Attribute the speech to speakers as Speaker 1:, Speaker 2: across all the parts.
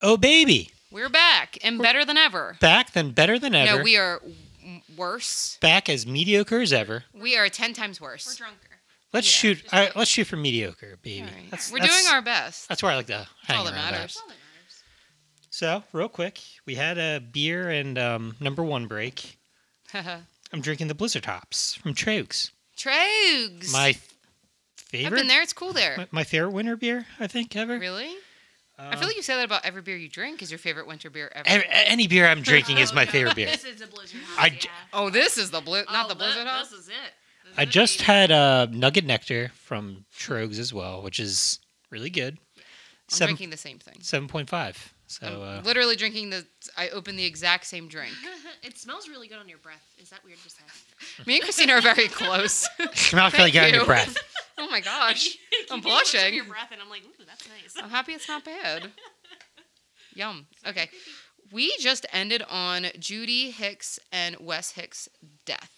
Speaker 1: Oh, baby.
Speaker 2: We're back and better than ever.
Speaker 1: Back then, better than ever.
Speaker 2: No, we are w- worse.
Speaker 1: Back as mediocre as ever.
Speaker 2: We are ten times
Speaker 3: We're
Speaker 2: worse.
Speaker 3: drunker.
Speaker 1: Let's
Speaker 2: Yeah,
Speaker 1: shoot.
Speaker 2: just
Speaker 1: All right,
Speaker 2: wait.
Speaker 1: let's shoot for mediocre, baby.
Speaker 2: All right.
Speaker 1: That's-
Speaker 2: We're
Speaker 1: that's-
Speaker 2: doing our best.
Speaker 1: That's where I like to hang
Speaker 2: all that
Speaker 1: around at.
Speaker 2: matters.
Speaker 3: That's all that matters.
Speaker 1: So, real quick, we had a beer and um, number one break. I'm drinking the Blizzard Hops from Trogs.
Speaker 2: Trogs.
Speaker 1: My f-
Speaker 2: I've
Speaker 1: favorite.
Speaker 2: been there. It's cool there.
Speaker 1: My, my favorite winter beer, I think, ever.
Speaker 2: Really? I
Speaker 1: Um,
Speaker 2: feel like you say that about every beer you drink is your favorite winter beer ever.
Speaker 1: ev- e, any beer I'm drinking is
Speaker 3: Oh,
Speaker 1: my
Speaker 3: no.
Speaker 1: favorite beer.
Speaker 3: This is a blizzard.
Speaker 1: I
Speaker 3: I
Speaker 1: j-
Speaker 2: oh, this is the blue, not the blizzard. Hop?
Speaker 3: This is it. This
Speaker 1: I
Speaker 3: is
Speaker 1: just
Speaker 3: it.
Speaker 1: had a Nugget Nectar from Trogs as well, which is really good.
Speaker 2: I'm
Speaker 1: Seven
Speaker 2: drinking the same thing.
Speaker 1: seven point five. So
Speaker 2: I'm
Speaker 1: uh,
Speaker 2: literally drinking the. I opened the exact same drink.
Speaker 3: it smells really good on your breath. Is that weird to say?
Speaker 2: Me and Christina are very close.
Speaker 1: mouth really
Speaker 2: Thank
Speaker 1: got in your
Speaker 2: you.
Speaker 1: breath.
Speaker 2: oh my gosh. I'm
Speaker 3: You looked at
Speaker 2: blushing.
Speaker 3: Your breath, and I'm like, ooh, that's nice.
Speaker 2: I'm happy it's not bad. Yum. Okay. We just ended on Judy Hicks and Wes Hicks' death.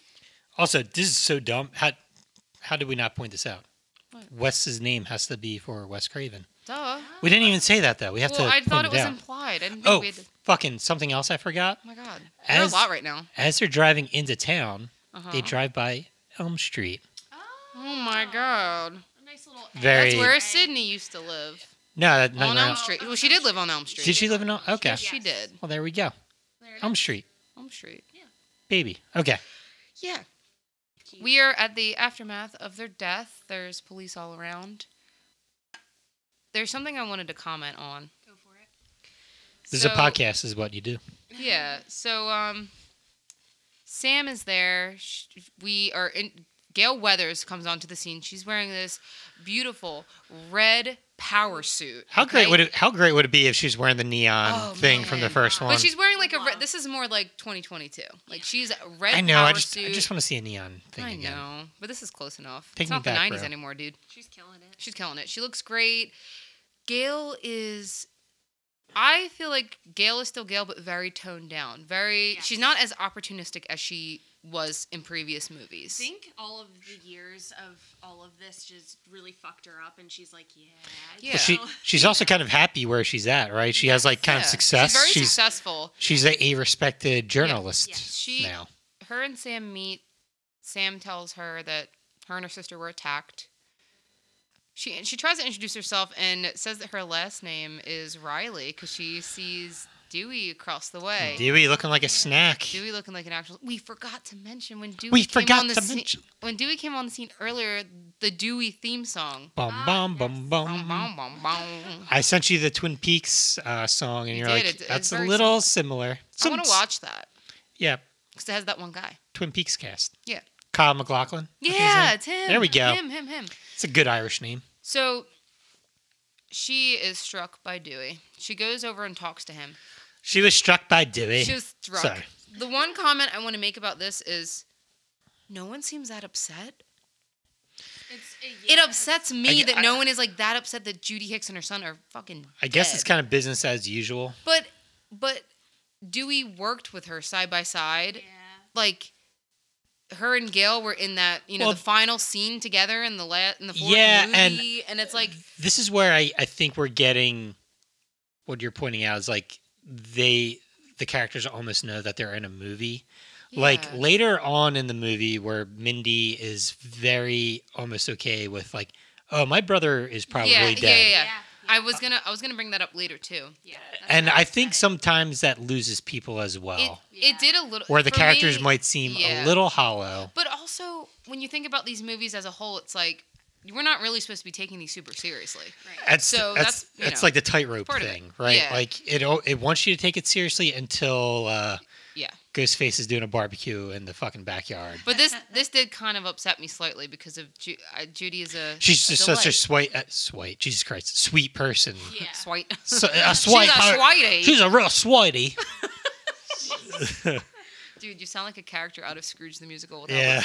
Speaker 1: Also, this is so dumb. How how did we not point this out?
Speaker 2: What?
Speaker 1: Wes's name has to be for Wes Craven.
Speaker 2: Duh.
Speaker 1: We didn't even say that though. We have
Speaker 2: Well,
Speaker 1: to.
Speaker 2: I thought
Speaker 1: point
Speaker 2: it was
Speaker 1: out.
Speaker 2: implied. I didn't think
Speaker 1: Oh,
Speaker 2: we had to. Oh
Speaker 1: fucking something else I forgot.
Speaker 2: my God. There are a
Speaker 1: As-
Speaker 2: lot right now.
Speaker 1: As they're driving into town,
Speaker 2: Uh-huh.
Speaker 1: they drive by Elm Street.
Speaker 2: Oh my God.
Speaker 3: A nice little.
Speaker 1: Very-
Speaker 2: That's where Sydney used to live.
Speaker 1: No, that, no,
Speaker 2: on
Speaker 1: no,
Speaker 2: Elm
Speaker 1: no.
Speaker 2: Street. Well, she did live on Elm Street.
Speaker 1: Did she live in Elm? Okay.
Speaker 2: Yes, she did.
Speaker 1: Well, there we go. Elm Street,
Speaker 2: Elm Street.
Speaker 1: baby. Okay.
Speaker 2: Yeah. We are at the aftermath of their death. There's police all around. There's something I wanted to comment on.
Speaker 3: Go for it.
Speaker 1: This is
Speaker 2: So-
Speaker 1: a podcast, is what you do.
Speaker 2: Yeah. So um, Sam is there. Sh we are in. Gail Weathers comes onto the scene. She's wearing this beautiful red power suit.
Speaker 1: How great
Speaker 2: okay?
Speaker 1: would it? How great would it be if she's wearing the neon
Speaker 2: Oh,
Speaker 1: thing from the
Speaker 2: man.
Speaker 1: first one?
Speaker 2: But she's wearing like a
Speaker 3: Wow.
Speaker 2: red. This is more like 2022. Like she's a red.
Speaker 1: I know.
Speaker 2: Power
Speaker 1: I just
Speaker 2: Suit.
Speaker 1: I just want to see a neon thing
Speaker 2: I
Speaker 1: again.
Speaker 2: know, but this is close enough.
Speaker 1: Take
Speaker 2: it's
Speaker 1: me
Speaker 2: not
Speaker 1: back,
Speaker 2: the 90s
Speaker 1: bro.
Speaker 2: anymore, dude.
Speaker 3: She's killing it.
Speaker 2: She's killing it. She looks great. Gail is. I feel like Gail is still Gail, but very toned down. Very.
Speaker 3: Yes.
Speaker 2: She's not as opportunistic as she was in previous movies.
Speaker 3: think all of the years of all of this just really fucked her up, and she's like, yeah.
Speaker 2: Yeah.
Speaker 1: But she
Speaker 3: you know?
Speaker 1: she's also kind of happy where she's at, right? She has like kind
Speaker 2: Yeah.
Speaker 1: of success.
Speaker 2: She's very
Speaker 1: She's she's,
Speaker 2: successful.
Speaker 1: a, a respected journalist
Speaker 3: Yeah.
Speaker 2: She-
Speaker 1: now.
Speaker 2: Her and Sam meet. Sam tells her that her and her sister were attacked. She she tries to introduce herself and says that her last name is Riley because she sees Dewey across the way.
Speaker 1: Dewey looking like a snack.
Speaker 2: Dewey looking like an actual. We forgot to mention when Dewey.
Speaker 1: We
Speaker 2: came
Speaker 1: forgot
Speaker 2: on the
Speaker 1: to
Speaker 2: scene-
Speaker 1: mention-
Speaker 2: when Dewey came on the scene earlier. The Dewey theme song.
Speaker 1: Bum
Speaker 3: Ah,
Speaker 1: bum
Speaker 3: yes.
Speaker 1: bum bum.
Speaker 2: Bom, bom, bom, bom.
Speaker 1: I sent you the Twin Peaks uh, song, and
Speaker 2: You
Speaker 1: you're
Speaker 2: did.
Speaker 1: like,
Speaker 2: It's- it's
Speaker 1: "That's a
Speaker 2: very
Speaker 1: little similar."
Speaker 2: I want to
Speaker 1: Some-
Speaker 2: watch that
Speaker 1: Yeah,
Speaker 2: because it has that one guy.
Speaker 1: Twin Peaks cast.
Speaker 2: Yeah.
Speaker 1: Kyle McLaughlin. I think his
Speaker 2: Yeah,
Speaker 1: name-
Speaker 2: it's him.
Speaker 1: There we go.
Speaker 2: Him, him, him.
Speaker 1: It's a good Irish name.
Speaker 2: So she is struck by Dewey. She goes over and talks to him.
Speaker 1: She was struck by Dewey.
Speaker 2: She was struck.
Speaker 1: Sorry.
Speaker 2: The one comment I want to make about this is, no one seems that upset.
Speaker 3: It's, uh,
Speaker 2: It upsets me
Speaker 1: I-
Speaker 2: that
Speaker 1: I-
Speaker 2: no one is like that upset that Judy Hicks and her son are fucking.
Speaker 1: I guess
Speaker 2: dead.
Speaker 1: it's kind of business as usual.
Speaker 2: But but Dewey worked with her side by side.
Speaker 3: Yeah.
Speaker 2: Like her and Gail were in that, you know,
Speaker 1: Well-
Speaker 2: the final scene together in the la- in the fourth
Speaker 1: Yeah, and-
Speaker 2: movie. And, it's like
Speaker 1: this is where I, I think we're getting what you're pointing out is like they the characters almost know that they're in a movie. Like
Speaker 2: Yeah.
Speaker 1: later on in the movie where Mindy is very almost okay with like, oh my brother is probably
Speaker 2: Yeah,
Speaker 1: dead.
Speaker 2: yeah, yeah. I
Speaker 3: I
Speaker 2: was gonna I was gonna bring that up later too.
Speaker 3: yeah.
Speaker 1: And I think sometimes that loses people as well.
Speaker 2: It
Speaker 3: Oh. Yeah.
Speaker 2: it did a little
Speaker 1: where the
Speaker 2: for
Speaker 1: characters
Speaker 2: me-
Speaker 1: might seem a
Speaker 2: yeah.
Speaker 1: little hollow.
Speaker 2: But also when you think about these movies as a whole, it's like we're not really supposed to be taking these super seriously.
Speaker 3: Right.
Speaker 1: That's
Speaker 2: So
Speaker 1: that's
Speaker 2: that's,
Speaker 1: that's,
Speaker 2: you know,
Speaker 1: like the tightrope
Speaker 2: part of it.
Speaker 1: thing, right?
Speaker 2: Yeah.
Speaker 1: Like it o- it wants you to take it seriously until uh
Speaker 2: Yeah.
Speaker 1: Ghostface is doing a barbecue in the fucking backyard.
Speaker 2: But this this did kind of upset me slightly because of Ju- uh, Judy is a
Speaker 1: She's
Speaker 2: a
Speaker 1: just such a
Speaker 2: delight.
Speaker 1: sweet, uh, sweet, Jesus Christ, sweet person.
Speaker 3: Yeah.
Speaker 2: swite.
Speaker 1: So, a
Speaker 2: She's a
Speaker 1: sweet,
Speaker 2: switey.
Speaker 1: she's a real sweetie.
Speaker 2: Dude, you sound like a character out of Scrooge the Musical with
Speaker 1: Yeah.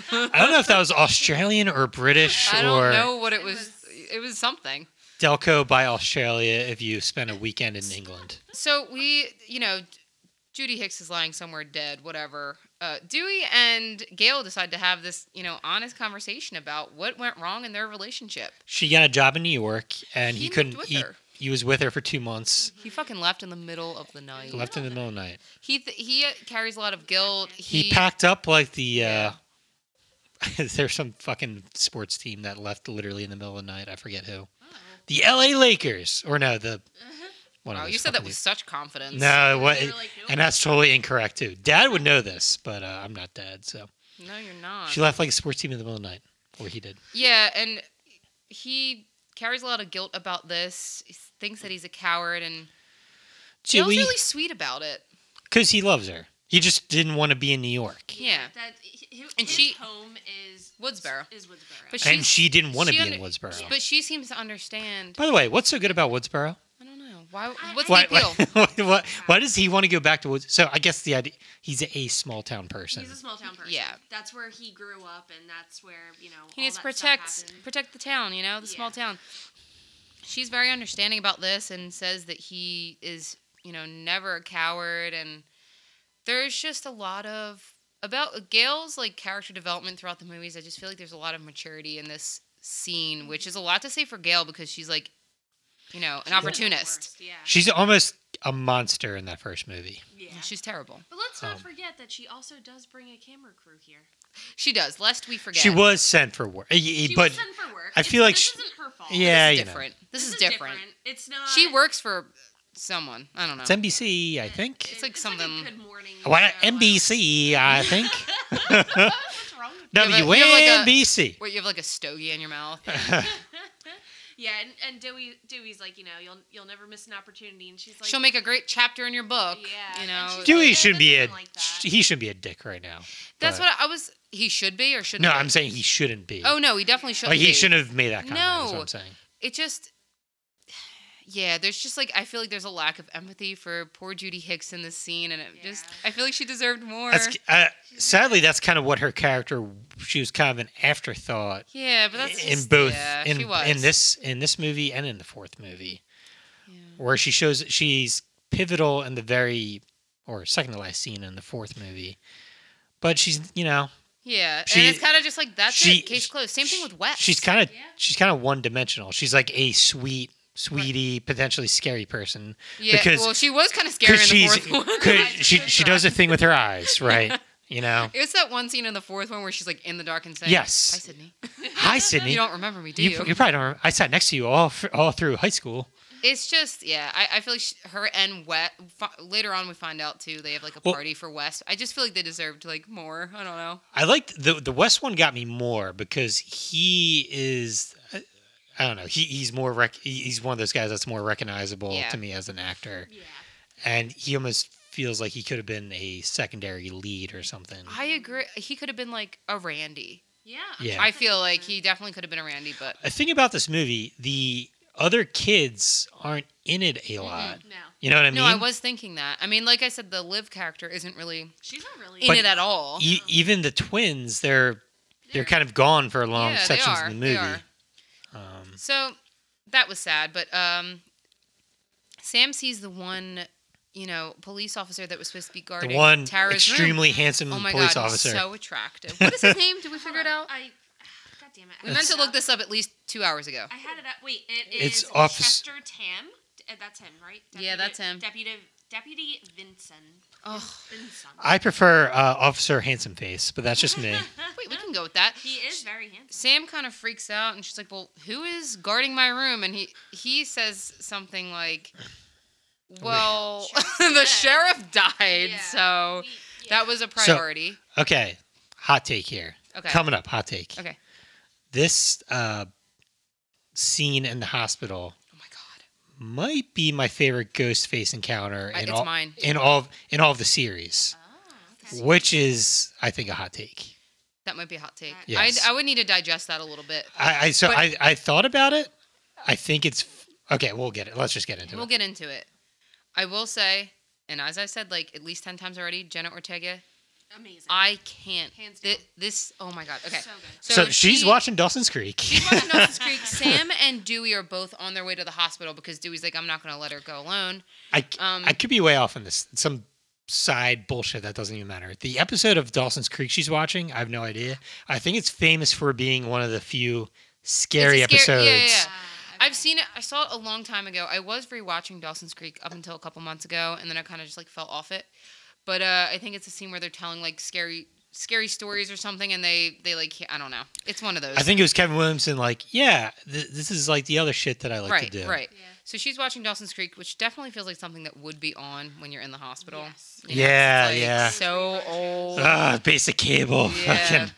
Speaker 2: Finney.
Speaker 1: I don't know if that was Australian or British
Speaker 2: I
Speaker 1: or
Speaker 2: don't know what it
Speaker 3: It
Speaker 2: was.
Speaker 3: was-
Speaker 2: It was something.
Speaker 1: Delco by Australia if you spent a weekend in England.
Speaker 2: So we, you know, Judy Hicks is lying somewhere dead, whatever. Uh, Dewey and Gail decide to have this, you know, honest conversation about what went wrong in their relationship.
Speaker 1: She got a job in New York and he,
Speaker 2: moved
Speaker 1: couldn't
Speaker 2: with
Speaker 1: eat
Speaker 2: her.
Speaker 1: He was with her for two months.
Speaker 2: He fucking left in the middle of the night.
Speaker 1: Left in the middle of the night.
Speaker 2: He th- he carries a lot of guilt.
Speaker 1: He,
Speaker 2: He,
Speaker 1: packed up like the. Uh,
Speaker 2: Yeah.
Speaker 1: there's some fucking sports team that left literally in the middle of the night. I forget who. The L.A. Lakers, or no, the. One
Speaker 2: Wow,
Speaker 1: of
Speaker 2: Uh-huh. Oh, you
Speaker 1: those
Speaker 2: said that
Speaker 1: fucking
Speaker 2: with such confidence.
Speaker 1: teams. No, what?
Speaker 3: They were like, nope.
Speaker 1: And that's totally incorrect too. Dad would know this, but uh, I'm not dad, so
Speaker 2: no, you're not.
Speaker 1: she left like a sports team in the middle of the night, or he did.
Speaker 2: Yeah, and he carries a lot of guilt about this. He thinks that he's a coward, and
Speaker 1: Gee,
Speaker 2: Jill's
Speaker 1: we-
Speaker 2: really sweet about it.
Speaker 1: because he loves her. He just didn't want to be in New York,
Speaker 2: Yeah.
Speaker 3: That hi- hi-
Speaker 2: And
Speaker 3: his
Speaker 2: she-
Speaker 3: home is
Speaker 2: Woodsboro.
Speaker 3: Is Woodsboro.
Speaker 2: But
Speaker 1: and
Speaker 2: she's-
Speaker 1: she didn't want to
Speaker 2: she
Speaker 1: be in
Speaker 2: under-
Speaker 1: Woodsboro.
Speaker 2: But she seems to understand.
Speaker 1: By the way, what's so good about Woodsboro?
Speaker 2: I don't know why.
Speaker 3: I-
Speaker 2: What's
Speaker 1: Why,
Speaker 3: I-
Speaker 2: the appeal?
Speaker 1: why, why, why does he want to go back to Woods? So I guess the idea he's a small town person.
Speaker 3: He's a small town person.
Speaker 2: Yeah.
Speaker 3: That's where he grew up, and that's where you know.
Speaker 2: He
Speaker 3: all
Speaker 2: needs to
Speaker 3: that stuff
Speaker 2: protect
Speaker 3: happened.
Speaker 2: protect the town, you know, the small
Speaker 3: Yeah.
Speaker 2: town. She's very understanding about this and says that he is, you know, never a coward and there's just a lot of about Gail's like character development throughout the movies. I just feel like there's a lot of maturity in this scene, which is a lot to say for Gail because she's like, you know, an
Speaker 3: She's the
Speaker 2: opportunist.
Speaker 3: worst, Yeah.
Speaker 1: She's almost a monster in that first movie.
Speaker 3: yeah.
Speaker 2: She's terrible.
Speaker 3: But let's not
Speaker 1: Um,
Speaker 3: forget that she also does bring a camera crew here.
Speaker 2: She does, lest we forget.
Speaker 1: She was sent for work,
Speaker 3: She
Speaker 1: but
Speaker 3: was sent for work.
Speaker 1: I
Speaker 3: It's-
Speaker 1: feel like
Speaker 3: this
Speaker 1: she-
Speaker 3: isn't her fault.
Speaker 1: yeah,
Speaker 2: This
Speaker 1: you
Speaker 2: is
Speaker 1: know.
Speaker 2: different. This, is, different.
Speaker 3: It's not.
Speaker 2: She works for someone. I don't know.
Speaker 1: it's NBC, I think.
Speaker 2: It's like
Speaker 3: a
Speaker 2: something-
Speaker 3: good morning.
Speaker 1: Why
Speaker 3: show.
Speaker 1: NBC? I think
Speaker 3: What's wrong with
Speaker 2: Yeah, but you have, like, a-
Speaker 1: WNBC.
Speaker 2: Where you have like a stogie in your mouth.
Speaker 3: Yeah, and, and Dewey Dewey's like, you know, you'll you'll never miss an opportunity, and she's like,
Speaker 2: She'll make a great chapter in your book.
Speaker 3: Yeah,
Speaker 2: You
Speaker 3: and
Speaker 2: know,
Speaker 3: she's-
Speaker 1: Dewey
Speaker 3: Yeah,
Speaker 1: should
Speaker 3: but
Speaker 1: be a
Speaker 3: something like that.
Speaker 1: he should be a dick right now.
Speaker 2: that's
Speaker 1: but-
Speaker 2: what I was. He should be or shouldn't.
Speaker 1: No,
Speaker 2: be?
Speaker 1: I'm saying he shouldn't be.
Speaker 2: Oh no, he definitely shouldn't.
Speaker 1: like he
Speaker 2: be.
Speaker 1: shouldn't have made that comment. That's what
Speaker 2: No.
Speaker 1: I'm saying.
Speaker 2: It just. Yeah, there's just like I feel like there's a lack of empathy for poor Judy Hicks in this scene, and it just
Speaker 3: Yeah.
Speaker 2: I feel like she deserved more.
Speaker 1: That's, uh, sadly, that's kind of what her character. She was kind of an afterthought
Speaker 2: yeah, but that's
Speaker 1: in
Speaker 2: just-
Speaker 1: both
Speaker 2: yeah,
Speaker 1: in,
Speaker 2: she was.
Speaker 1: in this in this movie and in the fourth movie,
Speaker 2: Yeah.
Speaker 1: where she shows that she's pivotal in the very or second to last scene in the fourth movie. But she's you know
Speaker 2: Yeah,
Speaker 1: She-
Speaker 2: and it's kind of just like that's
Speaker 1: she-
Speaker 2: it. Case closed. Same thing with West.
Speaker 1: she's kind of
Speaker 3: Yeah.
Speaker 1: she's kind of one dimensional. She's like a sweet, sweetie, potentially scary person
Speaker 2: yeah.
Speaker 1: because-
Speaker 2: well, she was kind of scary
Speaker 1: because
Speaker 2: in the
Speaker 1: she's
Speaker 2: fourth one.
Speaker 1: 'cause
Speaker 3: Eyes are
Speaker 1: she
Speaker 3: so
Speaker 1: she does a thing with her eyes, right? You know.
Speaker 2: It's that one scene in the fourth one where she's like in the dark and saying,
Speaker 1: Yes.
Speaker 2: hi Sydney."
Speaker 1: Hi, Sydney.
Speaker 2: You don't remember me, do
Speaker 1: You, you probably don't. Remember. I sat next to you all f- all through high school.
Speaker 2: It's just yeah. I, I feel like sh her and Wet. F- later on, we find out too. They have like a
Speaker 1: Well-
Speaker 2: party for West. I just feel like they deserved like more. I don't know.
Speaker 1: I liked the the West one got me more because he is. I don't know. He, he's more rec- he- he's one of those guys that's more recognizable
Speaker 2: Yeah.
Speaker 1: to me as an actor,
Speaker 3: yeah,
Speaker 1: and he almost feels like he could have been a secondary lead or something.
Speaker 2: I agree. He could have been like a Randy.
Speaker 3: yeah.
Speaker 1: Yeah.
Speaker 2: I feel like he definitely could have been a Randy, but
Speaker 1: a thing about this movie, the other kids aren't in it a lot.
Speaker 3: No,
Speaker 1: You know what I mean?
Speaker 2: no, I was thinking that. I mean, like I said, the live character isn't really
Speaker 3: she's not really.
Speaker 2: in
Speaker 1: But-
Speaker 2: it at all.
Speaker 1: E- even the twins, they're they're kind of gone for long
Speaker 2: Yeah, they
Speaker 1: sections
Speaker 2: are,
Speaker 1: in the
Speaker 2: they
Speaker 1: movie.
Speaker 2: are.
Speaker 1: Um,
Speaker 2: So that was sad, but um, Sam sees the one, you know, police officer that was supposed to be guarding
Speaker 1: the one
Speaker 2: Tara's room.
Speaker 1: extremely handsome
Speaker 2: Oh my
Speaker 1: police
Speaker 2: god,
Speaker 1: officer.
Speaker 2: he's so attractive. What is his name? Did we
Speaker 3: Hold
Speaker 2: figure it
Speaker 3: on,
Speaker 2: out?
Speaker 3: I. God damn it. I
Speaker 2: We meant
Speaker 3: had
Speaker 2: to
Speaker 3: it
Speaker 2: look
Speaker 3: up.
Speaker 2: this up at least two hours ago.
Speaker 3: I had it up. Wait, it
Speaker 1: It's
Speaker 3: is
Speaker 1: office-
Speaker 3: Chester Tam. D- uh, That's him, right?
Speaker 2: Yeah, that's him.
Speaker 3: Deputy Deputy Vincent.
Speaker 2: Oh,
Speaker 3: Vincent.
Speaker 1: I prefer uh, Officer Handsome Face, but that's just me.
Speaker 2: wait, we can go with that.
Speaker 3: He is very handsome.
Speaker 2: Sam kind of freaks out and she's like, "Well, who is guarding my room?" And he he says something like, "Well, the sheriff died,
Speaker 3: Yeah,
Speaker 2: so
Speaker 3: we- yeah.
Speaker 2: that was a priority."
Speaker 1: okay, hot take here.
Speaker 2: Okay.
Speaker 1: Coming up, hot take.
Speaker 2: Okay.
Speaker 1: This uh, scene in the hospital
Speaker 2: Oh my god.
Speaker 1: might be my favorite ghost face encounter
Speaker 2: I-
Speaker 1: in
Speaker 2: it's
Speaker 1: all
Speaker 2: mine.
Speaker 1: in all of, in all of the series,
Speaker 3: Oh, okay.
Speaker 1: which is I think a hot take.
Speaker 2: That might be a hot take.
Speaker 1: Yes.
Speaker 2: I I would need to digest that a little bit.
Speaker 1: I, I so
Speaker 2: But-
Speaker 1: I, I thought about it. I think it's okay. We'll get it. Let's just get into
Speaker 2: We'll
Speaker 1: it.
Speaker 2: get into it. I will say, and as I said like at least 10 times already, Jenna Ortega,
Speaker 3: Amazing.
Speaker 2: I can't.
Speaker 3: Hands
Speaker 2: Thi-
Speaker 3: down.
Speaker 2: this, oh my God. Okay.
Speaker 3: So good.
Speaker 1: so she's
Speaker 2: she-
Speaker 1: watching Dawson's Creek.
Speaker 2: she's watching Dawson's Creek. Sam and Dewey are both on their way to the hospital because Dewey's like, I'm not going to let her go alone.
Speaker 1: I
Speaker 2: Um,
Speaker 1: I could be way off on this. Some side bullshit that doesn't even matter. The episode of Dawson's Creek she's watching, I have no idea. I think it's famous for being one of the few scary
Speaker 2: It's a scary-
Speaker 1: episodes
Speaker 3: Uh,
Speaker 2: yeah, yeah, yeah. I've seen it. I saw it a long time ago. I was rewatching Dawson's Creek up until a couple months ago, and then I kind of just like fell off it. But uh, I think it's a scene where they're telling like scary, scary stories or something, and they they like I don't know. It's one of those.
Speaker 1: I think it was Kevin Williamson. Like, yeah, th- this is like the other shit that I like
Speaker 2: right,
Speaker 1: to do.
Speaker 2: right.
Speaker 3: Yeah.
Speaker 2: So she's watching Dawson's Creek, which definitely feels like something that would be on when you're in the hospital.
Speaker 3: Yes.
Speaker 2: You know,
Speaker 1: Yeah,
Speaker 2: it's, like,
Speaker 1: yeah.
Speaker 2: So old.
Speaker 1: Ah, basic cable.
Speaker 2: Yeah.
Speaker 1: Fucking,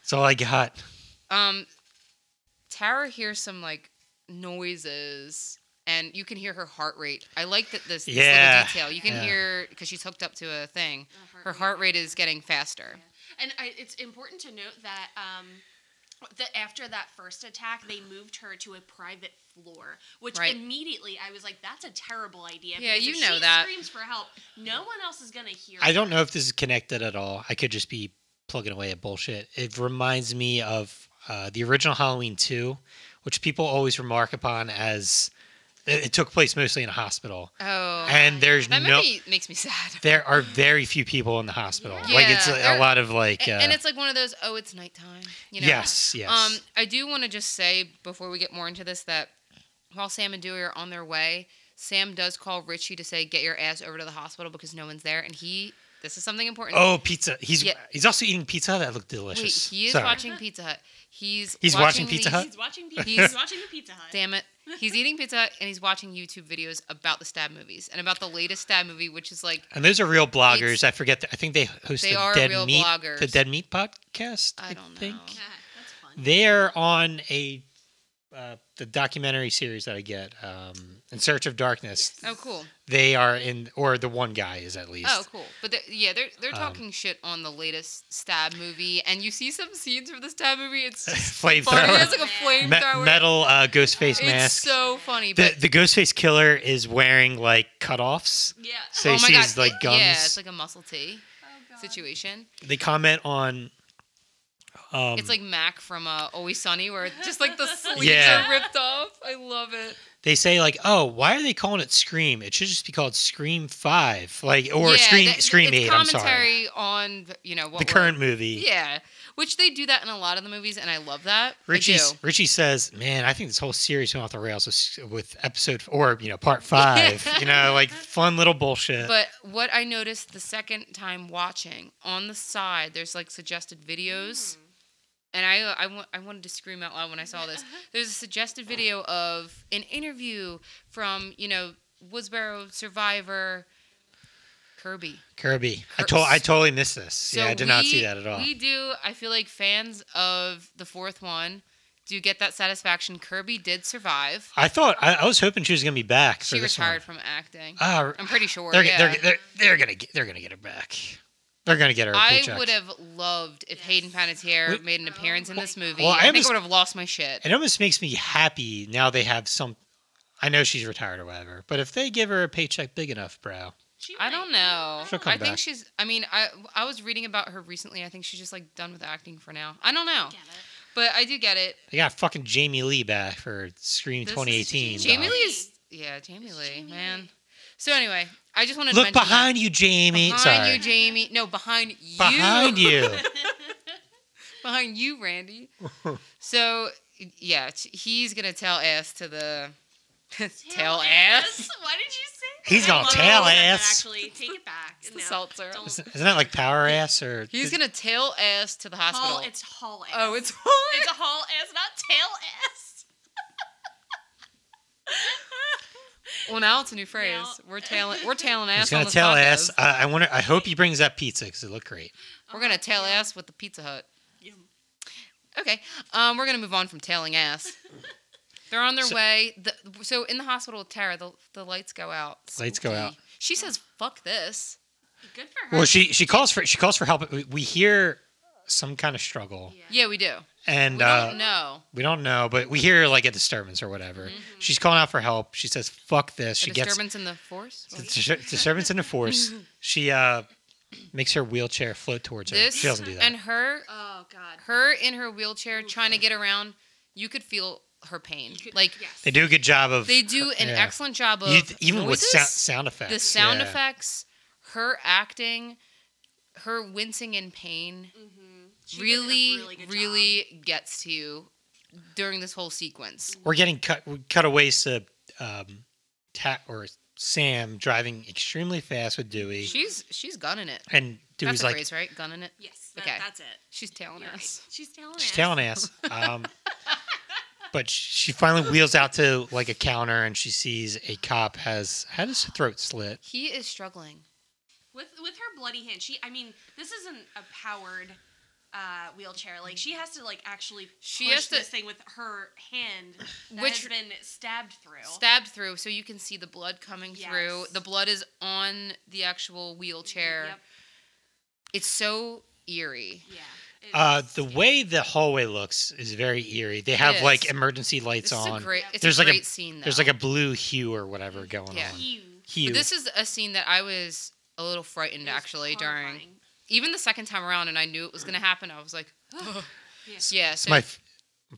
Speaker 1: that's all I got.
Speaker 2: Um, Tara hears some like noises, and you can hear her heart rate. I like that this, this
Speaker 1: Yeah,
Speaker 2: little detail. You can
Speaker 1: yeah.
Speaker 2: hear because she's hooked up to a thing. Her heart rate is getting faster.
Speaker 3: And I, it's important to note that um, that after that first attack, they moved her to a private floor, which
Speaker 2: Right.
Speaker 3: immediately I was like, "That's a terrible idea."
Speaker 2: Yeah,
Speaker 3: because
Speaker 2: you
Speaker 3: if
Speaker 2: know
Speaker 3: she
Speaker 2: that.
Speaker 3: Screams for help. No one else is gonna hear.
Speaker 1: I don't
Speaker 3: her.
Speaker 1: know if this is connected at all. I could just be plugging away at bullshit. It reminds me of uh, the original Halloween 2, which people always remark upon as it, it took place mostly in a hospital.
Speaker 2: Oh,
Speaker 1: and there's
Speaker 2: that
Speaker 1: no,
Speaker 2: movie makes me sad.
Speaker 1: there are very few people in the hospital. like it's
Speaker 2: Yeah,
Speaker 1: a, a
Speaker 2: there-
Speaker 1: lot of like,
Speaker 2: A-
Speaker 1: uh,
Speaker 2: and it's like one of those oh it's nighttime you know
Speaker 1: yes, yes.
Speaker 2: um i do want to just say before we get more into this that while sam and dewey are on their way sam does call richie to say get your ass over to the hospital because no one's there and he this is something important
Speaker 1: oh, pizza. He's
Speaker 2: Yeah.
Speaker 1: he's also eating pizza that looked
Speaker 2: wait
Speaker 1: delicious.
Speaker 2: he is
Speaker 1: Sorry.
Speaker 2: watching pizza hut he's
Speaker 1: He's watching Pizza
Speaker 2: these-
Speaker 1: Hut?
Speaker 3: He's watching. Pizza,
Speaker 2: He's-
Speaker 3: he's watching the Pizza Hut.
Speaker 2: damn it he's eating pizza Hut and he's watching youtube videos about the stab movies and about the latest stab movie which is like
Speaker 1: And those are real bloggers. I forget. The, I think they host
Speaker 2: They
Speaker 1: the
Speaker 2: are
Speaker 1: Dead
Speaker 2: real
Speaker 1: Meat, the
Speaker 2: bloggers.
Speaker 1: Dead Meat podcast.
Speaker 2: I
Speaker 1: I,
Speaker 2: don't
Speaker 1: think.
Speaker 2: know.
Speaker 3: Yeah, that's fun.
Speaker 1: They're on a uh, the documentary series that I get, um, In Search of Darkness.
Speaker 2: oh cool
Speaker 1: They are in, or the one guy is at least.
Speaker 2: Oh, cool. But they're, yeah, they're they're
Speaker 1: Um,
Speaker 2: talking shit on the latest stab movie, and you see some scenes from the stab movie. It's just funny. It's
Speaker 1: flamethrower,
Speaker 2: like a
Speaker 1: Me-
Speaker 2: flamethrower.
Speaker 1: metal uh, ghost face
Speaker 2: it's
Speaker 1: mask.
Speaker 2: so funny.
Speaker 1: the
Speaker 2: But
Speaker 1: the ghost face killer is wearing like cutoffs.
Speaker 3: Yeah.
Speaker 1: So
Speaker 2: oh
Speaker 1: he
Speaker 2: my
Speaker 1: sees
Speaker 2: God,
Speaker 1: like
Speaker 2: it-
Speaker 1: gums.
Speaker 2: Yeah, it's like a muscle tee
Speaker 3: Oh, God.
Speaker 2: situation.
Speaker 1: they comment on. Um,
Speaker 2: it's like Mac from uh, Always Sunny, where just like the sleeves
Speaker 1: Yeah.
Speaker 2: are ripped off. I love it.
Speaker 1: they say like, oh, why are they calling it Scream? It should just be called Scream Five, like or
Speaker 2: yeah,
Speaker 1: Scream
Speaker 2: that-
Speaker 1: Scream
Speaker 2: it's
Speaker 1: Eight. I'm sorry,
Speaker 2: Commentary on you know what
Speaker 1: the
Speaker 2: we're-
Speaker 1: current movie.
Speaker 2: Yeah, which they do that in a lot of the movies, and I love that. I
Speaker 1: Richie
Speaker 2: do.
Speaker 1: Richie says, "Man, I think this whole series went off the rails with, with episode or you know part five. you know, like fun little bullshit.
Speaker 2: But what I noticed the second time watching on the side, there's like suggested videos, and I, uh, I wa- I wanted to scream out loud when I saw this. There's a suggested video of an interview from you know Woodsboro survivor Kirby.
Speaker 1: Kirby, I
Speaker 2: Cur-
Speaker 1: told I totally missed this.
Speaker 2: So
Speaker 1: yeah, I did not see
Speaker 2: we-
Speaker 1: that at all.
Speaker 2: We do. I feel like fans of the fourth one do get that satisfaction. Kirby did survive.
Speaker 1: I thought I, I was hoping she was gonna be back.
Speaker 2: She
Speaker 1: for this
Speaker 2: retired from acting.
Speaker 1: One. Ah,
Speaker 2: I'm pretty sure.
Speaker 1: they're,
Speaker 2: yeah.
Speaker 1: they're, they're they're gonna get they're gonna get her back. They're gonna get her. a
Speaker 2: I
Speaker 1: paycheck.
Speaker 2: would have loved if
Speaker 3: Yes.
Speaker 2: Hayden Panettiere
Speaker 1: Wait-
Speaker 2: made an appearance in
Speaker 3: Oh
Speaker 2: this
Speaker 3: my
Speaker 2: movie.
Speaker 1: Well,
Speaker 2: I,
Speaker 1: I
Speaker 2: think
Speaker 1: was-
Speaker 2: I would have lost my shit.
Speaker 1: It almost makes me happy now they have some. I know she's retired or whatever, but if they give her a paycheck big enough, bro,
Speaker 3: She
Speaker 2: I
Speaker 3: might.
Speaker 2: don't know.
Speaker 1: She'll come
Speaker 2: I think
Speaker 1: back.
Speaker 2: she's. I mean, I I was reading about her recently. I think she's just like done with acting for now. I don't know,
Speaker 3: I get it.
Speaker 2: but I do get it.
Speaker 1: they got fucking Jamie Lee back for Scream
Speaker 2: This is
Speaker 1: 2018.
Speaker 2: Jamie
Speaker 1: dog.
Speaker 2: Lee is. Yeah, Jamie
Speaker 3: It's
Speaker 2: Lee,
Speaker 3: Jamie
Speaker 2: man.
Speaker 3: Lee.
Speaker 2: So anyway, I just wanted to
Speaker 1: Look
Speaker 2: mention that.
Speaker 1: behind you, Jamie.
Speaker 2: Behind
Speaker 1: Sorry,
Speaker 2: you, Jamie. No, behind you.
Speaker 1: behind you.
Speaker 2: behind you, Randy. so yeah, t- he's gonna tell ass to the tell ass.
Speaker 3: Why did you say? that?
Speaker 1: He's
Speaker 3: I
Speaker 1: gonna
Speaker 3: love
Speaker 1: tail
Speaker 3: that you said that,
Speaker 1: ass.
Speaker 3: Actually, take it back.
Speaker 2: It's the
Speaker 3: No,
Speaker 2: seltzer.
Speaker 3: don't-
Speaker 1: Isn't isn't that like power ass or?
Speaker 2: He's gonna tail ass to the hospital.
Speaker 3: Haul, it's haul ass.
Speaker 2: oh, it's
Speaker 3: it's a haul ass, not tail ass.
Speaker 2: well now it's a new phrase.
Speaker 3: Now-
Speaker 2: We're tailing we're tailing ass.
Speaker 1: He's gonna
Speaker 2: on the
Speaker 1: tell
Speaker 2: tacos.
Speaker 1: ass. I I wonder. I hope he brings that pizza because it looked great.
Speaker 2: We're gonna tail ass with the Pizza Hut.
Speaker 3: Uh-huh. Yum.
Speaker 2: Okay, um, we're gonna move on from tailing ass. They're on their
Speaker 1: So-
Speaker 2: way. The, so in the hospital with Tara, the, the lights go out.
Speaker 1: Lights go out.
Speaker 2: She says, "Fuck this."
Speaker 3: Good for her.
Speaker 1: Well, she she calls for she calls for help. We- We hear some kind of struggle,
Speaker 2: Yeah, we do.
Speaker 1: and
Speaker 2: we
Speaker 1: uh,
Speaker 2: don't know.
Speaker 1: We don't know, but we hear like a disturbance or whatever. She's calling out for help. She says, "Fuck this." She
Speaker 2: Mm-hmm. a
Speaker 1: gets
Speaker 2: disturbance in the force.
Speaker 1: the dis- disturbance into force. She uh, makes her wheelchair float towards her.
Speaker 2: This
Speaker 1: she doesn't do that.
Speaker 2: and her
Speaker 3: Oh God.
Speaker 2: her in her wheelchair trying to get around. You could feel her pain.
Speaker 3: You could-
Speaker 2: Like
Speaker 3: yes.
Speaker 1: they do a good job of
Speaker 2: they do an
Speaker 1: Yeah.
Speaker 2: excellent job of
Speaker 1: You- even with
Speaker 2: noises,
Speaker 1: sound, sound effects.
Speaker 2: the sound
Speaker 1: yeah.
Speaker 2: effects, her acting, her wincing in pain
Speaker 3: Mhm. She did a
Speaker 2: really
Speaker 3: really, good job.
Speaker 2: really gets to you during this whole sequence.
Speaker 1: We're getting cut cutaways to um, Tat or Sam driving extremely fast with Dewey,
Speaker 2: She's she's gunning it.
Speaker 1: and Dewey's
Speaker 2: That's the
Speaker 1: like,
Speaker 2: phrase, right? Gunning it.
Speaker 3: Yes, that,
Speaker 2: Okay.
Speaker 3: that's it.
Speaker 2: She's tailing
Speaker 3: You're right.
Speaker 2: us.
Speaker 3: She's telling
Speaker 1: she's
Speaker 3: us.
Speaker 1: tailing ass. Um, but she finally wheels out to like a counter, and she sees a cop has had his throat slit.
Speaker 2: He is struggling.
Speaker 3: with with her bloody hand. She, I mean, this isn't a powered uh, wheelchair. Like she has to like actually
Speaker 2: She
Speaker 3: push
Speaker 2: has to-
Speaker 3: this thing with her hand that
Speaker 2: Which-
Speaker 3: has been stabbed through.
Speaker 2: Stabbed through, so you can see the blood coming through.
Speaker 3: Yes.
Speaker 2: The blood is on the actual wheelchair.
Speaker 3: Yep.
Speaker 2: It's so eerie.
Speaker 3: Yeah. It
Speaker 1: Uh,
Speaker 3: is
Speaker 1: the
Speaker 3: scary.
Speaker 1: way the hallway looks is very eerie. They have
Speaker 2: is.
Speaker 1: like emergency lights
Speaker 2: This is
Speaker 1: on.
Speaker 2: a great. It's
Speaker 1: There's
Speaker 2: a
Speaker 1: like a-
Speaker 2: great scene. Though.
Speaker 1: There's like a blue hue or whatever going
Speaker 2: Yeah.
Speaker 1: on.
Speaker 3: Ew.
Speaker 1: Hue.
Speaker 2: This is a scene that I was a little frightened
Speaker 3: It was
Speaker 2: actually during
Speaker 3: horrifying.
Speaker 2: even the second time around, and I knew it was gonna happen. I was like,
Speaker 3: Yeah.
Speaker 2: yeah.
Speaker 1: It's
Speaker 2: So
Speaker 1: my f-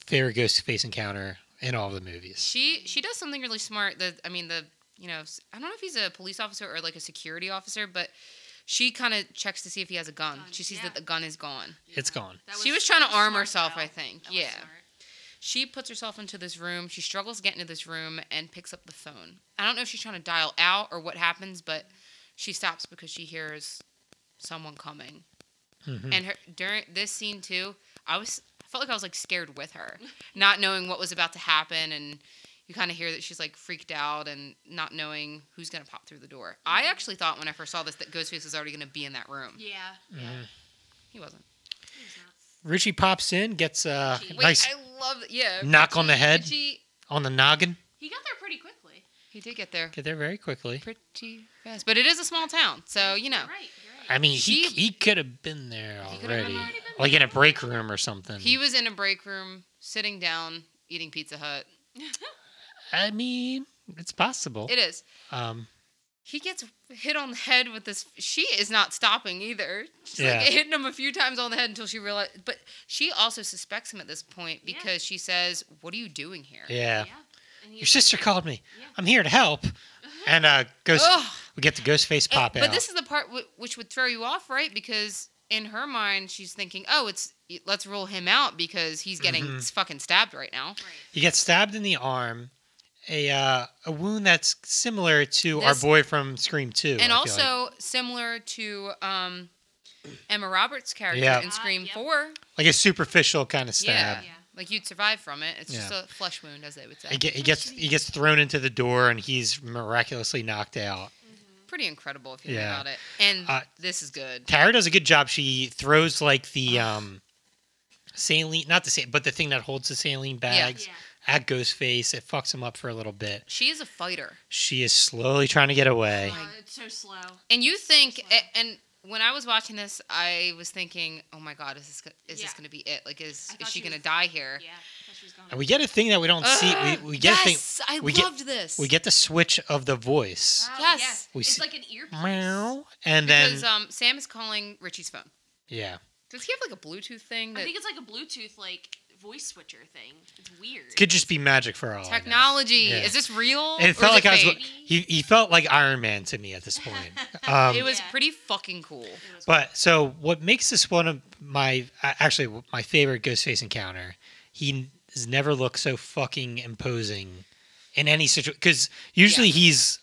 Speaker 1: favorite ghost face encounter in all the movies.
Speaker 2: she she does something really smart. That I mean, the you know, s- I don't know if he's a police officer or like a security officer, but she kind of checks to see if he has a gun.
Speaker 3: Gun,
Speaker 2: She sees
Speaker 3: yeah.
Speaker 2: that the gun is gone.
Speaker 1: It's gone.
Speaker 3: That
Speaker 2: She was trying to
Speaker 3: that
Speaker 2: arm
Speaker 3: smart,
Speaker 2: herself,
Speaker 3: though.
Speaker 2: I think.
Speaker 3: That was
Speaker 2: Yeah.
Speaker 3: smart.
Speaker 2: She puts herself into this room. She struggles to get into this room and picks up the phone. I don't know if she's trying to dial out or what happens, but she stops because she hears someone coming.
Speaker 1: Mhm.
Speaker 2: And her, during this scene too, I was I felt like I was like scared with her, not knowing what was about to happen, and you kind of hear that she's like freaked out and not knowing who's gonna pop through the door. I actually thought when I first saw this that Ghostface was already gonna be in that room.
Speaker 3: Yeah. Yeah.
Speaker 1: Mm-hmm.
Speaker 2: He wasn't.
Speaker 3: It was nuts.
Speaker 1: Richie pops in, gets a
Speaker 3: Richie.
Speaker 2: Wait,
Speaker 1: nice
Speaker 2: I love yeah.
Speaker 1: knock on the head,
Speaker 2: Richie,
Speaker 1: on the noggin.
Speaker 3: He got there pretty quickly.
Speaker 2: he did get there.
Speaker 1: Get there very quickly.
Speaker 2: pretty fast. But it is a small town, so you know.
Speaker 3: You're right. You're right.
Speaker 1: I mean, he,
Speaker 2: He-
Speaker 1: he could have been there
Speaker 2: He could have
Speaker 1: already,
Speaker 2: been
Speaker 3: already been
Speaker 1: like in a
Speaker 3: there.
Speaker 1: break room or something.
Speaker 2: He was in a break room, sitting down, eating Pizza Hut.
Speaker 1: I mean, it's possible.
Speaker 2: It is.
Speaker 1: um,
Speaker 2: He gets hit on the head with this. She is not stopping either. She's
Speaker 1: Yeah.
Speaker 2: like hitting him a few times on the head until she realized. But she also suspects him at this point
Speaker 3: Yeah.
Speaker 2: because she says, "What are you doing here?"
Speaker 1: yeah.
Speaker 3: And
Speaker 1: Your sister called me.
Speaker 3: Yeah.
Speaker 1: I'm here to help. And uh, ghost,
Speaker 2: Ugh.
Speaker 1: we get the ghost face
Speaker 2: And-
Speaker 1: pop
Speaker 2: Oh. but
Speaker 1: out.
Speaker 2: this is the part w- which would throw you off, right? Because in her mind, she's thinking, "Oh, it's let's rule him out because he's getting
Speaker 1: Mhm.
Speaker 2: fucking stabbed right now."
Speaker 3: Right.
Speaker 1: He gets stabbed in the arm, a uh, a wound that's similar to our
Speaker 2: This-
Speaker 1: boy from Scream Two,
Speaker 2: and
Speaker 1: I feel like.
Speaker 2: also similar to um, Emma Roberts' character
Speaker 1: Yeah.
Speaker 2: in
Speaker 3: Ah,
Speaker 2: Scream
Speaker 3: yep.
Speaker 2: Four.
Speaker 1: like a superficial kind of stab.
Speaker 2: Yeah. Like you'd survive from it. It's just
Speaker 1: Yeah.
Speaker 2: a flesh wound, as they would say.
Speaker 1: He, get, he gets he gets thrown into the door and he's miraculously knocked out.
Speaker 2: Pretty incredible if you
Speaker 1: Yeah.
Speaker 2: think about it. And
Speaker 1: Uh,
Speaker 2: this is good.
Speaker 1: Tara does a good job. She throws like the um saline, not the saline, but the thing that holds the saline bags
Speaker 3: Yeah.
Speaker 1: at Ghostface. It fucks him up for a little bit.
Speaker 2: She is a fighter,
Speaker 1: She is slowly trying to get away.
Speaker 3: Uh, it's so slow.
Speaker 2: and you think.
Speaker 3: Absolutely.
Speaker 2: a- And when I was watching this, I was thinking, "Oh my God, is this go- is this
Speaker 3: Yeah.
Speaker 2: going to be it? Like, is
Speaker 3: I
Speaker 2: is
Speaker 3: thought
Speaker 2: she
Speaker 3: she
Speaker 2: going to
Speaker 3: was-
Speaker 2: die here?"
Speaker 3: Yeah. Thought she was gone.
Speaker 1: And we get a thing that we don't see.
Speaker 2: Ugh,
Speaker 1: We, we get a thing.
Speaker 2: yes, I
Speaker 1: we get-
Speaker 2: loved this.
Speaker 1: We get the switch of the voice.
Speaker 3: Wow,
Speaker 2: Yes.
Speaker 1: We
Speaker 3: it's
Speaker 1: see-
Speaker 3: like an earpiece.
Speaker 1: Meow. And then
Speaker 2: because um, Sam is calling Richie's phone.
Speaker 1: yeah.
Speaker 2: Does he have like a Bluetooth thing? That
Speaker 3: I think it's like a Bluetooth like voice switcher thing. It's weird.
Speaker 1: Could just be magic for all. Oh, I know.
Speaker 2: technology
Speaker 1: Yeah.
Speaker 2: is this real?
Speaker 1: It felt
Speaker 2: or
Speaker 1: like
Speaker 2: is it
Speaker 1: I was.
Speaker 2: fake?
Speaker 1: He, he felt like Iron Man to me at this point. Um,
Speaker 2: it was
Speaker 3: Yeah.
Speaker 2: pretty fucking cool.
Speaker 3: It was
Speaker 1: But so what makes this one of my a- actually my favorite Ghostface encounter? He has never looked so fucking imposing in any situation because usually
Speaker 2: Yeah.
Speaker 1: he's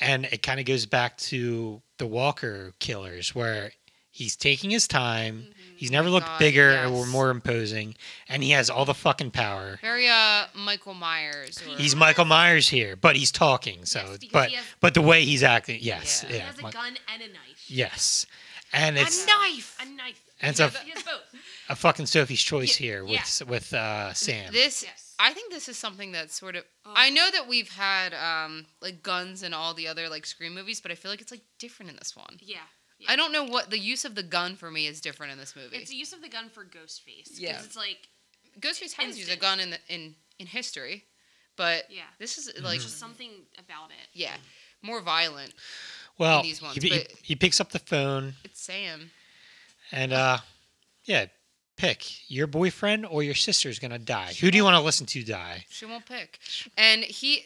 Speaker 1: and it kind of goes back to the Walker killers where he's taking his time.
Speaker 3: Mm-hmm.
Speaker 1: He's never looked
Speaker 2: God,
Speaker 1: bigger or
Speaker 2: yes.
Speaker 1: more imposing, and he has all the fucking power.
Speaker 2: Very uh Michael Myers. Or,
Speaker 1: He's Michael Myers here, but he's talking. So,
Speaker 3: Mm-hmm. Yes, because
Speaker 1: but
Speaker 3: he has-
Speaker 1: but the way he's acting, yes,
Speaker 2: Yeah.
Speaker 1: yeah,
Speaker 3: He has a
Speaker 1: Mi-
Speaker 3: gun and a knife.
Speaker 1: yes, and it's
Speaker 2: a knife.
Speaker 3: A knife.
Speaker 1: And
Speaker 3: he
Speaker 1: so-
Speaker 3: has, he has both.
Speaker 1: a fucking Sophie's Choice
Speaker 2: Ye-
Speaker 1: here
Speaker 3: yeah.
Speaker 1: with with uh, Sam.
Speaker 2: This
Speaker 3: Yes.
Speaker 2: I think this is something that's sort of
Speaker 3: Oh.
Speaker 2: I know that we've had um like guns in all the other like scream movies, but I feel like it's like different in this one.
Speaker 3: Yeah.
Speaker 2: I don't know what the use of the gun for me is different in this movie.
Speaker 3: It's the use of the gun for Ghostface. 'cause
Speaker 2: Yeah.
Speaker 3: It's like
Speaker 2: Ghostface has used a
Speaker 3: instant.
Speaker 2: gun in the, in in history, but
Speaker 3: Yeah.
Speaker 2: this
Speaker 1: Mm-hmm.
Speaker 2: is like
Speaker 3: just something about it.
Speaker 2: yeah more violent.
Speaker 1: well,
Speaker 2: these ones,
Speaker 1: he, he-
Speaker 2: but-
Speaker 1: he picks up the phone
Speaker 2: It's Sam.
Speaker 1: and uh, yeah, pick your boyfriend or your sister's gonna die. Who do you want to listen to die?
Speaker 2: She won't pick. And he,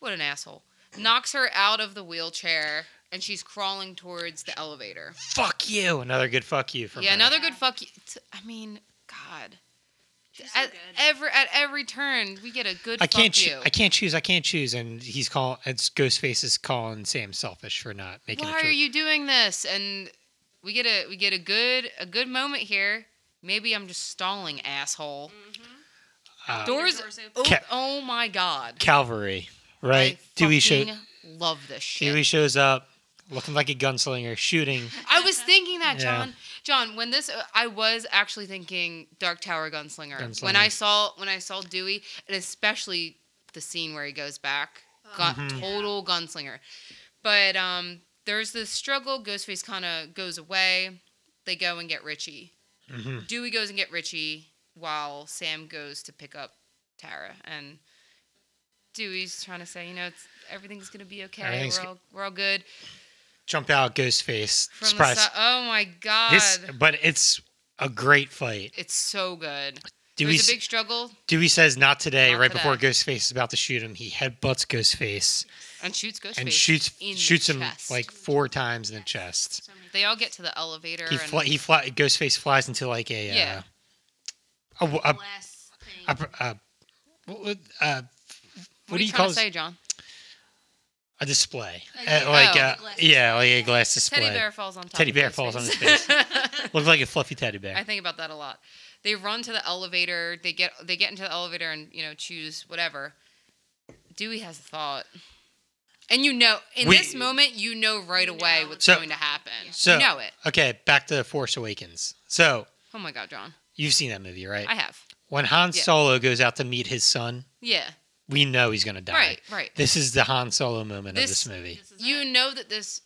Speaker 2: what an asshole, knocks her out of the wheelchair and she's crawling towards the elevator.
Speaker 1: Fuck you! Another good fuck you from
Speaker 2: yeah,
Speaker 1: her.
Speaker 2: another good
Speaker 3: Yeah.
Speaker 2: fuck you. t- I mean, God.
Speaker 3: She's so
Speaker 2: At
Speaker 3: good.
Speaker 2: every at every turn, we get a good.
Speaker 1: I can't.
Speaker 2: fuck
Speaker 1: choo-
Speaker 2: you.
Speaker 1: I can't choose. I can't choose. And he's calling. It's Ghostface is calling Sam selfish for not making
Speaker 2: Why
Speaker 1: a
Speaker 2: are
Speaker 1: choice.
Speaker 2: you doing this? And we get a we get a good a good moment here. Maybe I'm just stalling, asshole.
Speaker 1: Uh,
Speaker 2: Doors.
Speaker 3: Mm-hmm. Doors open.
Speaker 2: Oh,
Speaker 1: Ca-
Speaker 2: oh my god.
Speaker 1: Calvary, right?
Speaker 2: I
Speaker 1: Dewey show.
Speaker 2: fucking Love this shit.
Speaker 1: Dewey shows up, looking like a gunslinger, shooting.
Speaker 2: I was thinking that,
Speaker 1: Yeah.
Speaker 2: John. John, when this, uh, I was actually thinking Dark Tower Gunslinger. When
Speaker 1: Gunslinger.
Speaker 2: I saw when I saw Dewey, and especially the scene where he goes back, got
Speaker 3: Mm-hmm.
Speaker 1: Mhm.
Speaker 2: total gunslinger. But um, there's this struggle. Ghostface kind of goes away. They go and get Richie.
Speaker 1: hmm
Speaker 2: Dewey goes and get Richie while Sam goes to pick up Tara and. Dewey's trying to say, you know, it's, everything's gonna be okay.
Speaker 1: Everything's
Speaker 2: we're
Speaker 1: go-
Speaker 2: all, we're all good.
Speaker 1: Jump out, Ghostface.
Speaker 2: From
Speaker 1: Surprise.
Speaker 2: the si- oh my god,
Speaker 1: This, but it's a great fight.
Speaker 2: It's so good.
Speaker 1: Dewey,
Speaker 2: There's
Speaker 1: s-
Speaker 2: a big struggle
Speaker 1: Dewey says not today.
Speaker 2: Not
Speaker 1: right
Speaker 2: today.
Speaker 1: before Ghostface is about to shoot him, he headbutts Ghostface
Speaker 2: and shoots Ghostface.
Speaker 1: and shoots
Speaker 2: in the
Speaker 1: shoots him
Speaker 2: chest.
Speaker 1: like four times in the chest.
Speaker 3: So many
Speaker 2: They all
Speaker 3: things.
Speaker 2: get to the elevator.
Speaker 1: He
Speaker 2: and
Speaker 1: fly, he fly, Ghostface flies into like a
Speaker 2: Yeah.
Speaker 1: uh, a, a,
Speaker 3: Less thing.
Speaker 1: a, a, what would- uh, what
Speaker 2: what, are
Speaker 1: do
Speaker 2: you
Speaker 1: you
Speaker 2: trying
Speaker 1: call
Speaker 2: to
Speaker 1: this?
Speaker 2: say, John?
Speaker 1: a display,
Speaker 3: Uh,
Speaker 1: Uh,
Speaker 3: yeah.
Speaker 1: like
Speaker 2: Oh.
Speaker 1: uh,
Speaker 3: A glass
Speaker 1: yeah, like a glass display.
Speaker 2: Teddy bear falls on top.
Speaker 1: Teddy
Speaker 2: of
Speaker 1: bear falls on his
Speaker 2: Ghostface.
Speaker 1: Looked like a fluffy teddy bear.
Speaker 2: I think about that a lot. They run to the elevator. They get they get into the elevator and you know choose whatever. Dewey has a thought, and you know in
Speaker 1: We-
Speaker 2: this moment you know right
Speaker 3: You
Speaker 2: away
Speaker 3: know
Speaker 2: what's
Speaker 1: So-
Speaker 2: going to happen.
Speaker 1: so-
Speaker 2: you know it.
Speaker 1: okay, back to Force Awakens. So
Speaker 2: Oh my god, John,
Speaker 1: you've seen that movie, right?
Speaker 2: I have.
Speaker 1: when Han
Speaker 2: yeah.
Speaker 1: Solo goes out to meet his son,
Speaker 2: Yeah,
Speaker 1: we know he's gonna die.
Speaker 2: right, right.
Speaker 1: This is the Han Solo moment
Speaker 2: This-
Speaker 1: of this movie.
Speaker 3: This is
Speaker 2: You
Speaker 3: it.
Speaker 2: know that this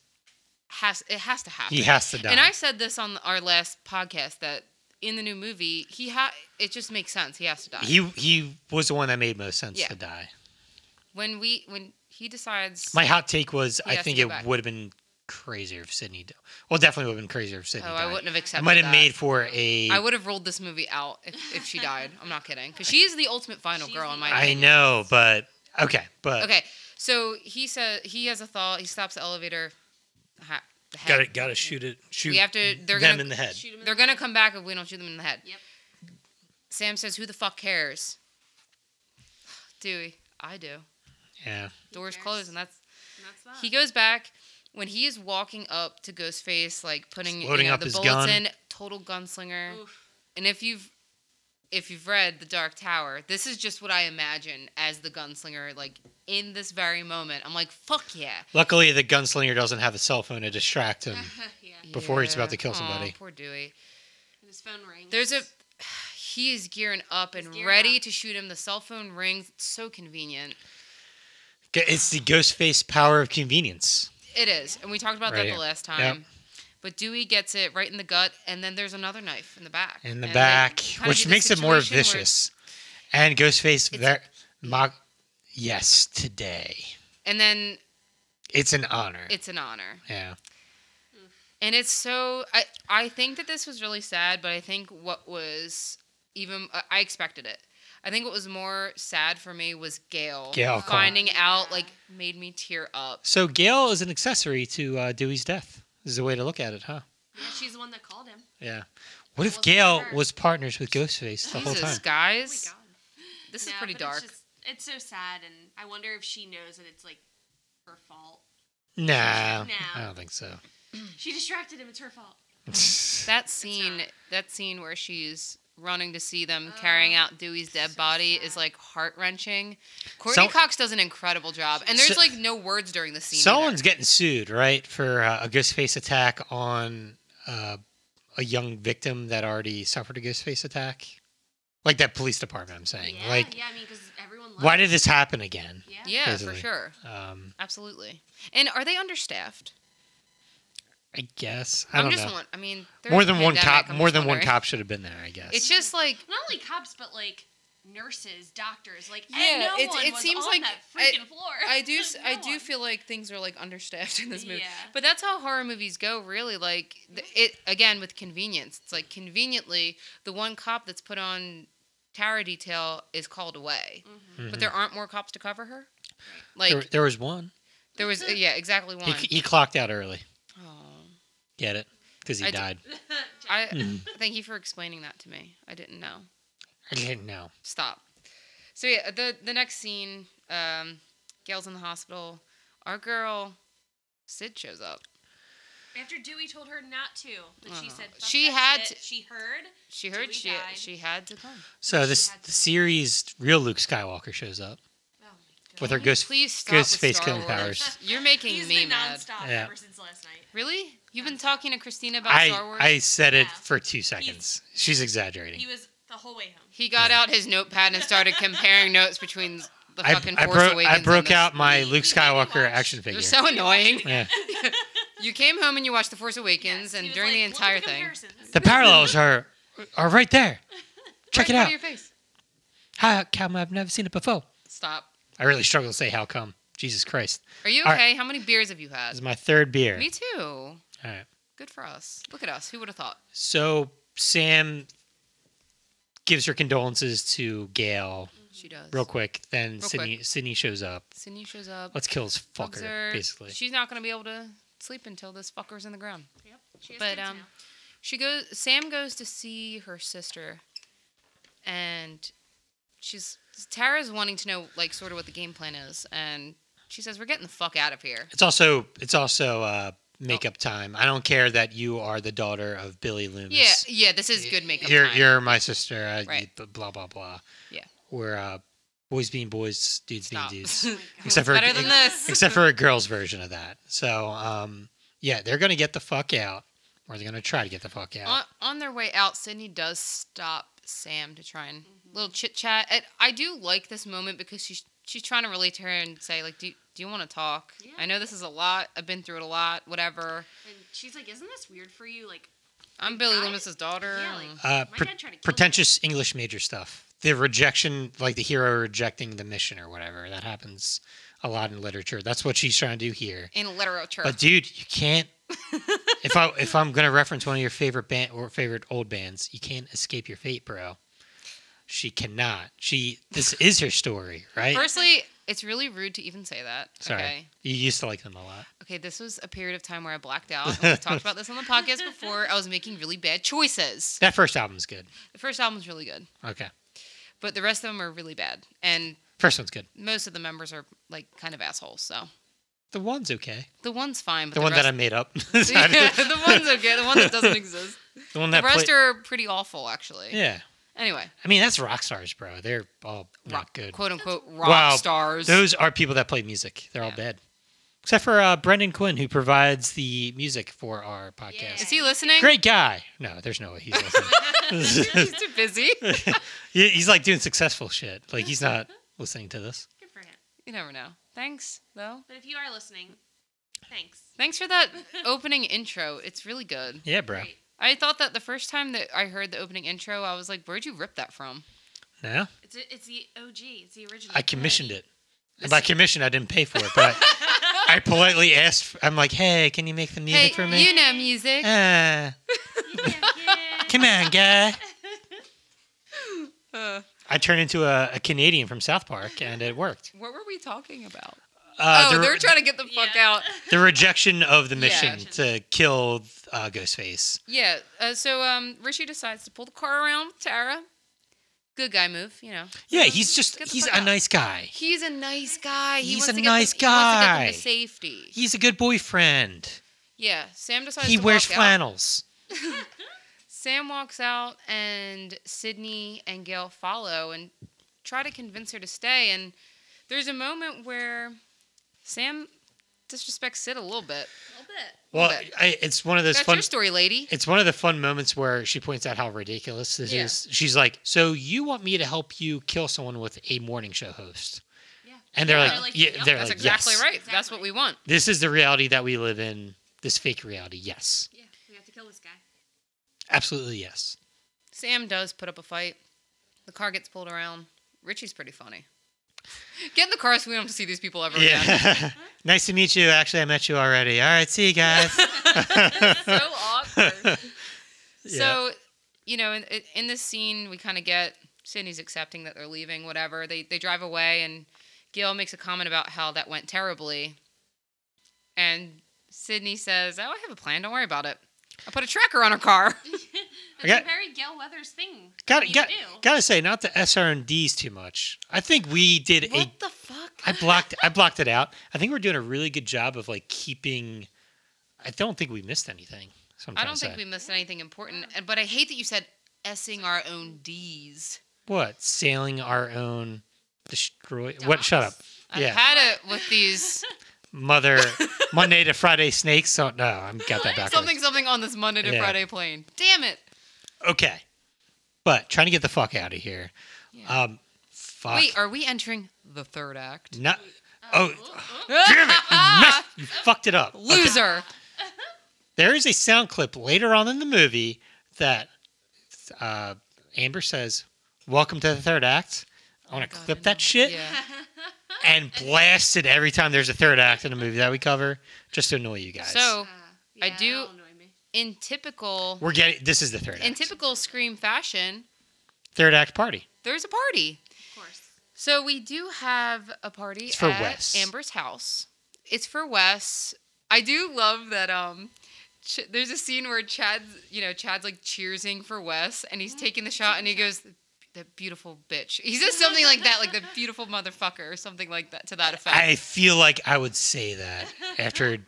Speaker 2: has it has to happen.
Speaker 1: He has to die.
Speaker 2: And I said this on our last podcast that in the new movie, he ha- it just makes sense. He has to die.
Speaker 1: he he was the one that made most sense
Speaker 2: Yeah.
Speaker 1: to die.
Speaker 2: when we when he decides
Speaker 1: My hot take was
Speaker 2: He
Speaker 1: I
Speaker 2: has to
Speaker 1: think
Speaker 2: go
Speaker 1: it
Speaker 2: back.
Speaker 1: would have been crazier if Sydney. d- Well, definitely would have been crazier if
Speaker 2: Oh,
Speaker 1: Sydney.
Speaker 2: I
Speaker 1: died.
Speaker 2: wouldn't have
Speaker 1: It
Speaker 2: accepted
Speaker 1: might have
Speaker 2: that.
Speaker 1: made for a.
Speaker 2: I would have ruled this movie out if, if she died. I'm not kidding. Because she is the ultimate final
Speaker 3: She's
Speaker 2: girl in
Speaker 3: the
Speaker 2: my
Speaker 1: I
Speaker 2: opinion.
Speaker 1: know, but okay, but
Speaker 2: Okay. So he says he has a thought, he stops the elevator. Ha- the head.
Speaker 1: got to got to shoot it. Shoot.
Speaker 2: We have to- they're
Speaker 1: them
Speaker 2: gonna-
Speaker 1: in the head.
Speaker 3: Shoot him in
Speaker 2: They're
Speaker 3: the
Speaker 2: gonna
Speaker 3: leg.
Speaker 2: come back if we don't shoot them in the head.
Speaker 3: Yep.
Speaker 2: Sam says, Who the fuck cares? Dewey, I do.
Speaker 1: Yeah,
Speaker 2: Doors
Speaker 3: cares?
Speaker 2: closed and that's
Speaker 3: And that's that.
Speaker 2: He goes back when he is walking up to Ghostface, like putting you
Speaker 1: Loading
Speaker 2: know,
Speaker 1: up
Speaker 2: the
Speaker 1: his
Speaker 2: bullets
Speaker 1: gun.
Speaker 2: in. Total gunslinger.
Speaker 3: Oof.
Speaker 2: And if you've if you've read The Dark Tower, this is just what I imagine as the gunslinger, like in this very moment. I'm like, fuck yeah.
Speaker 1: luckily the gunslinger doesn't have a cell phone to distract him.
Speaker 3: yeah.
Speaker 1: Before he's about to kill
Speaker 2: Aw,
Speaker 1: somebody.
Speaker 2: poor Dewey.
Speaker 3: And his phone rings.
Speaker 2: There's a he is gearing up
Speaker 3: He's
Speaker 2: and
Speaker 3: gearing
Speaker 2: ready
Speaker 3: up.
Speaker 2: to shoot him. The cell phone rings. It's so convenient.
Speaker 1: G- It's the ghost face power of convenience.
Speaker 2: It is. And we talked about
Speaker 1: Right
Speaker 2: that
Speaker 1: here.
Speaker 2: the last time. But Dewey gets it right in the gut, and then there's another knife in the back.
Speaker 1: in the
Speaker 2: And, like,
Speaker 1: back,
Speaker 2: kinda
Speaker 1: which
Speaker 2: do the
Speaker 1: makes it more
Speaker 2: situation where-
Speaker 1: vicious. And Ghostface,
Speaker 2: It's-
Speaker 1: ver- mock, yes, today.
Speaker 2: and then
Speaker 1: It's an honor.
Speaker 2: it's an honor.
Speaker 1: yeah,
Speaker 2: And it's so I I think that this was really sad, but I think what was even uh, I- I expected it. I think what was more sad for me was Gail,
Speaker 1: Gail Cole.
Speaker 2: finding out
Speaker 3: Yeah.
Speaker 2: like made me tear up.
Speaker 1: So Gail is an accessory to uh, Dewey's death. Is the way to look at it, huh?
Speaker 3: Yeah, she's the one that called him. Oh
Speaker 1: Yeah. What if
Speaker 3: Wasn't
Speaker 1: Gail
Speaker 3: her.
Speaker 1: was partners with Ghostface the whole time?
Speaker 2: Jesus,
Speaker 3: Oh
Speaker 2: guys,
Speaker 3: my god.
Speaker 2: this is
Speaker 3: No,
Speaker 2: pretty
Speaker 3: but it's
Speaker 2: dark.
Speaker 3: just- It's, so sad, and I wonder if she knows that it's like her fault.
Speaker 1: Nah,
Speaker 3: No.
Speaker 1: I don't think so.
Speaker 2: Mm.
Speaker 3: She distracted him. It's her fault.
Speaker 2: That scene,
Speaker 3: not.
Speaker 2: that scene where she's running to see them
Speaker 3: Oh,
Speaker 2: carrying out Dewey's dead
Speaker 3: so
Speaker 2: body
Speaker 3: sad.
Speaker 2: is like heart wrenching. Courtney
Speaker 1: So-
Speaker 2: Cox does an incredible job, and there's
Speaker 1: So-
Speaker 2: like no words during the scene. either.
Speaker 1: Someone's getting sued, right, for uh, a Ghostface attack on uh, a young victim that already suffered a Ghostface attack. Like that police department, I'm saying.
Speaker 3: Yeah,
Speaker 1: like,
Speaker 3: yeah. I mean, because everyone. Loved
Speaker 1: why
Speaker 3: him.
Speaker 1: did this happen again?
Speaker 3: Yeah.
Speaker 2: yeah, for
Speaker 1: Basically.
Speaker 2: sure,
Speaker 1: Um,
Speaker 2: absolutely. And are they understaffed?
Speaker 1: I guess I
Speaker 2: I'm
Speaker 1: don't
Speaker 2: just
Speaker 1: know.
Speaker 2: want. I mean, there's
Speaker 1: More
Speaker 2: a
Speaker 1: than one
Speaker 2: pandemic,
Speaker 1: cop.
Speaker 2: I'm
Speaker 1: more
Speaker 2: just
Speaker 1: than one
Speaker 2: wondering.
Speaker 1: cop should have been there. I guess.
Speaker 2: It's just like
Speaker 3: Not only cops, but like nurses, doctors. Like,
Speaker 2: Yeah,
Speaker 3: and no
Speaker 2: it's-
Speaker 3: one
Speaker 2: it
Speaker 3: was
Speaker 2: seems
Speaker 3: on
Speaker 2: like-
Speaker 3: that
Speaker 2: I-
Speaker 3: freaking floor.
Speaker 2: I do. s
Speaker 3: No
Speaker 2: I do
Speaker 3: one.
Speaker 2: feel like things are like understaffed in this movie.
Speaker 3: Yeah.
Speaker 2: But that's how horror movies go, really. Like th- it again with convenience. It's like conveniently the one cop that's put on tower detail is called away,
Speaker 3: Mm-hmm.
Speaker 2: but there aren't more cops to cover her. Like
Speaker 1: Mm-hmm. there, there was one.
Speaker 2: there was, yeah, exactly one.
Speaker 1: He, he clocked out early.
Speaker 2: Oh.
Speaker 1: Get it? Because he
Speaker 2: I d-
Speaker 1: died. Mm-hmm.
Speaker 2: I thank you for explaining that to me. I didn't know.
Speaker 1: I didn't know.
Speaker 2: stop. So yeah, the the next scene, um, Gail's in the hospital. Our girl, Sid shows up.
Speaker 3: After Dewey told her not to, but
Speaker 1: Uh-huh.
Speaker 3: she
Speaker 2: Uh,
Speaker 3: said Fuck
Speaker 2: she
Speaker 3: that
Speaker 2: had
Speaker 3: shit.
Speaker 2: to-
Speaker 3: she heard. Oh
Speaker 2: She heard
Speaker 3: Dewey
Speaker 2: she
Speaker 3: died.
Speaker 2: she had to come.
Speaker 1: So
Speaker 3: She
Speaker 1: this
Speaker 3: had
Speaker 1: the series real Luke Skywalker shows up
Speaker 3: Oh my god.
Speaker 1: with her ghost.
Speaker 2: Please stop
Speaker 1: Ghost
Speaker 2: with
Speaker 1: face
Speaker 2: Star
Speaker 1: killing
Speaker 2: Wars.
Speaker 1: powers.
Speaker 2: You're making
Speaker 3: He's
Speaker 2: me
Speaker 3: been
Speaker 2: mad.
Speaker 3: nonstop
Speaker 1: Yeah.
Speaker 3: ever since last night.
Speaker 2: Really? You've been
Speaker 3: Nonstop.
Speaker 2: talking to Christina about
Speaker 1: I
Speaker 2: Star Wars.
Speaker 1: I said it
Speaker 3: Yeah.
Speaker 1: for two seconds. She's exaggerating.
Speaker 3: He was the whole way home.
Speaker 2: he got out his notepad and started comparing notes between the
Speaker 1: I,
Speaker 2: fucking
Speaker 1: I
Speaker 2: Force
Speaker 1: broke
Speaker 2: Awakens.
Speaker 1: I
Speaker 2: and
Speaker 1: broke
Speaker 2: this.
Speaker 1: out my
Speaker 3: We-
Speaker 1: Luke
Speaker 3: we made you
Speaker 1: Skyrocketer
Speaker 3: watch.
Speaker 1: action figure.
Speaker 2: They're so annoying.
Speaker 1: yeah.
Speaker 2: you came home and you watched the Force Awakens,
Speaker 3: Yes, he
Speaker 2: and
Speaker 3: was
Speaker 2: during the
Speaker 3: like, "Look at
Speaker 2: entire thing,
Speaker 3: comparisons."
Speaker 1: The parallels are are right there. Check it
Speaker 2: Right in front
Speaker 1: out.
Speaker 2: of Your face.
Speaker 1: How come I've never seen it before?
Speaker 2: Stop.
Speaker 1: I really struggle to say how come. Jesus Christ.
Speaker 2: Are you
Speaker 1: All
Speaker 2: okay?
Speaker 1: right.
Speaker 2: How many beers have you
Speaker 1: This
Speaker 2: had?
Speaker 1: is my third beer.
Speaker 2: Me too.
Speaker 1: All right.
Speaker 2: Good for us. Look at us. Who would have thought?
Speaker 1: So Sam gives her condolences to Gail
Speaker 2: She does.
Speaker 1: real quick. Then
Speaker 2: Real
Speaker 1: Sydney Sydney shows up.
Speaker 2: Sydney shows up.
Speaker 1: Let's kill this
Speaker 2: hugs
Speaker 1: fucker,
Speaker 2: her.
Speaker 1: basically.
Speaker 2: She's not going to be able to sleep until this fucker's in the ground.
Speaker 3: Yep. She has
Speaker 2: But
Speaker 3: kids
Speaker 2: um,
Speaker 3: now.
Speaker 2: she goes. Sam goes to see her sister, and she's Tara's wanting to know like sort of what the game plan is, and she says we're getting the fuck out of here.
Speaker 1: It's also it's also uh, makeup
Speaker 2: Oh.
Speaker 1: time. I don't care that you are the daughter of Billy Loomis.
Speaker 2: Yeah, yeah. This is good makeup
Speaker 1: You're
Speaker 2: time.
Speaker 1: you're my sister. I,
Speaker 2: Right.
Speaker 1: b- Blah blah blah.
Speaker 2: Yeah.
Speaker 1: We're uh, boys being boys, dudes
Speaker 2: Stop.
Speaker 1: being dudes.
Speaker 2: It's
Speaker 3: Oh my God.
Speaker 1: Except for
Speaker 2: better than this.
Speaker 1: except for a girl's version of that. So um, yeah, they're gonna get the fuck out, or they're gonna try to get the fuck out.
Speaker 2: on, on their way out, Sydney does stop Sam to try and
Speaker 3: Mm-hmm.
Speaker 2: little chit chat. And I do like this moment because she's she's trying to relate to her and say like, do you- do you want to talk?
Speaker 3: Yeah.
Speaker 2: I know this is a lot. I've been through it a lot. Whatever.
Speaker 3: And she's like, "Isn't this weird for you? Like,
Speaker 2: I'm Billy
Speaker 3: I-
Speaker 2: Loomis's daughter.
Speaker 3: yeah, like,
Speaker 1: uh,
Speaker 3: my
Speaker 1: pre-
Speaker 3: dad tried to kill me."
Speaker 1: pretentious English major stuff. The rejection, like the hero rejecting the mission or whatever, that happens a lot in literature. That's what she's trying to do here.
Speaker 2: in literature.
Speaker 1: But dude, you can't. if I if I'm gonna reference one of your favorite band or favorite old bands, you can't escape your fate, bro. She cannot. She this is her story, right?
Speaker 2: Firstly, it's really rude to even say that.
Speaker 1: Sorry,
Speaker 2: Okay.
Speaker 1: you used to like them a lot.
Speaker 2: Okay, this was a period of time where I blacked out. and We've talked about this on the podcast before. I was making really bad choices.
Speaker 1: That first album's good.
Speaker 2: The first album's really good,
Speaker 1: Okay,
Speaker 2: but the rest of them are really bad. And
Speaker 1: first one's good.
Speaker 2: most of the members are like kind of assholes. So
Speaker 1: The one's okay.
Speaker 2: The one's fine, but
Speaker 1: The, one that I made up. the
Speaker 2: that I'm the one's okay. The one that doesn't exist.
Speaker 1: one
Speaker 2: The
Speaker 1: that
Speaker 2: rest
Speaker 1: played-
Speaker 2: are pretty awful, actually.
Speaker 1: yeah.
Speaker 2: Anyway,
Speaker 1: I mean, that's rock stars, bro. They're all
Speaker 2: rock,
Speaker 1: not good.
Speaker 2: quote unquote rock
Speaker 1: Wow,
Speaker 2: stars.
Speaker 1: Those are people that play music. They're all
Speaker 2: Yeah.
Speaker 1: dead. Except for uh, Brendan Quinn, who provides the music for our podcast.
Speaker 2: Is he listening?
Speaker 1: Great guy. No, there's no way he's listening.
Speaker 2: He's too busy.
Speaker 1: He- he's like doing successful shit. Like he's not listening to this.
Speaker 3: Good for him.
Speaker 2: You never know. Thanks though.
Speaker 3: But if you are listening, thanks.
Speaker 2: Thanks for that opening intro. It's really good.
Speaker 1: Yeah, bro.
Speaker 3: Great.
Speaker 2: I thought that the first time that I heard the opening intro, I was like, "Where'd you rip that from?"
Speaker 1: No,
Speaker 3: It's a, it's the OG. It's the original.
Speaker 1: I commissioned it. And by commission, I didn't pay for it, but I politely asked. For, I'm like, hey, can you make the music
Speaker 2: hey,
Speaker 1: for me?
Speaker 2: you know music.
Speaker 1: Ah,
Speaker 3: Yeah, yeah.
Speaker 1: come on, guy.
Speaker 2: Uh,
Speaker 1: I turned into a, a Canadian from South Park, and it worked.
Speaker 2: what were we talking about?
Speaker 1: Uh,
Speaker 2: oh,
Speaker 1: the re-
Speaker 2: they're trying to get the fuck
Speaker 3: Yeah.
Speaker 2: out.
Speaker 1: the rejection of the
Speaker 2: Yeah.
Speaker 1: mission to kill uh, Ghostface.
Speaker 2: Yeah. Uh, so um, Rishi decides to pull the car around with Tara. Good guy move, you know.
Speaker 1: Yeah, he's just
Speaker 2: Get the
Speaker 1: he's
Speaker 2: fuck
Speaker 1: a
Speaker 2: out.
Speaker 1: nice guy.
Speaker 2: He's a nice guy. He
Speaker 1: He's
Speaker 2: wants
Speaker 1: a
Speaker 2: to get them-
Speaker 1: nice
Speaker 2: He wants to get them to
Speaker 1: guy.
Speaker 2: safety.
Speaker 1: He's a good boyfriend.
Speaker 2: yeah. Sam decides
Speaker 1: He
Speaker 2: to
Speaker 1: wears
Speaker 2: walk out.
Speaker 1: flannels.
Speaker 2: Sam walks out, and Sydney and Gail follow and try to convince her to stay. And there's a moment where Sam disrespects Sid a little bit.
Speaker 3: A little bit.
Speaker 1: Well,
Speaker 2: Okay.
Speaker 1: I, it's one of those
Speaker 2: That's
Speaker 1: fun.
Speaker 2: your story, lady.
Speaker 1: It's one of the fun moments where she points out how ridiculous this
Speaker 2: Yeah.
Speaker 1: is. She's like, "So you want me to help you kill someone with a morning show host?"
Speaker 3: Yeah.
Speaker 1: And they're
Speaker 2: Yeah.
Speaker 1: like,
Speaker 3: They're like,
Speaker 1: "Yeah,
Speaker 3: "Yep,
Speaker 1: they're
Speaker 2: That's
Speaker 1: like,
Speaker 2: exactly
Speaker 1: yes.
Speaker 2: right. That's what
Speaker 3: Exactly.
Speaker 2: we want.
Speaker 1: This is the reality that we live in. This fake reality. Yes,
Speaker 3: Yeah. We have to kill this guy.
Speaker 1: absolutely yes.
Speaker 2: Sam does put up a fight. The car gets pulled around. Richie's pretty funny. Get in the car so we don't have to see these people ever again.
Speaker 1: Yeah. nice to meet you. Actually, I met you already. All right, see you guys.
Speaker 2: so awkward.
Speaker 1: Yeah.
Speaker 2: So, you know, in, in this scene, we kind of get Sydney's accepting that they're leaving, whatever. They, they drive away, and Gail makes a comment about how that went terribly. And Sydney says, Oh, I have a plan. Don't worry about it. I put a tracker on her car.
Speaker 3: It's
Speaker 1: got-
Speaker 3: a very Gail Weathers thing.
Speaker 1: Got,
Speaker 3: for you
Speaker 1: got,
Speaker 3: to do.
Speaker 1: gotta say, not the SRMDs too much. I think we did a
Speaker 2: What the fuck?
Speaker 1: I blocked I blocked it out. I think we're doing a really good job of like keeping I don't think we missed anything. so I'm
Speaker 2: I
Speaker 1: trying
Speaker 2: don't
Speaker 1: to
Speaker 2: think
Speaker 1: say.
Speaker 2: we missed anything important. and- But I hate that you said S'ing our own D's.
Speaker 1: what sailing our own destroy what shut up
Speaker 3: Dogs.
Speaker 2: I've
Speaker 1: Yeah.
Speaker 2: had it with these
Speaker 1: mother Monday to Friday snakes so no I got that backwards
Speaker 2: something something on this Monday to
Speaker 1: Yeah.
Speaker 2: Friday plane. Damn it.
Speaker 1: okay but trying to get the fuck out of here
Speaker 2: Yeah.
Speaker 1: um fuck
Speaker 2: Wait, are we entering the third act?
Speaker 1: no oh
Speaker 3: Ooh, ooh.
Speaker 1: damn it you, messed, you fucked it up Okay.
Speaker 2: Loser.
Speaker 1: there is a sound clip later on in the movie that uh, Amber says, "Welcome to the third act." I want to
Speaker 2: God,
Speaker 1: clip
Speaker 2: I know.
Speaker 1: that shit
Speaker 2: Yeah.
Speaker 1: and blast it every time there's a third act in a movie that we cover, just to annoy you guys.
Speaker 2: So
Speaker 3: Ah,
Speaker 2: Uh, I
Speaker 3: yeah,
Speaker 2: do-
Speaker 3: that'll annoy me.
Speaker 2: in typical
Speaker 1: we're getting this is the third
Speaker 2: in
Speaker 1: act.
Speaker 2: typical Scream fashion,
Speaker 1: third act party.
Speaker 2: there's a party.
Speaker 3: Of course.
Speaker 2: So we do have a party
Speaker 1: It's for
Speaker 2: at
Speaker 1: Wes.
Speaker 2: Amber's house. It's for Wes. I do love that. Um, Ch- there's a scene where Chad's, you know, Chad's like cheersing for Wes, and he's taking the shot, and he goes, "That beautiful bitch." He says something like that, like the beautiful motherfucker, or something like that to that effect.
Speaker 1: I feel like I would say that after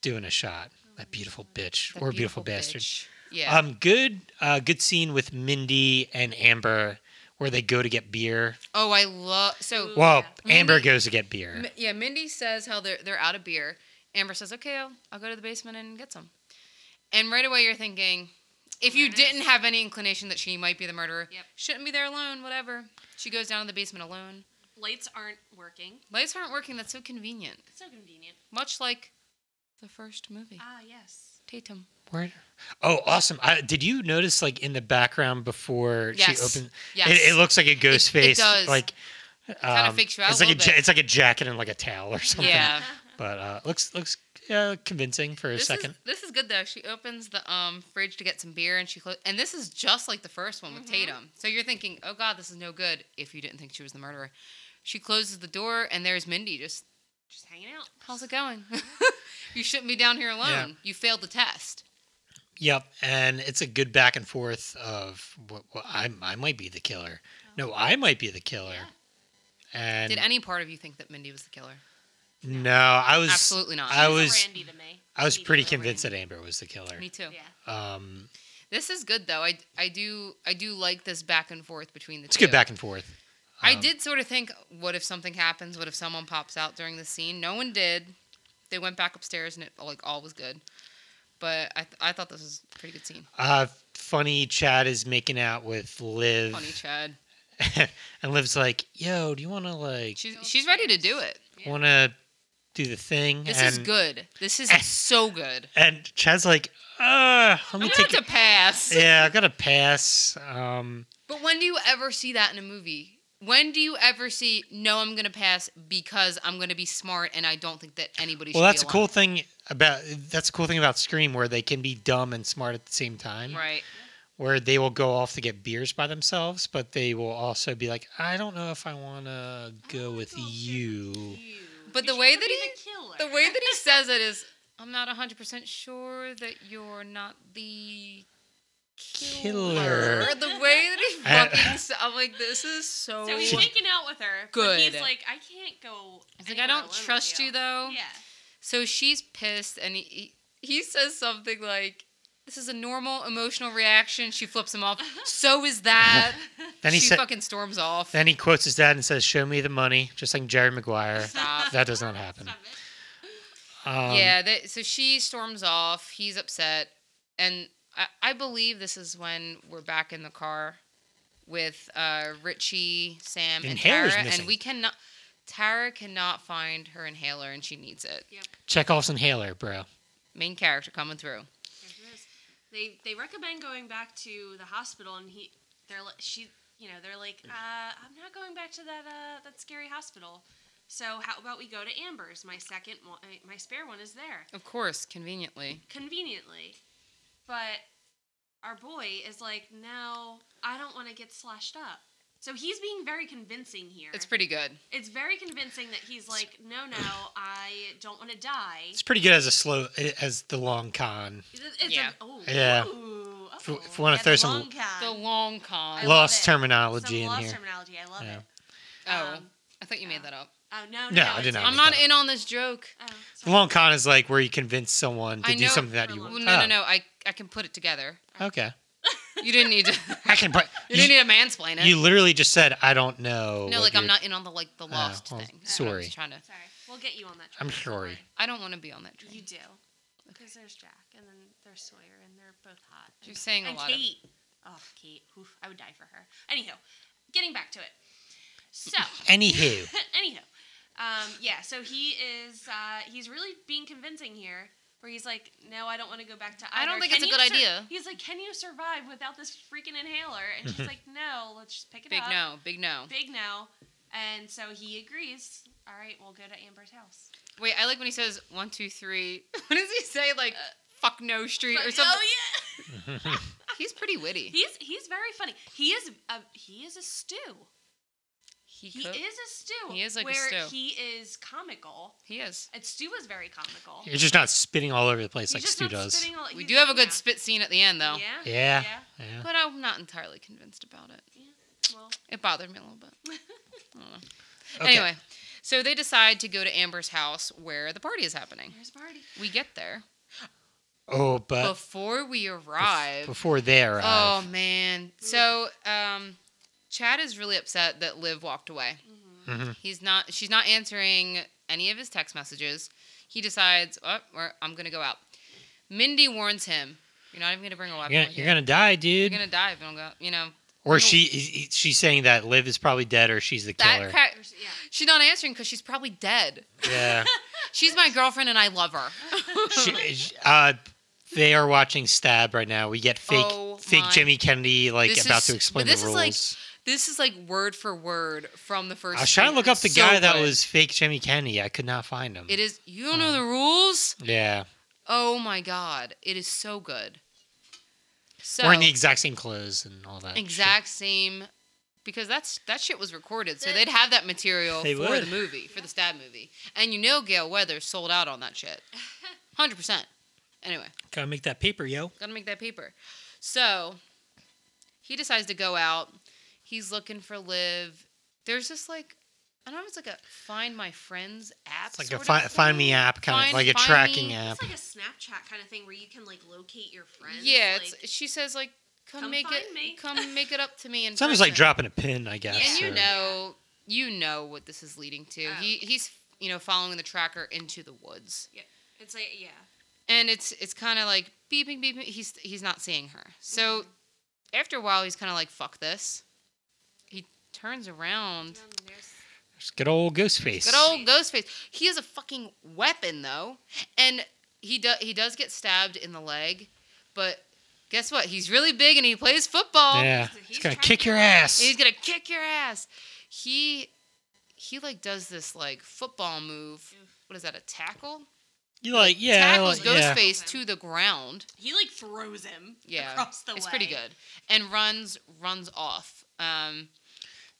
Speaker 1: doing a shot. That beautiful bitch
Speaker 2: That
Speaker 1: or beautiful, bastard.
Speaker 2: bitch. Yeah.
Speaker 1: Um, good, uh, good scene with Mindy and Amber where they go to get beer.
Speaker 2: oh, I love so.
Speaker 3: Ooh.
Speaker 1: Well,
Speaker 2: Yeah.
Speaker 1: Amber
Speaker 2: Mindy-
Speaker 1: goes to get beer.
Speaker 2: M- yeah, Mindy says how they're they're out of beer. Amber says, "Okay, I'll, I'll go to the basement and get some." And right away, you're thinking, if you
Speaker 3: Yes.
Speaker 2: didn't have any inclination that she might be the murderer,
Speaker 3: Yep.
Speaker 2: shouldn't be there alone. Whatever. She goes down to the basement alone.
Speaker 3: Lights aren't working.
Speaker 2: Lights aren't working. That's so convenient.
Speaker 3: It's so convenient.
Speaker 2: Much like the first movie,
Speaker 3: Ah, yes.
Speaker 2: Tatum.
Speaker 1: Where? Oh, awesome! I, did you notice, like in the background before
Speaker 2: Yes.
Speaker 1: she opened,
Speaker 2: Yes.
Speaker 1: it, it looks like a ghost
Speaker 2: it
Speaker 1: face.
Speaker 2: does.
Speaker 1: Like
Speaker 2: kinda
Speaker 1: um,
Speaker 2: fakes you out
Speaker 1: It's
Speaker 2: a
Speaker 1: like a
Speaker 2: little
Speaker 1: ja-
Speaker 2: bit.
Speaker 1: it's like a jacket and like a towel or something.
Speaker 2: Yeah.
Speaker 1: But uh, looks looks uh, convincing for a
Speaker 2: This
Speaker 1: second.
Speaker 2: is this is good though. She opens the um fridge to get some beer, and she clo- and this is just like the first one with
Speaker 3: Mm-hmm.
Speaker 2: Tatum. So you're thinking, oh god, this is no good. If you didn't think she was the murderer, she closes the door, and there's Mindy. Just
Speaker 3: Just hanging out.
Speaker 2: how's it going? you shouldn't be down here alone. You failed the test.
Speaker 1: Yep, and it's a good back and forth of well, well, I I might be the killer. No, I might be the killer. And
Speaker 2: Did any part of you think that Mindy was the killer?
Speaker 1: no, I was
Speaker 2: Absolutely not.
Speaker 1: I
Speaker 3: She's a
Speaker 1: was
Speaker 3: Randy to me.
Speaker 1: I was
Speaker 3: Immediately
Speaker 1: pretty
Speaker 3: a
Speaker 1: convinced that
Speaker 3: Randy.
Speaker 1: Amber was the killer.
Speaker 2: Me too.
Speaker 3: Yeah.
Speaker 1: Um,
Speaker 2: This is good though. I I do I do like this back and forth between the
Speaker 1: it's a
Speaker 2: two.
Speaker 1: good back and forth.
Speaker 2: I
Speaker 1: Um,
Speaker 2: did sort of think, what if something happens? What if someone pops out during the scene? No one did. They went back upstairs and it like all was good. But I, th- I thought this was a pretty good scene.
Speaker 1: Uh, funny Chad is making out with Liv.
Speaker 2: Funny Chad.
Speaker 1: and Liv's like, "Yo, do you want to like
Speaker 2: She's she's ready to do it.
Speaker 1: want to do the thing?"
Speaker 2: This
Speaker 1: and, eh.
Speaker 2: is good. This is so good.
Speaker 1: And Chad's like, "Uh, let
Speaker 2: I'm
Speaker 1: me
Speaker 2: going
Speaker 1: take
Speaker 2: to pass.
Speaker 1: Yeah, I got to pass. Um,
Speaker 2: But when do you ever see that in a movie? When do you ever see no? I'm gonna pass because I'm gonna be smart and I don't think that anybody.
Speaker 1: well,
Speaker 2: should
Speaker 1: that's
Speaker 2: be
Speaker 1: a cool
Speaker 2: alone."
Speaker 1: thing about that's a cool thing about Scream where they can be dumb and smart at the same time.
Speaker 2: right?
Speaker 1: Where they will go off to get beers by themselves, but they will also be like, "I don't know if I want to
Speaker 3: Oh,
Speaker 1: go with you."
Speaker 3: You.
Speaker 2: But the
Speaker 3: She
Speaker 2: way
Speaker 3: could
Speaker 2: that
Speaker 3: be
Speaker 2: he-
Speaker 3: the killer.
Speaker 2: The way that he says it is, I'm not 100% sure that you're not the
Speaker 1: Killer.
Speaker 2: The way that he
Speaker 1: I-
Speaker 2: fucking, s- I'm like, this is so.
Speaker 3: So he's making out with her. But
Speaker 2: Good.
Speaker 3: he's like, I can't go.
Speaker 2: He's like, I don't trust you though.
Speaker 3: Yeah.
Speaker 2: So she's pissed, and he he says something like, "This is a normal emotional reaction." She flips him off. So is that.
Speaker 1: Then he
Speaker 2: she
Speaker 1: said,
Speaker 2: fucking storms off.
Speaker 1: then he quotes his dad and says, "Show me the money," just like Jerry Maguire.
Speaker 2: Stop.
Speaker 1: That does not happen.
Speaker 3: Stop it.
Speaker 1: Um,
Speaker 2: yeah, that, so she storms off. He's upset, and I, I believe this is when we're back in the car with uh, Richie, Sam, and,
Speaker 1: The inhaler's
Speaker 2: Tara,
Speaker 1: missing.
Speaker 2: and we cannot. Tara cannot find her inhaler, and she needs it.
Speaker 1: Chekhov's inhaler, bro.
Speaker 2: Main character coming through.
Speaker 3: There it is. They they recommend going back to the hospital, and he they're li- she you know they're like uh, I'm not going back to that uh, that scary hospital. So how about we go to Amber's? My second one, my- my spare one is there
Speaker 2: Of course, conveniently.
Speaker 3: conveniently, but our boy is like no, I don't want to get slashed up. So he's being very convincing here.
Speaker 2: It's pretty good.
Speaker 3: It's very convincing that he's like, no, no, I don't want to die.
Speaker 1: It's pretty good as a slow as the long con.
Speaker 3: It's, it's
Speaker 2: Yeah.
Speaker 3: like, oh,
Speaker 1: Yeah.
Speaker 3: ooh,
Speaker 1: If, we-
Speaker 3: Oh,
Speaker 1: if we want to
Speaker 3: yeah, the
Speaker 1: throw some
Speaker 3: long con.
Speaker 2: The long con.
Speaker 3: I love
Speaker 1: lost
Speaker 3: it.
Speaker 1: terminology
Speaker 3: Some
Speaker 1: in
Speaker 3: lost
Speaker 1: here.
Speaker 3: terminology. I love
Speaker 1: Yeah.
Speaker 2: oh,
Speaker 3: it. Um,
Speaker 2: I thought you made that up.
Speaker 3: oh no, no,
Speaker 1: No, I
Speaker 3: it's-
Speaker 1: did not.
Speaker 2: I'm
Speaker 1: was
Speaker 2: not
Speaker 1: that.
Speaker 2: in on this joke.
Speaker 3: Oh,
Speaker 1: The
Speaker 3: sorry.
Speaker 1: long con is like where you convince someone to
Speaker 2: I
Speaker 1: do
Speaker 2: know
Speaker 1: something that
Speaker 3: for
Speaker 1: you
Speaker 3: long
Speaker 2: No,
Speaker 1: want. Oh,
Speaker 2: no, no. I I can put it together.
Speaker 1: Okay.
Speaker 2: You didn't need to.
Speaker 1: I can. But
Speaker 2: You didn't
Speaker 1: you,
Speaker 2: need to mansplain it.
Speaker 1: you literally just said I don't know.
Speaker 2: no,
Speaker 1: what
Speaker 2: like I'm
Speaker 1: you're-
Speaker 2: not in on the like the lost
Speaker 1: well,
Speaker 2: thing. I don't know, I'm
Speaker 1: sorry.
Speaker 2: just trying to.
Speaker 3: Sorry, we'll get you on that.
Speaker 1: I'm
Speaker 3: train.
Speaker 1: sorry.
Speaker 2: I don't want to be on that train.
Speaker 3: You do, because there's Jack, and then there's Sawyer, and they're both hot. And-
Speaker 2: You're saying a
Speaker 3: and
Speaker 2: lot of-
Speaker 3: Kate. Oh, Kate. Oof, I would die for her. Anywho, getting back to it. So,
Speaker 1: Anywho,
Speaker 3: anywho, um, yeah. So he is. Uh, he's really being convincing here. Where he's like, no, I don't want to go back to. Either.
Speaker 2: I don't think
Speaker 3: Can
Speaker 2: it's a
Speaker 3: you
Speaker 2: good
Speaker 3: sur-
Speaker 2: idea."
Speaker 3: He's like, can you survive without this freaking inhaler? And she's like, no, let's just pick it
Speaker 2: Big
Speaker 3: up.
Speaker 2: no, big no.
Speaker 3: Big no. And so he agrees. All right, we'll go to Amber's house.
Speaker 2: Wait, I like when he says one, two, three. What does he say? Like
Speaker 3: Uh,
Speaker 2: fuck no street or
Speaker 3: But-
Speaker 2: something.
Speaker 3: Oh yeah.
Speaker 2: He's pretty witty.
Speaker 3: He's he's very funny. He is a he is a stew.
Speaker 2: He,
Speaker 3: He
Speaker 2: could-
Speaker 3: is a stew.
Speaker 2: He is like a
Speaker 3: where
Speaker 2: stew.
Speaker 3: he is comical.
Speaker 2: He is.
Speaker 3: And Stu is very comical.
Speaker 1: you're just not spitting all over the place
Speaker 3: He's
Speaker 1: like
Speaker 3: just
Speaker 1: Stu
Speaker 3: not
Speaker 1: does.
Speaker 3: spitting all-
Speaker 2: We
Speaker 3: he's-
Speaker 2: do have a good
Speaker 3: yeah.
Speaker 2: spit scene at the end though.
Speaker 3: Yeah.
Speaker 1: Yeah.
Speaker 3: Yeah.
Speaker 1: Yeah.
Speaker 2: But I'm not entirely convinced about it.
Speaker 3: Well,
Speaker 2: It bothered me a little bit. I don't know.
Speaker 1: Okay.
Speaker 2: Anyway, so they decide to go to Amber's house where the party is happening.
Speaker 3: there's a party.
Speaker 2: We get there.
Speaker 1: Oh, but
Speaker 2: Before we
Speaker 1: bef-
Speaker 2: arrive,
Speaker 1: before they arrive,
Speaker 2: Oh
Speaker 1: Mm-hmm.
Speaker 2: man. So um Chad is really upset that Liv walked away.
Speaker 1: Mhm.
Speaker 2: He's not she's not answering any of his text messages. He decides, "Oh, we're- I'm going to go out." Mindy warns him, "You're not even going to bring a weapon.
Speaker 1: you're gonna,
Speaker 2: with
Speaker 1: you're
Speaker 2: you.
Speaker 1: gonna die, dude.
Speaker 2: You're gonna die if you don't go." You know,
Speaker 1: or
Speaker 2: you're-
Speaker 1: she is- she's saying that Liv is probably dead, or she's the killer.
Speaker 2: that cra-
Speaker 3: There's- yeah.
Speaker 2: she's not answering cuz she's probably dead.
Speaker 1: yeah.
Speaker 2: She's my girlfriend and I love her.
Speaker 1: She- sh- uh, they are watching Stab right now. We get fake
Speaker 2: Oh
Speaker 1: fake
Speaker 2: my-
Speaker 1: Jimmy Kennedy like
Speaker 2: This
Speaker 1: about
Speaker 2: is-
Speaker 1: to explain
Speaker 2: but this
Speaker 1: the
Speaker 2: is
Speaker 1: rules.
Speaker 2: like This is like word for word from the first
Speaker 1: I was trying to
Speaker 2: scene.
Speaker 1: look up the
Speaker 2: So
Speaker 1: guy that
Speaker 2: good.
Speaker 1: was Uh-huh. fake Jimmy Kennedy. I could not find him.
Speaker 2: It is you don't know the rules?
Speaker 1: Yeah,
Speaker 2: Oh my god, it is so good. So
Speaker 1: wearing the exact same clothes and all that. shit.
Speaker 2: exact same because that's that shit was recorded, so
Speaker 3: The-
Speaker 2: they'd have that material
Speaker 1: They
Speaker 2: for
Speaker 1: would.
Speaker 2: the movie, for the stab movie. And you know Gail Weathers sold out on that shit. 100%. Anyway,
Speaker 1: Gotta make that paper, yo.
Speaker 2: got to make that paper. So, he decides to go out. He's looking for Liv. There's this like I don't know if it's like a find my friends app.
Speaker 1: It's like
Speaker 2: sort
Speaker 1: a
Speaker 2: of
Speaker 1: fi- find me
Speaker 2: thing.
Speaker 1: app kind
Speaker 2: Find-
Speaker 1: of like a
Speaker 2: find
Speaker 1: tracking
Speaker 2: me.
Speaker 1: app.
Speaker 3: It's like a Snapchat kind of thing where you can like locate your friends.
Speaker 2: Yeah,
Speaker 3: like,
Speaker 2: it's, she says like, come,
Speaker 3: "Come
Speaker 2: make it,
Speaker 3: find me."
Speaker 2: come make it up to me. In
Speaker 1: It's almost like
Speaker 2: person."
Speaker 1: dropping a pin, I guess.
Speaker 2: And you
Speaker 1: or-
Speaker 2: know, you know what this is leading to.
Speaker 3: Oh,
Speaker 2: he
Speaker 3: yeah.
Speaker 2: he's you know following the tracker into the woods,
Speaker 3: it's like yeah.
Speaker 2: and it's it's kind of like beeping beeping. He's he's not seeing her. So
Speaker 3: Mm-hmm.
Speaker 2: after a while, he's kind of like fuck this. He turns around.
Speaker 3: Um, there's-
Speaker 1: It's good old Ghostface.
Speaker 2: Good old Ghostface. He has a fucking weapon though, and he does he does get stabbed in the leg, but guess what? He's really big and he plays football.
Speaker 1: Yeah,
Speaker 3: He's-
Speaker 1: it's
Speaker 3: he's
Speaker 1: gonna
Speaker 3: tracking
Speaker 1: kick your
Speaker 3: you.
Speaker 1: ass.
Speaker 2: He's gonna kick your ass. He he like does this like football move.
Speaker 3: Oof.
Speaker 2: What is that? A tackle?
Speaker 1: You like yeah,
Speaker 2: Tackles
Speaker 1: like, yeah.
Speaker 2: Ghostface
Speaker 3: yeah.
Speaker 2: to the ground.
Speaker 3: He like throws him
Speaker 2: Yeah,
Speaker 3: across the
Speaker 2: it's
Speaker 3: way.
Speaker 2: pretty good. And runs runs off. Um,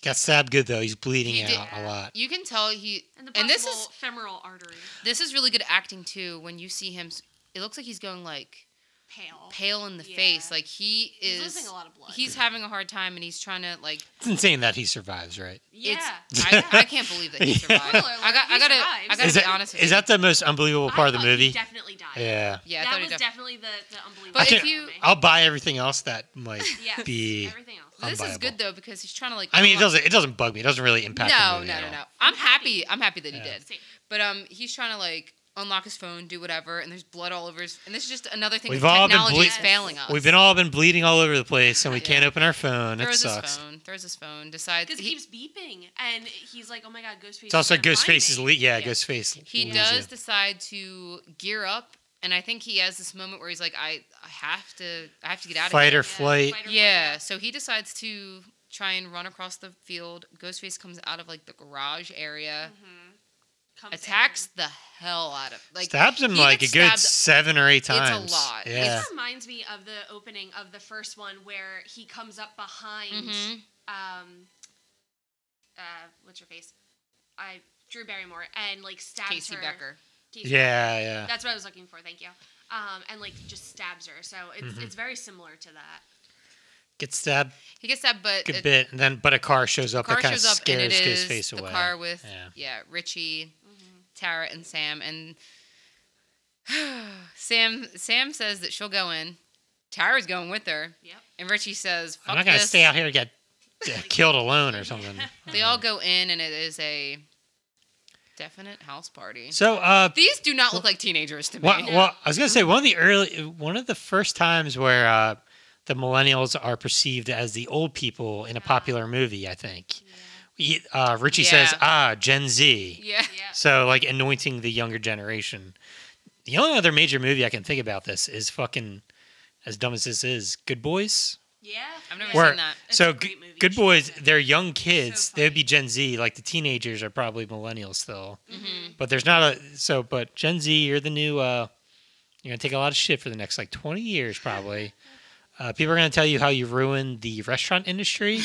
Speaker 1: Got stabbed good though. He's bleeding
Speaker 2: He did-
Speaker 1: out a lot.
Speaker 2: you can tell he
Speaker 3: And the
Speaker 2: and this
Speaker 3: possible
Speaker 2: is
Speaker 3: femoral artery
Speaker 2: this is really good acting too. When you see him, s- it looks like he's going like
Speaker 3: pale.
Speaker 2: pale in the
Speaker 3: Yeah.
Speaker 2: face. Like he
Speaker 3: He's
Speaker 2: is.
Speaker 3: losing a lot of blood.
Speaker 2: He's having a hard time and he's trying to like.
Speaker 1: It's insane that he survives, right?
Speaker 3: yeah.
Speaker 2: It's, I, I can't believe that he survived.
Speaker 3: Spoiler alert,
Speaker 2: I got.
Speaker 3: he
Speaker 2: I gotta.
Speaker 3: survives.
Speaker 2: I gotta
Speaker 3: Is
Speaker 2: be
Speaker 1: that,
Speaker 2: honest. With
Speaker 1: is
Speaker 2: you.
Speaker 1: that the most unbelievable
Speaker 3: I
Speaker 1: part of
Speaker 3: thought
Speaker 1: the
Speaker 3: he
Speaker 1: movie?
Speaker 3: definitely died.
Speaker 1: yeah.
Speaker 2: Yeah, I
Speaker 3: that
Speaker 2: thought he
Speaker 3: was
Speaker 2: def-
Speaker 3: definitely the, the unbelievable.
Speaker 2: But
Speaker 1: I
Speaker 2: if
Speaker 1: can't,
Speaker 3: part
Speaker 2: you-
Speaker 3: for me.
Speaker 1: I'll buy everything else that might
Speaker 3: yes,
Speaker 1: be.
Speaker 3: everything else.
Speaker 2: This is
Speaker 1: unviable.
Speaker 2: good though because he's trying to like.
Speaker 1: I mean, it
Speaker 2: unlock-
Speaker 1: doesn't. It doesn't bug me. It doesn't really impact. the
Speaker 2: No,
Speaker 1: movie
Speaker 2: no,
Speaker 1: at
Speaker 2: no,
Speaker 1: all.
Speaker 2: no. I'm
Speaker 3: I'm
Speaker 2: happy.
Speaker 3: happy.
Speaker 2: I'm happy that he
Speaker 1: Yeah.
Speaker 2: did.
Speaker 3: Same.
Speaker 2: But um, he's trying to like unlock his phone, do whatever, and there's blood all over his. And this is just another thing.
Speaker 1: We've
Speaker 2: that
Speaker 1: all been
Speaker 2: technology is
Speaker 3: ble-
Speaker 2: failing us.
Speaker 1: We've been all been bleeding all over the place, and we
Speaker 2: Yeah.
Speaker 1: can't open our phone. It
Speaker 2: throws
Speaker 1: sucks.
Speaker 2: his phone, throws his phone, decides
Speaker 3: Because it
Speaker 2: he,
Speaker 3: keeps beeping, and he's like, "Oh my God, Ghostface!"
Speaker 1: It's also
Speaker 3: is gonna find
Speaker 1: Ghostface is
Speaker 3: me."
Speaker 1: le- yeah,
Speaker 2: Yeah.
Speaker 1: Ghostface.
Speaker 2: he
Speaker 1: leaves
Speaker 2: does
Speaker 1: you.
Speaker 2: decide to gear up, and I think he has this moment where he's like, I, I have to, I have to get out of
Speaker 1: Fight
Speaker 2: here.
Speaker 1: or flight.
Speaker 3: fight or flight,
Speaker 2: Yeah, so he decides to try and run across the field. Ghostface comes out of like the garage area,
Speaker 3: Mm-hmm. Comes
Speaker 2: attacks the hell out of like
Speaker 1: stabs him
Speaker 2: he
Speaker 1: like a
Speaker 2: gets
Speaker 1: good
Speaker 2: stabbed
Speaker 1: seven or eight
Speaker 2: a
Speaker 1: times.
Speaker 2: lot.
Speaker 3: in.
Speaker 1: Yeah.
Speaker 3: This reminds me of the opening of the first one where he comes up behind,
Speaker 2: Mhm.
Speaker 3: um, uh, what's her face? I Drew Barrymore and like stabs
Speaker 2: Casey
Speaker 3: her.
Speaker 2: Becker.
Speaker 3: Casey Becker.
Speaker 1: Yeah, yeah.
Speaker 3: That's what I was looking for. Thank you. um, and like just stabs her. So it's
Speaker 1: Mm-hmm.
Speaker 3: it's very similar to that.
Speaker 1: Gets stabbed
Speaker 2: He gets that, but
Speaker 1: good
Speaker 2: it-
Speaker 1: bit, and then but a car shows up
Speaker 2: car
Speaker 1: that kind of
Speaker 2: shows up and it
Speaker 1: scares his
Speaker 2: is
Speaker 1: face
Speaker 2: the
Speaker 1: away.
Speaker 2: car with
Speaker 1: Yeah.
Speaker 2: yeah, Richie, Tara, and Sam. And Sam Sam says that she'll go in. Tara's going with her,
Speaker 3: Yep.
Speaker 2: and Richie says, Fuck
Speaker 1: I'm not gonna
Speaker 2: this.
Speaker 1: stay out here and get uh, killed alone or something.
Speaker 2: They all go in, and it is a definite house party.
Speaker 1: So, uh,
Speaker 2: These do not look like teenagers to me.
Speaker 1: Well, well, I was gonna say one of the early, one of the first times where uh, the millennials are perceived as the old people in a popular movie. I think He- uh, Richie says,
Speaker 2: Yeah.
Speaker 1: "Ah, Gen Z."
Speaker 2: yeah.
Speaker 3: Yeah.
Speaker 1: So like anointing the younger generation. The only other major movie I can think about this is fucking, as dumb as this is, Good Boys.
Speaker 3: Yeah.
Speaker 2: I've never
Speaker 3: yeah.
Speaker 2: seen
Speaker 1: Where
Speaker 2: that.
Speaker 3: It's
Speaker 1: so
Speaker 3: a
Speaker 1: G-
Speaker 3: great movie.
Speaker 1: Good
Speaker 3: You should
Speaker 1: Boys,
Speaker 3: watch it.
Speaker 1: they're young kids.
Speaker 3: So
Speaker 1: they would be
Speaker 3: funny.
Speaker 1: Gen Z. Like the teenagers are probably millennials still.
Speaker 2: hmm
Speaker 1: But there's not a so. But Gen Z, you're the new. Uh, you're gonna take a lot of shit for the next like 20 years probably. Uh, people are gonna tell you how you ruined the restaurant industry,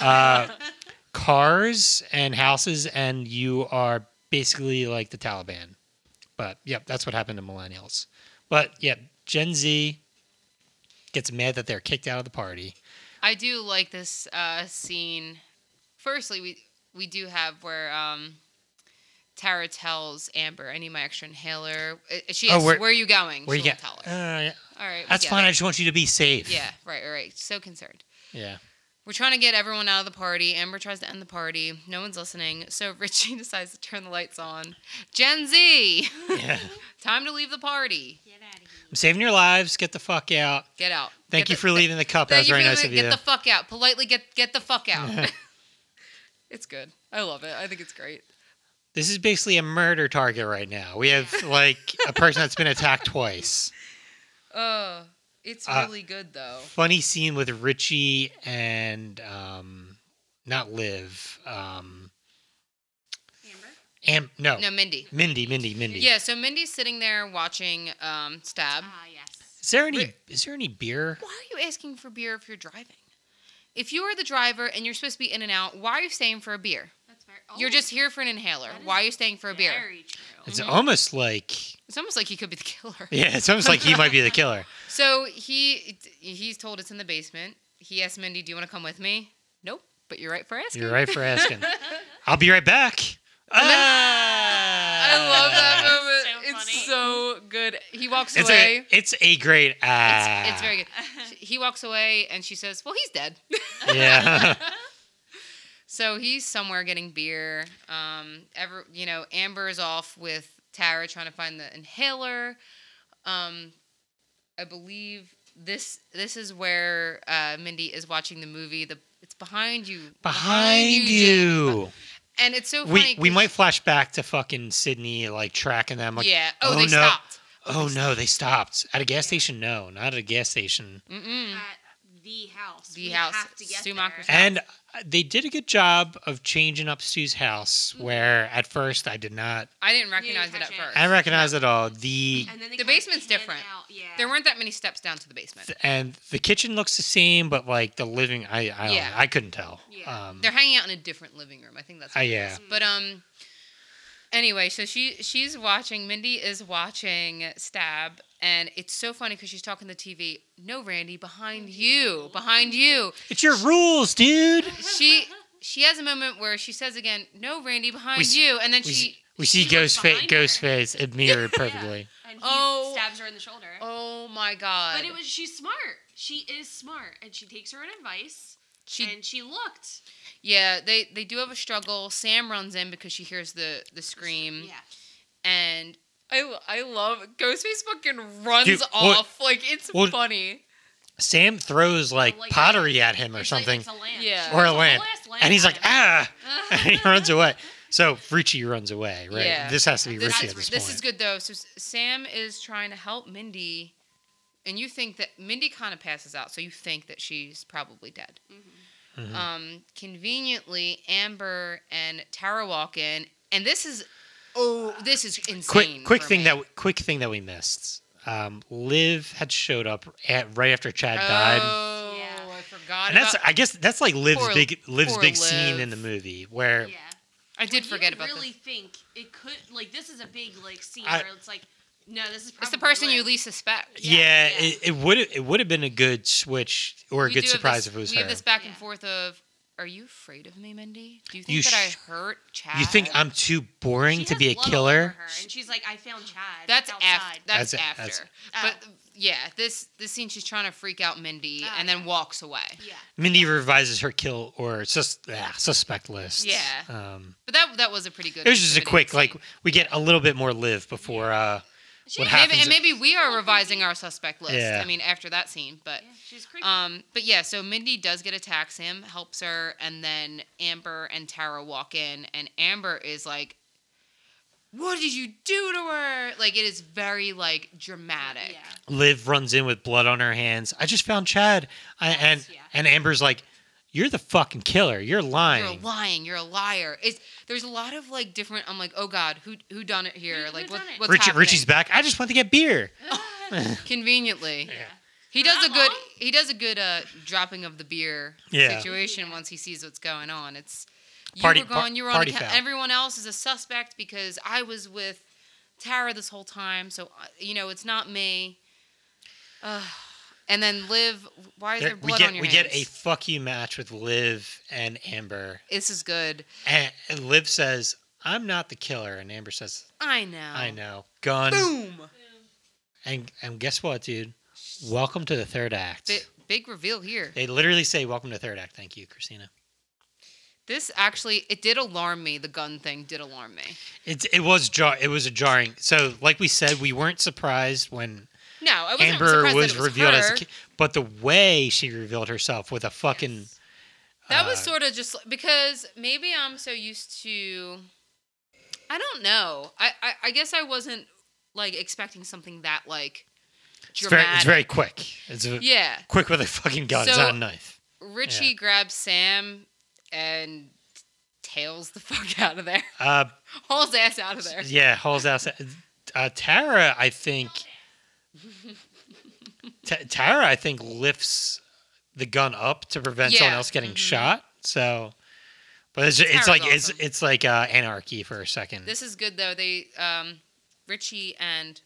Speaker 1: uh, cars and houses, and you are basically like the Taliban. But yep, that's what happened to millennials. But yep, Gen Z gets mad that they're kicked out of the party.
Speaker 2: I do like this uh, scene. Firstly, we we do have where um, Tara tells Amber, "I need my extra inhaler." Uh, She
Speaker 1: Oh,
Speaker 2: asks,
Speaker 1: where-
Speaker 2: where, are you going?"
Speaker 1: Where you
Speaker 2: She'll
Speaker 1: get?
Speaker 2: tell
Speaker 1: Uh,
Speaker 2: her.
Speaker 1: yeah.
Speaker 2: All right, we
Speaker 1: that's
Speaker 2: get
Speaker 1: fine. I
Speaker 2: it.
Speaker 1: just want you to be safe.
Speaker 2: Yeah, right, right, right. So concerned.
Speaker 1: Yeah.
Speaker 2: We're trying to get everyone out of the party. Amber tries to end the party. No one's listening. So Richie decides to turn the lights on. Gen Z,
Speaker 1: yeah.
Speaker 2: time to leave the party.
Speaker 3: Get out of here.
Speaker 1: I'm saving your lives. Get the fuck out.
Speaker 2: Get out.
Speaker 1: Thank
Speaker 2: Get
Speaker 1: you
Speaker 2: the-
Speaker 1: for leaving the cup. That
Speaker 2: Thank
Speaker 1: was
Speaker 2: you
Speaker 1: very
Speaker 2: for
Speaker 1: nice
Speaker 2: the-
Speaker 1: of you.
Speaker 2: Get the fuck out. Politely get get the fuck out. it's good. I love it. I think it's great.
Speaker 1: this is basically a murder target right now. We have like a person that's been attacked twice.
Speaker 2: Oh, it's
Speaker 1: Uh,
Speaker 2: really good though.
Speaker 1: Funny scene with Richie and um, not Liv. Um,
Speaker 3: Amber.
Speaker 1: Am no,
Speaker 2: No, Mindy.
Speaker 1: Mindy, Mindy, oh. Mindy.
Speaker 2: Yeah, so Mindy's sitting there watching um, Stab.
Speaker 3: Ah yes.
Speaker 1: Is there any?
Speaker 2: Ri-
Speaker 1: Is there any beer?
Speaker 2: Why are you asking for beer if you're driving? If you are the driver and you're supposed to be in and out, why are you staying for a beer?
Speaker 3: That's very. Oh,
Speaker 2: You're just here for an inhaler.
Speaker 3: that is
Speaker 2: Why are you staying for a beer?
Speaker 3: Very true.
Speaker 2: Mm-hmm.
Speaker 1: It's almost like
Speaker 2: It's almost like he could be the killer.
Speaker 1: yeah. It's almost like he might be the killer.
Speaker 2: So he he's told it's in the basement. He asked Mindy, "Do you want to come with me?" Nope. But you're right for asking.
Speaker 1: You're right for asking. I'll be right back.
Speaker 2: And then-
Speaker 1: Ah!
Speaker 2: I love that
Speaker 3: So
Speaker 2: moment.
Speaker 3: funny.
Speaker 2: it's so good. He walks
Speaker 1: It's
Speaker 2: away.
Speaker 1: a, it's a great ah.
Speaker 2: It's, it's very good. She- He walks away and she says, Well, he's dead.
Speaker 1: Yeah.
Speaker 2: so he's somewhere getting beer. Um, ever, you know, Amber is off with Tara trying to find the inhaler. Um, I believe this this is where uh, Mindy is watching the movie. The it's behind you.
Speaker 1: Behind
Speaker 2: Jane.
Speaker 1: you.
Speaker 2: And it's so
Speaker 1: We
Speaker 2: funny.
Speaker 1: we
Speaker 2: 'cause-
Speaker 1: might flash back to fucking Sydney like tracking them like
Speaker 2: yeah. Oh,
Speaker 1: oh,
Speaker 2: they
Speaker 1: no.
Speaker 2: stopped.
Speaker 1: oh no they stopped at a gas station no not at a gas station
Speaker 2: Mm-mm.
Speaker 3: At the house.
Speaker 2: Mm-hmm. The
Speaker 3: we
Speaker 2: house.
Speaker 3: Have to get
Speaker 2: Schumacher's
Speaker 3: there.
Speaker 2: house.
Speaker 1: and uh, they did a good job of changing up Stu's house
Speaker 2: Mm-hmm.
Speaker 1: where at first I did not
Speaker 2: I didn't recognize it
Speaker 3: catch
Speaker 2: at
Speaker 3: it.
Speaker 2: first.
Speaker 1: I recognize it all the
Speaker 3: And then they
Speaker 2: The
Speaker 3: kinda
Speaker 2: basement's
Speaker 3: pan
Speaker 2: different.
Speaker 3: out, Yeah.
Speaker 2: There weren't that many steps down to the basement.
Speaker 1: and the kitchen looks the same but like the living I I, don't
Speaker 2: Yeah.
Speaker 1: know, I couldn't tell
Speaker 3: Yeah.
Speaker 1: um
Speaker 2: They're hanging out in a different living room. I think that's.
Speaker 1: uh,
Speaker 2: What it
Speaker 1: yeah
Speaker 2: is. But um, anyway, so she she's watching. Mindy is watching Stab, and it's so funny because she's talking to the TV. No, Randy, behind you, behind you.
Speaker 1: it's your rules dude
Speaker 2: She she has a moment where she says again, "No, Randy, behind
Speaker 1: We s-
Speaker 2: you," and then
Speaker 1: we,
Speaker 2: she.
Speaker 1: s- we see
Speaker 3: she
Speaker 1: ghost
Speaker 3: looks
Speaker 1: fa-
Speaker 3: behind her.
Speaker 1: ghost face it mirrored perfectly
Speaker 3: And he
Speaker 2: Oh.
Speaker 3: stabs her in the shoulder.
Speaker 2: Oh my god!
Speaker 3: But it was she's smart. She is smart, and she takes her own advice.
Speaker 2: she.
Speaker 3: and she looked.
Speaker 2: yeah, they they do have a struggle. Sam runs in because she hears the the scream.
Speaker 3: Yeah.
Speaker 2: and I, I love Ghostface fucking runs
Speaker 1: Dude, well-
Speaker 2: off like it's
Speaker 1: well,
Speaker 2: funny.
Speaker 1: Sam throws
Speaker 2: Oh
Speaker 1: like
Speaker 3: like,
Speaker 1: pottery at him or
Speaker 3: It's
Speaker 1: something
Speaker 3: Like, it's a lamp.
Speaker 2: Yeah.
Speaker 1: or
Speaker 3: She
Speaker 1: a
Speaker 3: throws whole
Speaker 1: lamp.
Speaker 3: ass
Speaker 1: And he's
Speaker 3: at
Speaker 1: like,
Speaker 3: him.
Speaker 1: ah, and he runs away. So Richie runs away, right?
Speaker 2: Yeah.
Speaker 1: This has to be
Speaker 2: This,
Speaker 1: Richie
Speaker 2: is,
Speaker 1: at this,
Speaker 2: this
Speaker 1: point.
Speaker 2: is good though. So S- Sam is trying to help Mindy, and you think that Mindy kind of passes out, so you think that she's probably dead.
Speaker 1: Mhm.
Speaker 2: Um, conveniently, Amber and Tara walk in, and this is oh, this is insane.
Speaker 1: Quick, quick
Speaker 2: for
Speaker 1: thing
Speaker 2: me.
Speaker 1: that quick thing that we missed. Um, Liv had showed up at, right after Chad died,
Speaker 2: Oh,
Speaker 3: Yeah.
Speaker 2: I forgot.
Speaker 1: and that's
Speaker 2: about,
Speaker 1: I guess that's like Liv's
Speaker 2: Poor-
Speaker 1: big Liv's
Speaker 2: poor
Speaker 1: big scene
Speaker 2: Liv.
Speaker 1: in the movie where
Speaker 3: Yeah.
Speaker 2: I did
Speaker 3: You
Speaker 2: forget about
Speaker 3: really
Speaker 2: this.
Speaker 3: think it could like this is a big like scene
Speaker 1: I-
Speaker 3: where it's like No, this is probably
Speaker 2: It's the person you
Speaker 3: Liz.
Speaker 2: least suspect.
Speaker 1: Yeah,
Speaker 3: Yeah, yeah.
Speaker 1: it, it would it would have been a good switch or a
Speaker 2: We
Speaker 1: good
Speaker 2: do have
Speaker 1: surprise
Speaker 2: this-
Speaker 1: if it was
Speaker 2: we
Speaker 1: her.
Speaker 2: have this back and
Speaker 3: Yeah.
Speaker 2: forth of, are you afraid of me, Mindy? Do you think
Speaker 1: You
Speaker 2: that
Speaker 1: sh-
Speaker 2: I hurt Chad?
Speaker 1: you think I'm too boring
Speaker 3: She
Speaker 1: to
Speaker 3: has
Speaker 1: be a
Speaker 3: blood all over
Speaker 1: killer?
Speaker 3: Her, and she's like, I found Chad.
Speaker 2: That's
Speaker 3: outside. Oh.
Speaker 2: after. That's,
Speaker 1: That's a-
Speaker 2: after.
Speaker 1: that's-
Speaker 2: But yeah, this this scene she's trying to freak out Mindy
Speaker 3: Oh,
Speaker 2: and then
Speaker 3: yeah.
Speaker 2: walks away.
Speaker 3: Yeah.
Speaker 1: Mindy revises her kill or sus- ah, suspect list.
Speaker 2: Yeah.
Speaker 1: Um,
Speaker 2: But that that was a pretty good.
Speaker 1: it was just a
Speaker 2: pivoting
Speaker 1: quick
Speaker 2: scene.
Speaker 1: like we get a little bit more live before uh
Speaker 3: She
Speaker 1: What
Speaker 3: is-
Speaker 1: happened?
Speaker 2: Maybe,
Speaker 1: happens
Speaker 2: and
Speaker 1: if-
Speaker 2: maybe we are revising our suspect list.
Speaker 1: Yeah.
Speaker 2: I mean, after that scene, but
Speaker 3: Yeah, she's creepy.
Speaker 2: um, but yeah. So Mindy does get attacked. Sam helps her, and then Amber and Tara walk in, and Amber is like, "What did you do to her?" Like it is very like dramatic.
Speaker 3: Yeah.
Speaker 1: Liv runs in with blood on her hands. I just found Chad. I,
Speaker 3: Yes,
Speaker 1: and
Speaker 3: yeah.
Speaker 1: and Amber's like, You're the fucking killer. You're lying.
Speaker 2: You're lying. You're a liar. It's there's a lot of like different. I'm like, oh god, who who done it here?
Speaker 3: Who-
Speaker 2: like
Speaker 3: who
Speaker 2: what,
Speaker 3: done it?
Speaker 2: what's
Speaker 1: Richie,
Speaker 2: happening?
Speaker 1: Richie's back. I just want to get beer.
Speaker 2: Conveniently,
Speaker 3: yeah.
Speaker 2: he
Speaker 3: For
Speaker 2: does
Speaker 3: that
Speaker 2: a good.
Speaker 3: long?
Speaker 2: He does a good uh, dropping of the beer
Speaker 1: Yeah.
Speaker 2: situation
Speaker 3: Yeah.
Speaker 2: once he sees what's going on. It's you
Speaker 1: Party-
Speaker 2: were
Speaker 1: par-
Speaker 2: gone. you were on
Speaker 1: party
Speaker 2: account.
Speaker 1: foul.
Speaker 2: Everyone else is a suspect because I was with Tara this whole time. So uh, you know it's not me. Ugh. and then Liv, why is there,
Speaker 1: There-
Speaker 2: blood
Speaker 1: we get
Speaker 2: on your
Speaker 1: we
Speaker 2: hands?
Speaker 1: get a fuck you match with Liv and Amber.
Speaker 2: this is good.
Speaker 1: And, and Liv says, I'm not the killer. And Amber says,
Speaker 2: I know.
Speaker 1: I know. Gun.
Speaker 2: Boom.
Speaker 1: And and guess what, dude? Welcome to the third act.
Speaker 2: Bi- big reveal here.
Speaker 1: they literally say, Welcome to third act. Thank you, Christina.
Speaker 2: This actually, it did alarm me. The gun thing did alarm me.
Speaker 1: It's it was jar it was a jarring. So like we said, we weren't surprised when
Speaker 2: No, I wasn't
Speaker 1: Amber
Speaker 2: surprised
Speaker 1: was,
Speaker 2: that it was
Speaker 1: revealed as
Speaker 2: her.
Speaker 1: a kid, but the way she revealed herself with a fucking
Speaker 2: That was
Speaker 1: uh,
Speaker 2: sort of just like- because maybe I'm so used to. I don't know. I I, I guess I wasn't like expecting something that like
Speaker 1: it's very,
Speaker 2: dramatic.
Speaker 1: it's very quick. It's a,
Speaker 2: yeah.
Speaker 1: quick with a fucking gun. it's
Speaker 2: So-
Speaker 1: not a knife.
Speaker 2: Richie
Speaker 1: Yeah.
Speaker 2: grabs Sam and tails the fuck out of there.
Speaker 1: Uh,
Speaker 2: Hauls ass out of there.
Speaker 1: yeah, hauls out. Uh, Tara, I think. Ta Tara, I think lifts the gun up to prevent someone
Speaker 2: Yeah,
Speaker 1: else getting
Speaker 2: mhm.
Speaker 1: shot. So, but it's, it's
Speaker 2: Tara's
Speaker 1: like
Speaker 2: awesome.
Speaker 1: it's it's like uh, anarchy for a second.
Speaker 2: This is good though. They um, Richie and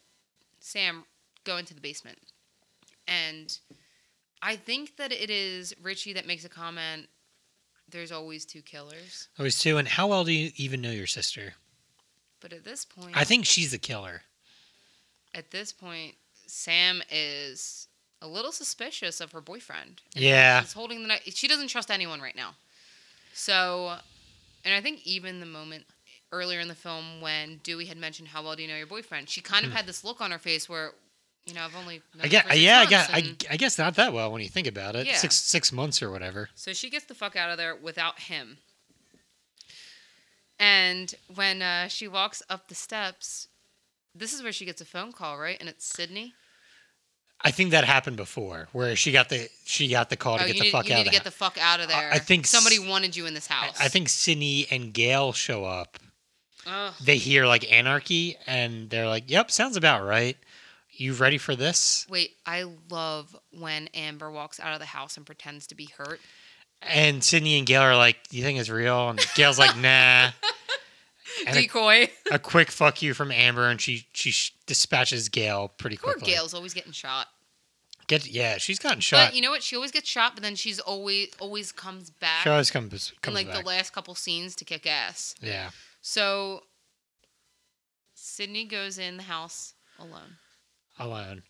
Speaker 2: Sam go into the basement, and I think that it is Richie that makes a comment. There's always two killers,
Speaker 1: There was two. And how well do you even know your sister?
Speaker 2: but at this point,
Speaker 1: I think she's the killer.
Speaker 2: at this point, Sam is a little suspicious of her boyfriend.
Speaker 1: Yeah.
Speaker 2: She's holding the knife. She doesn't trust anyone right now. So, and I think even the moment earlier in the film when Dewey had mentioned how well do you know your boyfriend, she kind of had this look on her face where, you know, I've only
Speaker 1: Hmm.
Speaker 2: known
Speaker 1: I
Speaker 2: him
Speaker 1: guess,
Speaker 2: for six
Speaker 1: yeah, I
Speaker 2: months,
Speaker 1: guess, I,
Speaker 2: and-
Speaker 1: I guess not that well when you think about it.
Speaker 2: Yeah.
Speaker 1: Six six months or whatever.
Speaker 2: So she gets the fuck out of there without him. And when uh, she walks up the steps, this is where she gets a phone call, right? And it's Sydney.
Speaker 1: I think that happened before, where she got the she got the call to get
Speaker 2: Oh, you
Speaker 1: the
Speaker 2: need,
Speaker 1: fuck
Speaker 2: you
Speaker 1: out
Speaker 2: need
Speaker 1: of
Speaker 2: to
Speaker 1: the
Speaker 2: get the fuck out of
Speaker 1: I-
Speaker 2: there.
Speaker 1: I think s-
Speaker 2: somebody wanted you in this
Speaker 1: hou-
Speaker 2: house.
Speaker 1: I, I think Sydney and Gail show up.
Speaker 2: Ugh.
Speaker 1: They hear like anarchy, and they're like, "Yep, sounds about right." You ready for this?
Speaker 2: Wait, I love when Amber walks out of the house and pretends to be hurt.
Speaker 1: And Sydney and Gail are like, "Do you think it's real?" And Gail's like, "Nah." And a,
Speaker 2: Decoy.
Speaker 1: a quick fuck you from Amber, and she she sh- dispatches Gail pretty
Speaker 2: Poor
Speaker 1: quickly.
Speaker 2: Gail's always getting shot.
Speaker 1: Get yeah, she's gotten shot.
Speaker 2: But you know what? She always gets shot, but then she's always always comes back
Speaker 1: she always comes
Speaker 2: in
Speaker 1: comes
Speaker 2: like
Speaker 1: back.
Speaker 2: the last couple scenes to kick ass.
Speaker 1: yeah.
Speaker 2: So Sydney goes in the house alone.
Speaker 1: alone.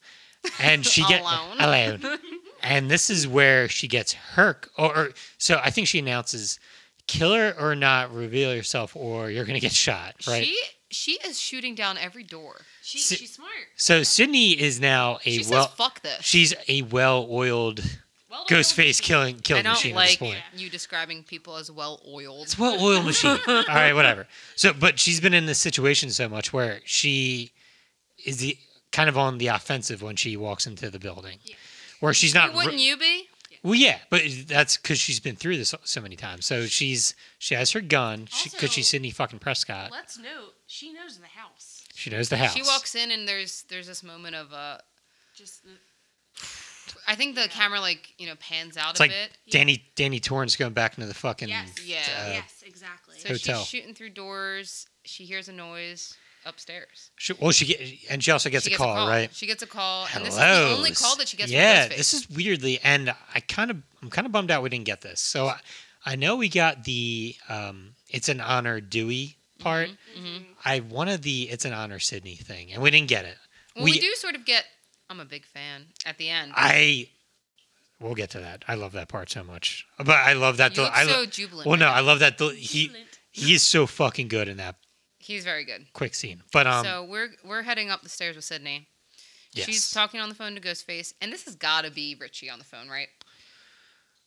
Speaker 1: And she get
Speaker 2: Alone.
Speaker 1: alone. And this is where she gets her or, or so I think she announces killer or not reveal yourself or you're going to get shot, right?
Speaker 2: She she is shooting down every door.
Speaker 3: She,
Speaker 1: Si-
Speaker 3: she's smart.
Speaker 1: so Sydney is now a
Speaker 2: she
Speaker 1: well
Speaker 2: says "fuck this."
Speaker 1: she's a well-oiled
Speaker 3: Well,
Speaker 1: ghost face killing
Speaker 2: Oh. I
Speaker 1: killing
Speaker 2: don't
Speaker 1: machine at
Speaker 2: like
Speaker 1: this point.
Speaker 2: you describing people as well oiled.
Speaker 1: It's a well-oiled machine. All right, whatever. So but she's been in this situation so much where she is the kind of on the offensive when she walks into the building.
Speaker 3: Yeah.
Speaker 1: Where she's not ru-
Speaker 2: Wouldn't you be?
Speaker 1: Well, yeah, but that's because she's been through this so many times. So she's she has her gun because
Speaker 3: Also-
Speaker 1: she's Sydney fucking Prescott.
Speaker 3: Let's note she knows the house.
Speaker 1: She knows the house.
Speaker 2: She walks in and there's there's this moment of uh
Speaker 3: Just
Speaker 2: I think the
Speaker 3: Yeah.
Speaker 2: camera like, you know, pans out
Speaker 1: It's
Speaker 2: a
Speaker 1: like
Speaker 2: bit.
Speaker 1: Danny Danny Torrance going back into the fucking
Speaker 3: yes,
Speaker 2: yeah.
Speaker 1: uh,
Speaker 3: yes, exactly.
Speaker 2: So
Speaker 1: hotel.
Speaker 2: she's shooting through doors, she hears a noise, upstairs.
Speaker 1: She, well, she get, and she also gets,
Speaker 2: she
Speaker 1: a, call, right?
Speaker 2: She gets a call, and this is the only
Speaker 1: Hellos.
Speaker 2: call that she gets.
Speaker 1: Yeah,
Speaker 2: from Ghostface.
Speaker 1: this is weirdly, and I kind of, I'm kind of bummed out we didn't get this. So I, I know we got the, um, it's an honor Dewey part.
Speaker 3: Mm-hmm.
Speaker 2: Mhm.
Speaker 1: I wanted the, it's an honor Sydney thing, and we didn't get it.
Speaker 2: Well, we, do sort of get. I'm a big fan at the end.
Speaker 1: I, we'll get to that. I love that part so much, but I love that.
Speaker 2: you
Speaker 1: del-
Speaker 2: look
Speaker 1: I
Speaker 2: so
Speaker 1: lo-
Speaker 2: jubilant.
Speaker 1: well,
Speaker 2: right
Speaker 1: no,
Speaker 2: now.
Speaker 1: I love that. del- he,
Speaker 3: Jubilant.
Speaker 1: he is so fucking good in that
Speaker 2: he's very good.
Speaker 1: quick scene. But um,
Speaker 2: so we're we're heading up the stairs with Sydney.
Speaker 1: yes.
Speaker 2: She's talking on the phone to Ghostface, and this has got to be Richie on the phone, right?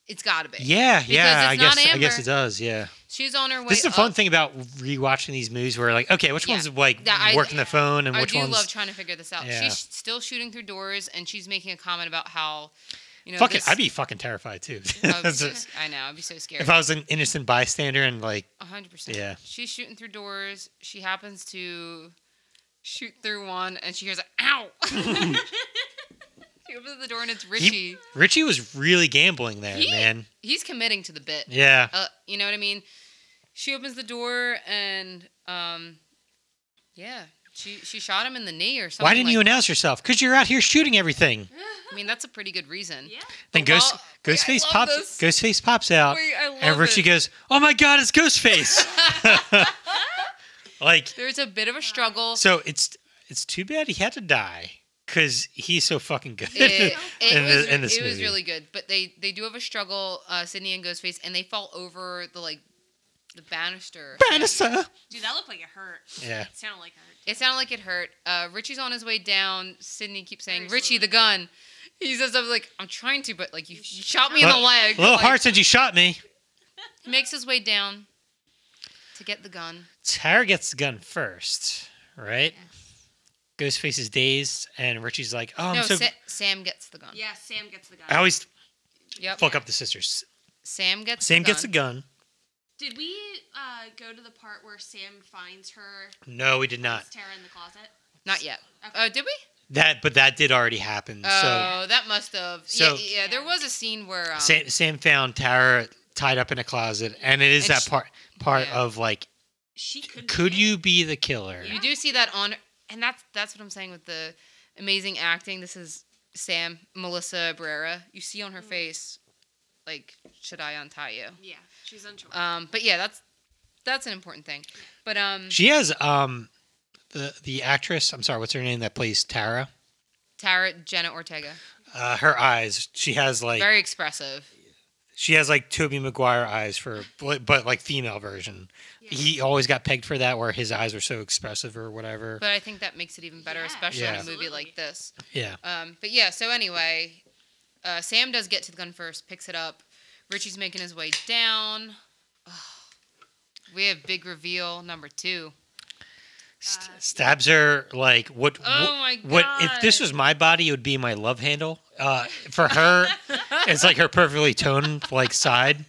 Speaker 2: It's got to be.
Speaker 1: Yeah, yeah.
Speaker 2: it's
Speaker 1: I
Speaker 2: not
Speaker 1: guess I guess
Speaker 2: Amber.
Speaker 1: it does. Yeah.
Speaker 2: She's on her way.
Speaker 1: this is the fun
Speaker 2: up.
Speaker 1: thing about rewatching these movies, where like, okay, which
Speaker 2: Yeah.
Speaker 1: one's like
Speaker 2: That I-
Speaker 1: working the phone and
Speaker 2: I
Speaker 1: which
Speaker 2: do
Speaker 1: one's
Speaker 2: love trying to figure this out.
Speaker 1: Yeah.
Speaker 2: She's still shooting through doors, and she's making a comment about how, you know,
Speaker 1: fucking.
Speaker 2: this-
Speaker 1: I'd be fucking terrified too.
Speaker 2: I was
Speaker 1: That's
Speaker 2: just-
Speaker 1: it.
Speaker 2: I know. I'd be so scared.
Speaker 1: if I was an innocent bystander and like,
Speaker 2: A hundred percent.
Speaker 1: Yeah.
Speaker 2: She's shooting through doors. She happens to shoot through one, and she hears a "ow." she opens the door, and it's Richie.
Speaker 1: he, Richie was really gambling there,
Speaker 2: He-
Speaker 1: man.
Speaker 2: He's committing to the bit.
Speaker 1: Yeah,
Speaker 2: Uh, you know what I mean? She opens the door, and um, yeah, she she shot him in the knee or something.
Speaker 1: why didn't you
Speaker 2: like-
Speaker 1: announce yourself? Because you're out here shooting everything.
Speaker 2: I mean, that's a pretty good reason.
Speaker 3: Yeah.
Speaker 1: Then Ghost
Speaker 2: Well, Oh, yeah, I
Speaker 1: Ghostface
Speaker 2: love
Speaker 1: pops
Speaker 2: this.
Speaker 1: Ghostface pops out,
Speaker 2: Wait, I love
Speaker 1: Uh, and Richie
Speaker 2: it.
Speaker 1: goes, "Oh my God, it's Ghostface!" like,
Speaker 2: There's a bit of a struggle.
Speaker 1: so it's it's too bad he had to die because he's so fucking good
Speaker 2: it, it
Speaker 1: in,
Speaker 2: was,
Speaker 1: the, in this
Speaker 2: it
Speaker 1: movie.
Speaker 2: was really good, but they they do have a struggle. Uh, Sydney and Ghostface, and they fall over the like the banister.
Speaker 1: Bannister.
Speaker 3: Dude, that looked like it hurt.
Speaker 1: Yeah.
Speaker 3: It sounded like it hurt.
Speaker 2: It sounded like it hurt. Uh, Richie's on his way down. Sydney keeps saying,
Speaker 3: Very
Speaker 2: "Richie,
Speaker 3: slowly.
Speaker 2: the gun." He says, "I was like, I'm trying to, but like you, you shot me in the
Speaker 1: Well,
Speaker 2: leg."
Speaker 1: A little
Speaker 2: Like,
Speaker 1: hard since you shot me.
Speaker 2: Makes his way down to get the gun.
Speaker 1: Tara gets the gun first, right? Ghostface is dazed, and Richie's like, "Oh, I'm
Speaker 2: no,
Speaker 1: so."
Speaker 2: Sa- Sam gets the gun.
Speaker 3: Yeah, Sam gets the gun.
Speaker 1: I always
Speaker 2: Yep.
Speaker 1: fuck up the sisters.
Speaker 2: Sam gets.
Speaker 1: Sam
Speaker 2: the gun.
Speaker 1: gets the gun.
Speaker 3: Did we uh, go to the part where Sam finds her
Speaker 1: No, we did not.
Speaker 3: finds Tara in the closet?
Speaker 2: Not yet.
Speaker 3: Okay.
Speaker 2: Oh, did we?
Speaker 1: That, but that did already happen.
Speaker 2: Oh, that must have.
Speaker 1: So-
Speaker 2: yeah, yeah, there was a scene where um,
Speaker 1: so Sam, Sam found Tara tied up in a closet, and it is
Speaker 2: And
Speaker 1: that
Speaker 2: she-
Speaker 1: part part
Speaker 2: yeah.
Speaker 1: of like,
Speaker 3: She could.
Speaker 1: could you be the killer?
Speaker 2: You do see that on, and that's that's what I'm saying with the amazing acting. This is Sam Melissa Brera. You see
Speaker 3: Mm.
Speaker 2: on her face, like, should I untie you?
Speaker 3: Yeah, she's unsure.
Speaker 1: Uh,
Speaker 2: Um, but yeah, that's that's an important thing. But um,
Speaker 1: She has um, the the actress. I'm sorry, what's her name that plays Tara?
Speaker 2: Tara Jenna Ortega,
Speaker 1: Uh, her eyes. She has like
Speaker 2: very expressive.
Speaker 1: She has like Toby Maguire eyes for, but, but like female version. He always got pegged for that, where his eyes are so expressive or whatever.
Speaker 2: But I think that makes it even better,
Speaker 3: Yeah,
Speaker 2: especially in a movie
Speaker 3: absolutely.
Speaker 2: like this.
Speaker 1: yeah,
Speaker 2: Um, but yeah, so anyway, uh, Sam does get to the gun first, picks it up. Richie's making his way down. Ugh. We have big reveal number two.
Speaker 1: St- stabs her like what?
Speaker 2: Uh, Oh my
Speaker 1: what- What if this
Speaker 2: God.
Speaker 1: was my body? It would be my love handle. Uh, for her, it's like her perfectly toned like side.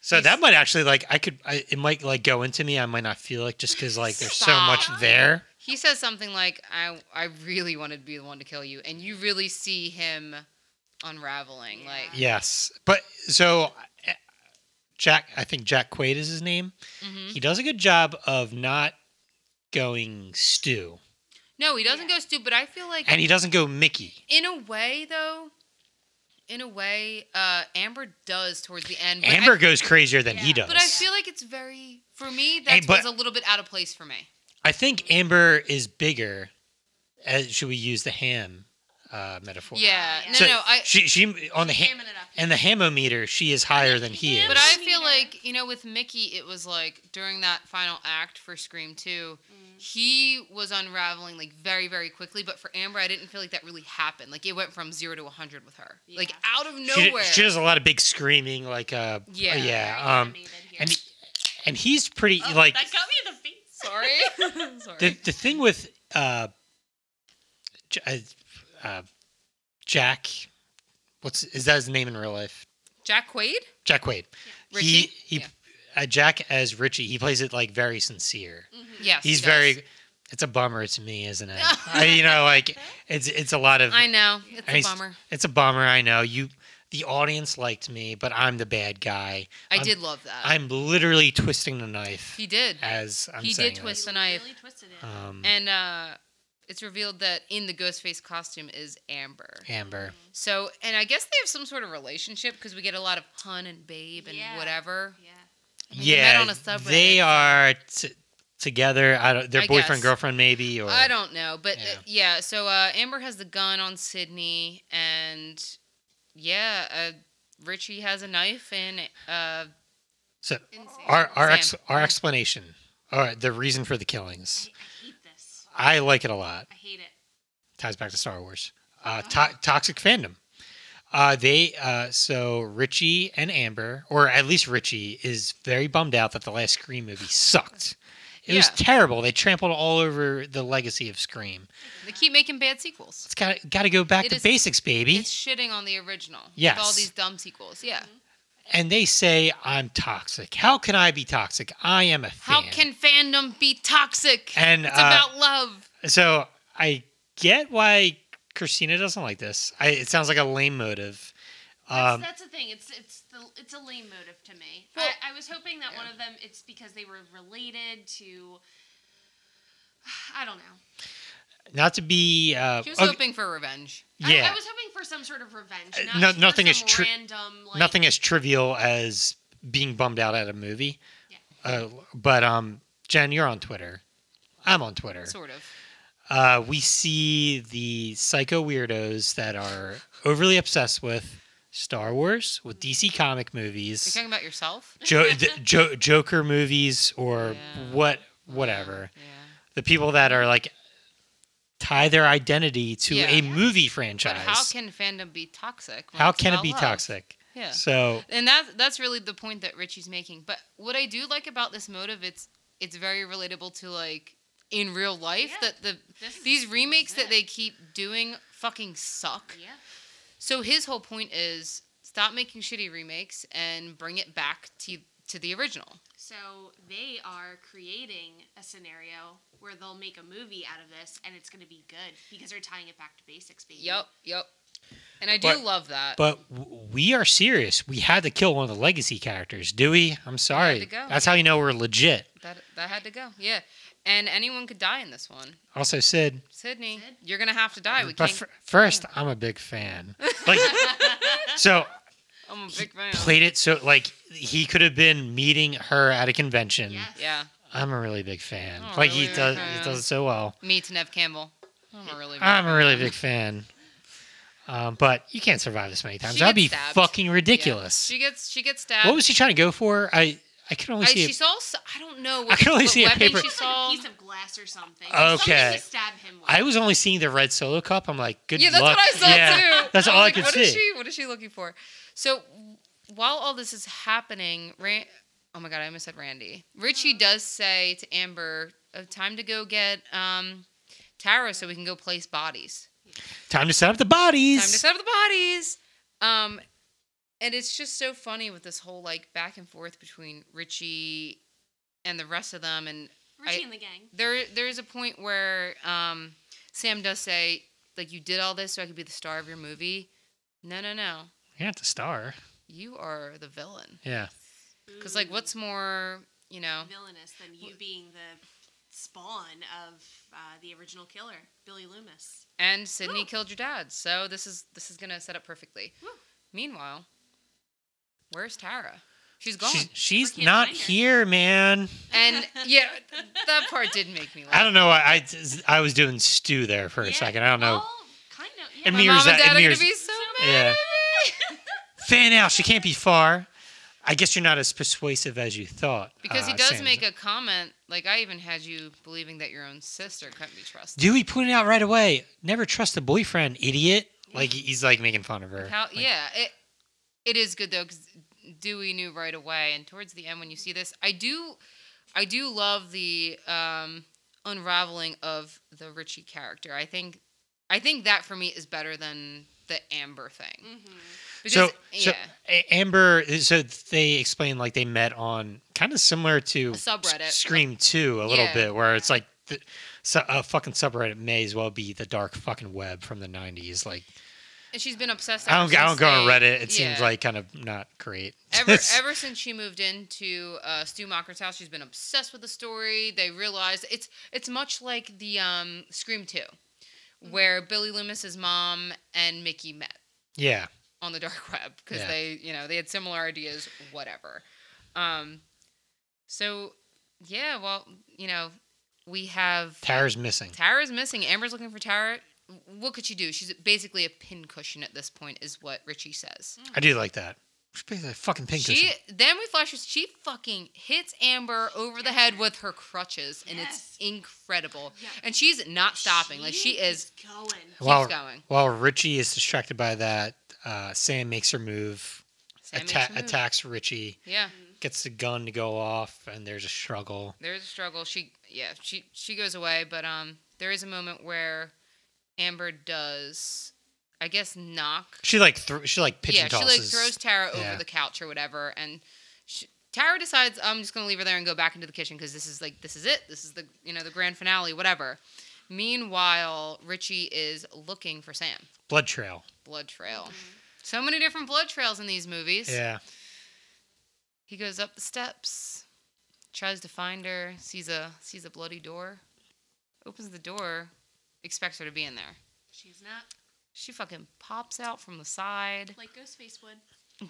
Speaker 1: So
Speaker 2: He's-
Speaker 1: that might actually like I could I, it might like go into me. I might not feel like just because like there's so
Speaker 2: Stop.
Speaker 1: much there.
Speaker 2: He says something like, I, I really wanted to be the one to kill you. And you really see him unraveling. Like,
Speaker 1: Yes, but so uh, Jack, I think Jack Quaid is his name.
Speaker 2: Mhm.
Speaker 1: He does a good job of not going Stu,
Speaker 2: no, he doesn't go stupid. But I feel like,
Speaker 1: and he doesn't go Mickey.
Speaker 2: in a way, though, in a way, uh, Amber does towards the end. But
Speaker 1: Amber
Speaker 2: I,
Speaker 1: goes crazier than he
Speaker 3: Yeah.
Speaker 1: does.
Speaker 2: But I feel like it's very, for me, that
Speaker 1: but-
Speaker 2: was a little bit out of place for me.
Speaker 1: I think Amber is bigger. As, should we use the ham uh, metaphor?
Speaker 2: Yeah.
Speaker 3: yeah.
Speaker 2: No,
Speaker 1: So
Speaker 2: no. I,
Speaker 1: she she on the
Speaker 3: She's
Speaker 1: ham
Speaker 3: hamming it up.
Speaker 1: and the hamometer she is higher than he is.
Speaker 2: But I feel
Speaker 3: Sweeter.
Speaker 2: like, you know, with Mickey, it was like during that final act for Scream 2,
Speaker 3: Mm.
Speaker 2: he was unraveling like very, very quickly. But for Amber, I didn't feel like that really happened. Like it went from zero to 100 with her. Like
Speaker 3: Yeah.
Speaker 2: out of
Speaker 1: she,
Speaker 2: nowhere.
Speaker 1: she does a lot of big screaming, like uh,
Speaker 2: Yeah.
Speaker 3: Very
Speaker 1: yeah, um,
Speaker 3: animated here.
Speaker 1: and and he's pretty
Speaker 3: Oh,
Speaker 1: like
Speaker 3: that got me in the face.
Speaker 2: Sorry. Sorry.
Speaker 1: the the thing with uh, J- uh, uh, Jack, what's is that his name in real life?
Speaker 2: Jack Quaid?
Speaker 1: Jack Quaid.
Speaker 2: Yeah.
Speaker 1: He
Speaker 2: Richie?
Speaker 1: he,
Speaker 2: Yeah.
Speaker 1: uh, Jack as Richie. He plays it like very sincere.
Speaker 2: Yes. he
Speaker 1: He's
Speaker 2: does.
Speaker 1: very. It's a bummer to me, isn't it? I, you know, like it's it's a lot of.
Speaker 2: I know. It's
Speaker 1: and
Speaker 2: a
Speaker 1: he's-
Speaker 2: bummer.
Speaker 1: It's a bummer. I know you. The audience liked me, but I'm the bad guy.
Speaker 2: I
Speaker 1: I'm-
Speaker 2: did love that.
Speaker 1: I'm literally twisting the knife
Speaker 2: he did.
Speaker 1: as I'm
Speaker 2: he did
Speaker 1: saying this.
Speaker 2: twist the
Speaker 3: You
Speaker 2: knife.
Speaker 3: Really twisted it.
Speaker 1: Um,
Speaker 2: And uh, it's revealed that in the Ghostface costume is Amber.
Speaker 1: Amber.
Speaker 2: So, and I guess they have some sort of relationship because we get a lot of hun and babe and
Speaker 3: Yeah.
Speaker 2: whatever.
Speaker 3: yeah.
Speaker 2: think they met
Speaker 1: Yeah,
Speaker 2: on a subreddit,
Speaker 1: they
Speaker 2: so-
Speaker 1: are t- together. I don't. Their
Speaker 2: I
Speaker 1: boyfriend,
Speaker 2: guess.
Speaker 1: girlfriend, maybe. Or
Speaker 2: I don't know, but uh,
Speaker 1: Yeah.
Speaker 2: yeah. so uh, Amber has the gun on Sydney, and yeah, uh, Richie has a knife, and uh,
Speaker 1: So
Speaker 3: Insane.
Speaker 1: our our ex,
Speaker 2: Sam.
Speaker 1: our
Speaker 2: Yeah.
Speaker 1: explanation, or the reason for the killings.
Speaker 3: I, I hate this.
Speaker 1: I like it a lot.
Speaker 3: I hate it.
Speaker 1: ties back to Star Wars. Uh,
Speaker 3: Oh.
Speaker 1: to- toxic fandom. Uh, they uh, so Richie and Amber, or at least Richie, is very bummed out that the last Scream movie sucked. It was
Speaker 2: Yeah.
Speaker 1: terrible. They trampled all over the legacy of Scream.
Speaker 2: they keep making bad sequels.
Speaker 1: It's got got to go back
Speaker 2: It
Speaker 1: to
Speaker 2: is-
Speaker 1: basics, baby.
Speaker 2: It's shitting on the original. With all
Speaker 1: Yes.
Speaker 2: these dumb sequels. Yeah.
Speaker 1: And they say I'm toxic. How can I be toxic? I am a fan.
Speaker 2: How can fandom be toxic?
Speaker 1: And,
Speaker 2: it's
Speaker 1: uh,
Speaker 2: about love.
Speaker 1: So I get why Christina doesn't like this. I, it sounds like a lame motive.
Speaker 3: That's,
Speaker 1: Um,
Speaker 3: that's the thing. It's it's the it's a lame motive to me.
Speaker 2: Well-
Speaker 3: I, I was hoping that
Speaker 2: Yeah.
Speaker 3: one of them. It's because they were related to. I don't know.
Speaker 1: not to be. Uh,
Speaker 2: She was
Speaker 1: okay,
Speaker 2: hoping for revenge.
Speaker 1: yeah.
Speaker 3: I, I was hoping for some sort of revenge.
Speaker 1: Uh,
Speaker 3: Not
Speaker 1: no-
Speaker 3: for
Speaker 1: nothing is
Speaker 3: some
Speaker 1: tri-
Speaker 3: Random, like,
Speaker 1: nothing as trivial as being bummed out at a movie.
Speaker 3: Yeah.
Speaker 1: Uh, but um, Jen, you're on Twitter. I'm on Twitter.
Speaker 2: Sort of.
Speaker 1: Uh, we see the psycho weirdos that are overly obsessed with Star Wars, with
Speaker 2: Mm-hmm.
Speaker 1: DC comic
Speaker 2: You're
Speaker 1: movies,
Speaker 2: talking about yourself?
Speaker 1: jo- the jo- Joker movies, or
Speaker 2: Yeah.
Speaker 1: what, whatever.
Speaker 2: Yeah.
Speaker 1: The people that are like tie their identity to
Speaker 2: Yeah.
Speaker 1: a movie
Speaker 2: But
Speaker 1: franchise.
Speaker 2: how can fandom be toxic? when
Speaker 1: How
Speaker 2: it's
Speaker 1: can it
Speaker 2: about
Speaker 1: be
Speaker 2: love?
Speaker 1: toxic?
Speaker 2: Yeah.
Speaker 1: So
Speaker 2: and that's that's really the point that Richie's making. But what I do like about this motive, it's it's very relatable to like in real life
Speaker 3: Yeah.
Speaker 2: that the
Speaker 3: This-
Speaker 2: these remakes
Speaker 3: yeah.
Speaker 2: that they keep doing fucking suck.
Speaker 3: Yeah.
Speaker 2: So his whole point is stop making shitty remakes and bring it back to to the original.
Speaker 3: So they are creating a scenario where they'll make a movie out of this, and it's going to be good because they're tying it back to basics, baby.
Speaker 2: Yep, yep. And I do
Speaker 1: But-
Speaker 2: love that.
Speaker 1: But w- we are serious. We had to kill one of the legacy characters, do we? I'm sorry.
Speaker 2: to go.
Speaker 1: That's how you know we're legit.
Speaker 2: that that had to go. Yeah. And anyone could die in this one.
Speaker 1: Also, Sid.
Speaker 2: Sydney,
Speaker 3: Sid?
Speaker 2: you're gonna have to die. We
Speaker 1: but
Speaker 2: can't.
Speaker 1: fir- first, I'm a big fan. Like, so
Speaker 2: I'm a
Speaker 1: he
Speaker 2: big fan.
Speaker 1: played it so like he could have been meeting her at a convention.
Speaker 3: Yes.
Speaker 2: Yeah,
Speaker 1: I'm a really big fan.
Speaker 2: Oh,
Speaker 1: like
Speaker 2: really?
Speaker 1: he does,
Speaker 2: Okay.
Speaker 1: he does it so well.
Speaker 2: me to Nev Campbell. I'm a really. big
Speaker 1: I'm
Speaker 2: fan.
Speaker 1: a really big fan. Um, but you can't survive this many times.
Speaker 2: She
Speaker 1: That'd
Speaker 2: gets
Speaker 1: be
Speaker 2: stabbed.
Speaker 1: fucking
Speaker 2: Yeah.
Speaker 1: ridiculous.
Speaker 2: She gets she gets stabbed.
Speaker 1: What was she trying to go for? I I could only
Speaker 2: I,
Speaker 1: see.
Speaker 2: she
Speaker 1: it.
Speaker 2: saw. s- I don't know. What,
Speaker 1: I can only
Speaker 2: what
Speaker 1: see a
Speaker 2: weapon
Speaker 1: paper-
Speaker 2: She
Speaker 3: It's like
Speaker 2: saw.
Speaker 3: a piece of glass or something.
Speaker 1: Okay.
Speaker 3: Something to stab him with.
Speaker 1: I was only seeing the red solo cup. I'm like, good
Speaker 2: yeah, that's
Speaker 1: luck.
Speaker 2: what I saw
Speaker 1: Yeah,
Speaker 2: too.
Speaker 1: That's
Speaker 2: was
Speaker 1: all I
Speaker 2: like,
Speaker 1: could
Speaker 2: what
Speaker 1: see.
Speaker 2: Is she, what is she looking for? So while all this is happening, Ran- oh my god, I almost said Randy. Richie does say to Amber, "Oh, "Time to go get um, Tara so we can go place bodies."
Speaker 1: Time to set up the bodies.
Speaker 2: time to set up the bodies. Um, and it's just so funny with this whole like back and forth between Richie and the rest of them. And
Speaker 3: Richie
Speaker 2: I-
Speaker 3: and the gang.
Speaker 2: there, there is a point where um, Sam does say, like, you did all this so I could be the star of your movie. No, no, no.
Speaker 1: You're not the star.
Speaker 2: You are the villain.
Speaker 1: Yeah.
Speaker 2: Because, like, what's more, you know,
Speaker 3: Ooh, villainous than you being the spawn of uh, the original killer, Billy Loomis?
Speaker 2: and Sydney
Speaker 3: Woo.
Speaker 2: killed your dad. So this is this is going to set up perfectly.
Speaker 3: Woo.
Speaker 2: Meanwhile, where's Tara? She's gone.
Speaker 1: She's, she's
Speaker 3: can't
Speaker 1: not
Speaker 3: find her.
Speaker 1: here, man.
Speaker 2: and yeah, that part did make me laugh.
Speaker 1: I don't know. I, I, I was doing stew there for a second. I don't know.
Speaker 3: Well, kind of. Yeah.
Speaker 1: And
Speaker 2: My
Speaker 1: mirrors
Speaker 2: mom and
Speaker 1: that- it
Speaker 2: dad are
Speaker 1: mirrors-
Speaker 2: gonna be so mad.
Speaker 1: yeah. Fan out. She can't be far. I guess you're not as persuasive as you thought.
Speaker 2: Because he
Speaker 1: uh,
Speaker 2: does
Speaker 1: Sam.
Speaker 2: make a comment, like I even had you believing that your own sister couldn't be trusted.
Speaker 1: Dewey pointed out right away. Never trust a boyfriend, idiot. Like he's like making fun of her.
Speaker 2: How?
Speaker 1: Like,
Speaker 2: yeah, it it is good though because Dewey knew right away. And towards the end, when you see this, I do, I do love the um, unraveling of the Richie character. I think, I think that for me is better than the Amber thing.
Speaker 3: Mhm.
Speaker 1: so,
Speaker 2: Because,
Speaker 1: so
Speaker 2: yeah,
Speaker 1: A- Amber, so they explain like they met on kind of similar to
Speaker 2: A subreddit.
Speaker 1: S- Scream Two a little
Speaker 2: Yeah.
Speaker 1: bit, where it's like the, so, a fucking subreddit may as well be the dark fucking web from the '90s. Like
Speaker 2: And she's been obsessed.
Speaker 1: I don't,
Speaker 2: ever
Speaker 1: I don't
Speaker 2: since
Speaker 1: go on
Speaker 2: they-
Speaker 1: Reddit. It
Speaker 2: yeah.
Speaker 1: seems like kind of not great.
Speaker 2: ever ever since she moved into uh, Stu Mocker's house, she's been obsessed with the story. They realized it's it's much like the um, Scream Two, where Billy Loomis's mom and Mickey met
Speaker 1: yeah.
Speaker 2: on the dark web because
Speaker 1: Yeah.
Speaker 2: they you know they had similar ideas, whatever. Um, so yeah, well you know we have
Speaker 1: Tara's missing.
Speaker 2: Tara's missing. Amber's looking for Tara. What could she do? She's basically a pincushion at this point, is what Richie says.
Speaker 1: I do like that. She's basically a fucking pink
Speaker 2: She then we flash. She fucking hits Amber over the head with her crutches, and
Speaker 3: Yes.
Speaker 2: it's incredible.
Speaker 3: Yeah.
Speaker 2: And she's not stopping. Like she is.
Speaker 3: going.
Speaker 1: While,
Speaker 2: keeps going.
Speaker 1: while Richie is distracted by that, uh, Sam makes her move,
Speaker 2: Sam makes
Speaker 1: atta-
Speaker 2: her move.
Speaker 1: attacks Richie,
Speaker 2: Yeah,
Speaker 1: gets the gun to go off, and there's a struggle.
Speaker 2: there's a struggle. She yeah she she goes away, but um there is a moment where Amber does, I guess knock.
Speaker 1: She like thro- she like pigeon
Speaker 2: yeah, she
Speaker 1: tosses.
Speaker 2: like throws Tara over
Speaker 1: Yeah.
Speaker 2: the couch or whatever, and she, Tara decides I'm just gonna leave her there and go back into the kitchen because this is like this is it. This is the you know the grand finale, whatever. Meanwhile, Richie is looking for Sam.
Speaker 1: blood trail.
Speaker 2: blood trail. So many different blood trails in these movies.
Speaker 1: Yeah,
Speaker 2: He goes up the steps, tries to find her, sees a sees a bloody door, opens the door, expects her to be in there.
Speaker 3: She's not
Speaker 2: She fucking pops out from the side,
Speaker 3: like Ghostface would.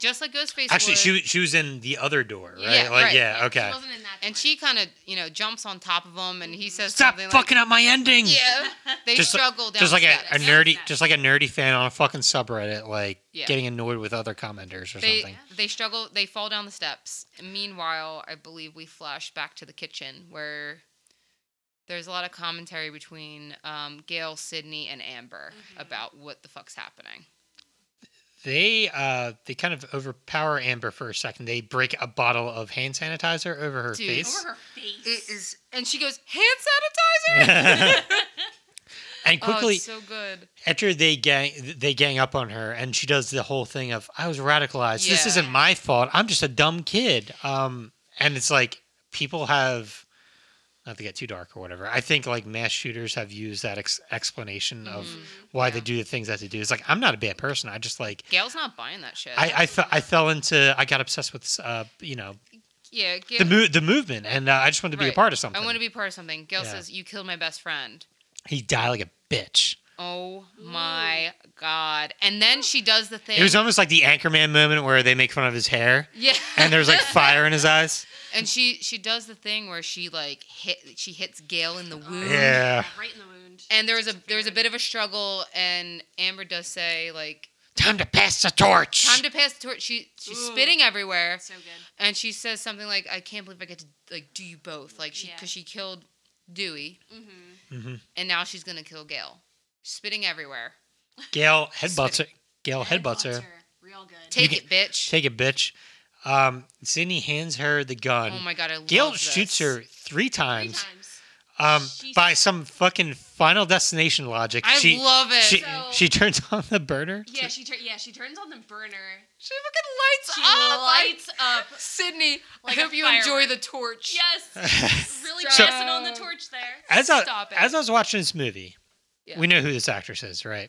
Speaker 2: just like Ghostface.
Speaker 1: actually,
Speaker 2: would.
Speaker 1: she wa- she was in the other door, right?
Speaker 2: Yeah,
Speaker 1: like
Speaker 2: right.
Speaker 1: yeah, okay.
Speaker 3: She wasn't in that.
Speaker 2: and
Speaker 3: door.
Speaker 2: she kind of you know jumps on top of him, and he says
Speaker 1: Mm-hmm. Stop
Speaker 2: something
Speaker 1: fucking up my ending.
Speaker 2: like, "Yeah." They
Speaker 1: Just like-
Speaker 2: struggle down
Speaker 1: Just like
Speaker 2: the
Speaker 1: a,
Speaker 2: steps.
Speaker 1: a nerdy,
Speaker 3: Yeah.
Speaker 1: just like a nerdy fan on a fucking subreddit, like
Speaker 2: Yeah.
Speaker 1: getting annoyed with other commenters or
Speaker 2: they
Speaker 1: something.
Speaker 2: they struggle they fall down the steps meanwhile i believe we flash back to the kitchen where there's a lot of commentary between um, gail sydney and amber about what the fuck's happening
Speaker 1: They uh they kind of overpower Amber for a second. They break a bottle of hand sanitizer over her
Speaker 2: Dude,
Speaker 1: face.
Speaker 3: over her face.
Speaker 2: it is and she goes hand sanitizer
Speaker 1: and
Speaker 2: oh,
Speaker 1: quickly
Speaker 2: it's so good
Speaker 1: after they gang they gang up on her and she does the whole thing of I was radicalized. This
Speaker 2: Yeah.
Speaker 1: isn't my fault. I'm just a dumb kid. Um and it's like people have not to get too dark or whatever. I think like mass shooters have used that ex- explanation of why they
Speaker 2: Mm-hmm. yeah.
Speaker 1: do the things that they do. It's like I'm not a bad person. I just like
Speaker 2: gail's not buying that shit
Speaker 1: I I, fe- I fell into I got obsessed with uh you know
Speaker 2: yeah gail,
Speaker 1: the mo- the movement and uh, I just wanted to be
Speaker 2: Right.
Speaker 1: a part of something.
Speaker 2: i want to be part of something gail
Speaker 1: Yeah.
Speaker 2: says you killed my best friend
Speaker 1: he died like a bitch.
Speaker 2: oh my god and then she does the thing
Speaker 1: It was almost like the Anchorman moment where they make fun of his hair
Speaker 2: yeah
Speaker 1: and there's like fire in his eyes.
Speaker 2: And she she does the thing where she like hit she hits Gail in the wound.
Speaker 1: Yeah.
Speaker 3: Oh, Right in the wound.
Speaker 2: And there was a there was a bit of a struggle, and Amber does say like
Speaker 1: Time to pass the torch.
Speaker 2: time to pass the torch. She she's
Speaker 3: Ooh.
Speaker 2: spitting everywhere,
Speaker 3: so good.
Speaker 2: and she says something like I can't believe I get to like do you both like she
Speaker 3: Yeah.
Speaker 2: because she killed Dewey,
Speaker 3: Mm-hmm.
Speaker 2: and now she's gonna kill Gail. Spitting everywhere.
Speaker 1: Gail headbutts her. Gail headbutts her.
Speaker 3: Real good.
Speaker 2: Take
Speaker 1: You
Speaker 2: it, bitch.
Speaker 1: Take it, bitch. Um, Sydney hands her the gun.
Speaker 2: oh my god, I
Speaker 1: Gail
Speaker 2: love this.
Speaker 1: shoots her three
Speaker 3: Three
Speaker 1: times.
Speaker 3: times.
Speaker 1: Um,
Speaker 3: She's-
Speaker 1: by some fucking Final Destination logic.
Speaker 2: I
Speaker 1: she,
Speaker 2: love it.
Speaker 1: She,
Speaker 3: So-
Speaker 1: she turns on the burner.
Speaker 3: Yeah, she tur- yeah she turns on the burner.
Speaker 2: she fucking lights
Speaker 3: She
Speaker 2: up. Like,
Speaker 3: lights up.
Speaker 2: Sydney,
Speaker 3: like
Speaker 2: I
Speaker 3: a
Speaker 2: hope you
Speaker 3: firework.
Speaker 2: enjoy the torch.
Speaker 3: Yes, really
Speaker 2: Stop.
Speaker 3: passing on the torch there.
Speaker 1: As I,
Speaker 2: Stop it.
Speaker 1: as I was watching this movie,
Speaker 2: Yeah.
Speaker 1: we know who this actress is, right?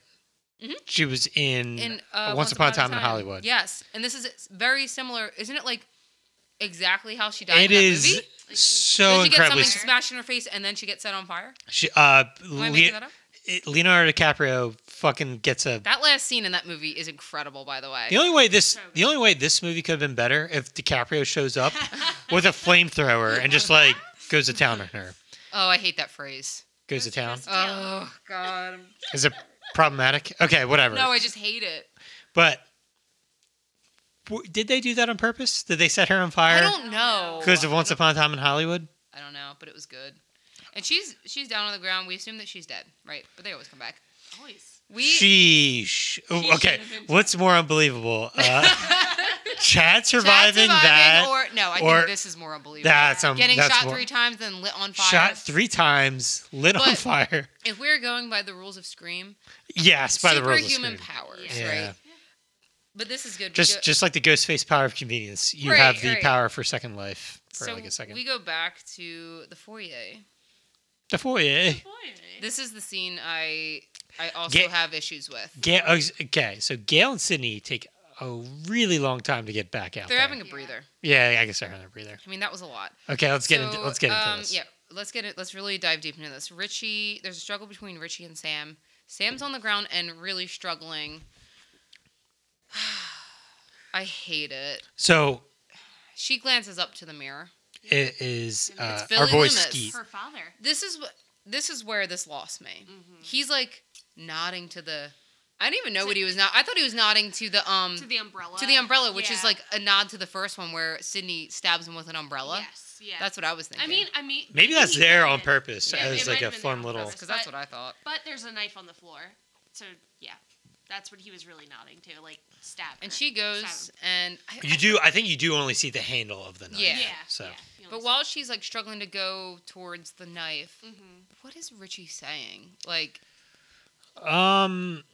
Speaker 2: Mhm.
Speaker 1: She was in,
Speaker 2: in
Speaker 1: uh,
Speaker 2: uh,
Speaker 1: Once, Upon, a Time, in Hollywood.
Speaker 2: Yes, and this is it's very similar, isn't it? Like exactly how she died.
Speaker 1: It
Speaker 2: in that
Speaker 1: is
Speaker 2: Movie?
Speaker 1: so
Speaker 2: Does she get
Speaker 1: incredibly.
Speaker 2: something smashed in her face and then she gets set on fire?
Speaker 1: She, uh,
Speaker 2: Am I
Speaker 1: Le-
Speaker 2: making that up?
Speaker 1: it- Leonardo DiCaprio fucking gets a.
Speaker 2: That last scene in that movie is incredible, by the way.
Speaker 1: The only way this
Speaker 3: So good.
Speaker 1: the only way this movie could have been better if DiCaprio shows up with a flamethrower and just like goes to town on her.
Speaker 2: Oh, I hate that phrase.
Speaker 1: Goes to town.
Speaker 3: Yeah.
Speaker 2: Oh God.
Speaker 1: Is it problematic? Okay, whatever.
Speaker 2: No, I just hate it.
Speaker 1: But w- did they do that on purpose? Did they set her on
Speaker 2: I
Speaker 1: fire
Speaker 2: don't know.
Speaker 1: because of Once Upon a Time in Hollywood?
Speaker 2: I don't know, but it was good. And she's she's down on the ground. We assume that she's dead, right? But they always come back.
Speaker 3: Always.
Speaker 2: We
Speaker 1: Sheesh. Oh,
Speaker 3: should
Speaker 1: okay,
Speaker 3: have been
Speaker 1: what's more unbelievable? Uh, Chad
Speaker 2: Chad
Speaker 1: surviving that.
Speaker 2: or no? I
Speaker 1: or-
Speaker 2: think this is more unbelievable.
Speaker 1: that's um,
Speaker 2: Getting
Speaker 1: that's
Speaker 2: shot
Speaker 1: more-
Speaker 2: three times, then lit on fire.
Speaker 1: Shot three times, lit on
Speaker 2: But-
Speaker 1: fire.
Speaker 2: if we're going by the rules of Scream,
Speaker 1: Yes, by the rules of
Speaker 2: superhuman
Speaker 1: Scream.
Speaker 2: powers,
Speaker 1: Yeah.
Speaker 2: right? But this is good. We
Speaker 1: Just
Speaker 2: go-
Speaker 1: just like the ghost face power of convenience, you
Speaker 2: Right,
Speaker 1: have the
Speaker 2: right.
Speaker 1: power for second life for
Speaker 2: so
Speaker 1: like a second.
Speaker 2: we go back to the foyer,
Speaker 1: The foyer.
Speaker 3: Boy.
Speaker 2: This is the scene I I also
Speaker 1: Get-
Speaker 2: have issues with.
Speaker 1: Gail, oh, okay, so Gail and Sydney take a really long time to get back out.
Speaker 2: They're
Speaker 1: there.
Speaker 2: having a
Speaker 3: Yeah.
Speaker 2: breather.
Speaker 1: yeah, I guess they're having a breather.
Speaker 2: I mean, that was a lot.
Speaker 1: Okay, let's get
Speaker 2: So,
Speaker 1: into let's get into
Speaker 2: um,
Speaker 1: this.
Speaker 2: Yeah, let's get it. Let's really dive deep into this. Richie, there's a struggle between Richie and Sam. Sam's on the ground and really struggling. I hate it.
Speaker 1: So
Speaker 2: She glances up to the mirror.
Speaker 1: it is
Speaker 3: It's
Speaker 1: uh, our
Speaker 2: Billy
Speaker 1: boy
Speaker 2: Loomis.
Speaker 1: Skeet.
Speaker 3: Her father.
Speaker 2: This is what this is where this lost me.
Speaker 3: Mhm.
Speaker 2: He's like nodding to the. I didn't even know what he was not. I thought he was nodding to the um
Speaker 3: To the umbrella.
Speaker 2: to the umbrella, which is
Speaker 3: Yeah.
Speaker 2: like a nod to the first one where Sydney stabs him with an umbrella.
Speaker 3: Yes. Yeah.
Speaker 2: That's what I was thinking.
Speaker 3: I mean, I mean.
Speaker 1: Maybe that's
Speaker 3: he
Speaker 1: there
Speaker 3: might
Speaker 1: on
Speaker 3: have been-
Speaker 1: purpose
Speaker 2: Yeah,
Speaker 1: as like
Speaker 2: it
Speaker 3: might
Speaker 1: a
Speaker 3: have been there
Speaker 1: fun
Speaker 3: on
Speaker 1: little.
Speaker 3: purpose.
Speaker 2: because that's
Speaker 3: but-
Speaker 2: what I thought.
Speaker 3: But there's a knife on the floor, so yeah, that's what he was really nodding to, like stab.
Speaker 2: And
Speaker 3: her,
Speaker 2: she goes
Speaker 3: stab
Speaker 2: and I,
Speaker 1: You do. I think you do only see the handle of the knife.
Speaker 2: Yeah.
Speaker 3: him. Yeah.
Speaker 1: So
Speaker 3: yeah.
Speaker 2: But while she's like struggling to go towards the knife,
Speaker 3: hmm
Speaker 2: what is Richie saying? Like
Speaker 1: um,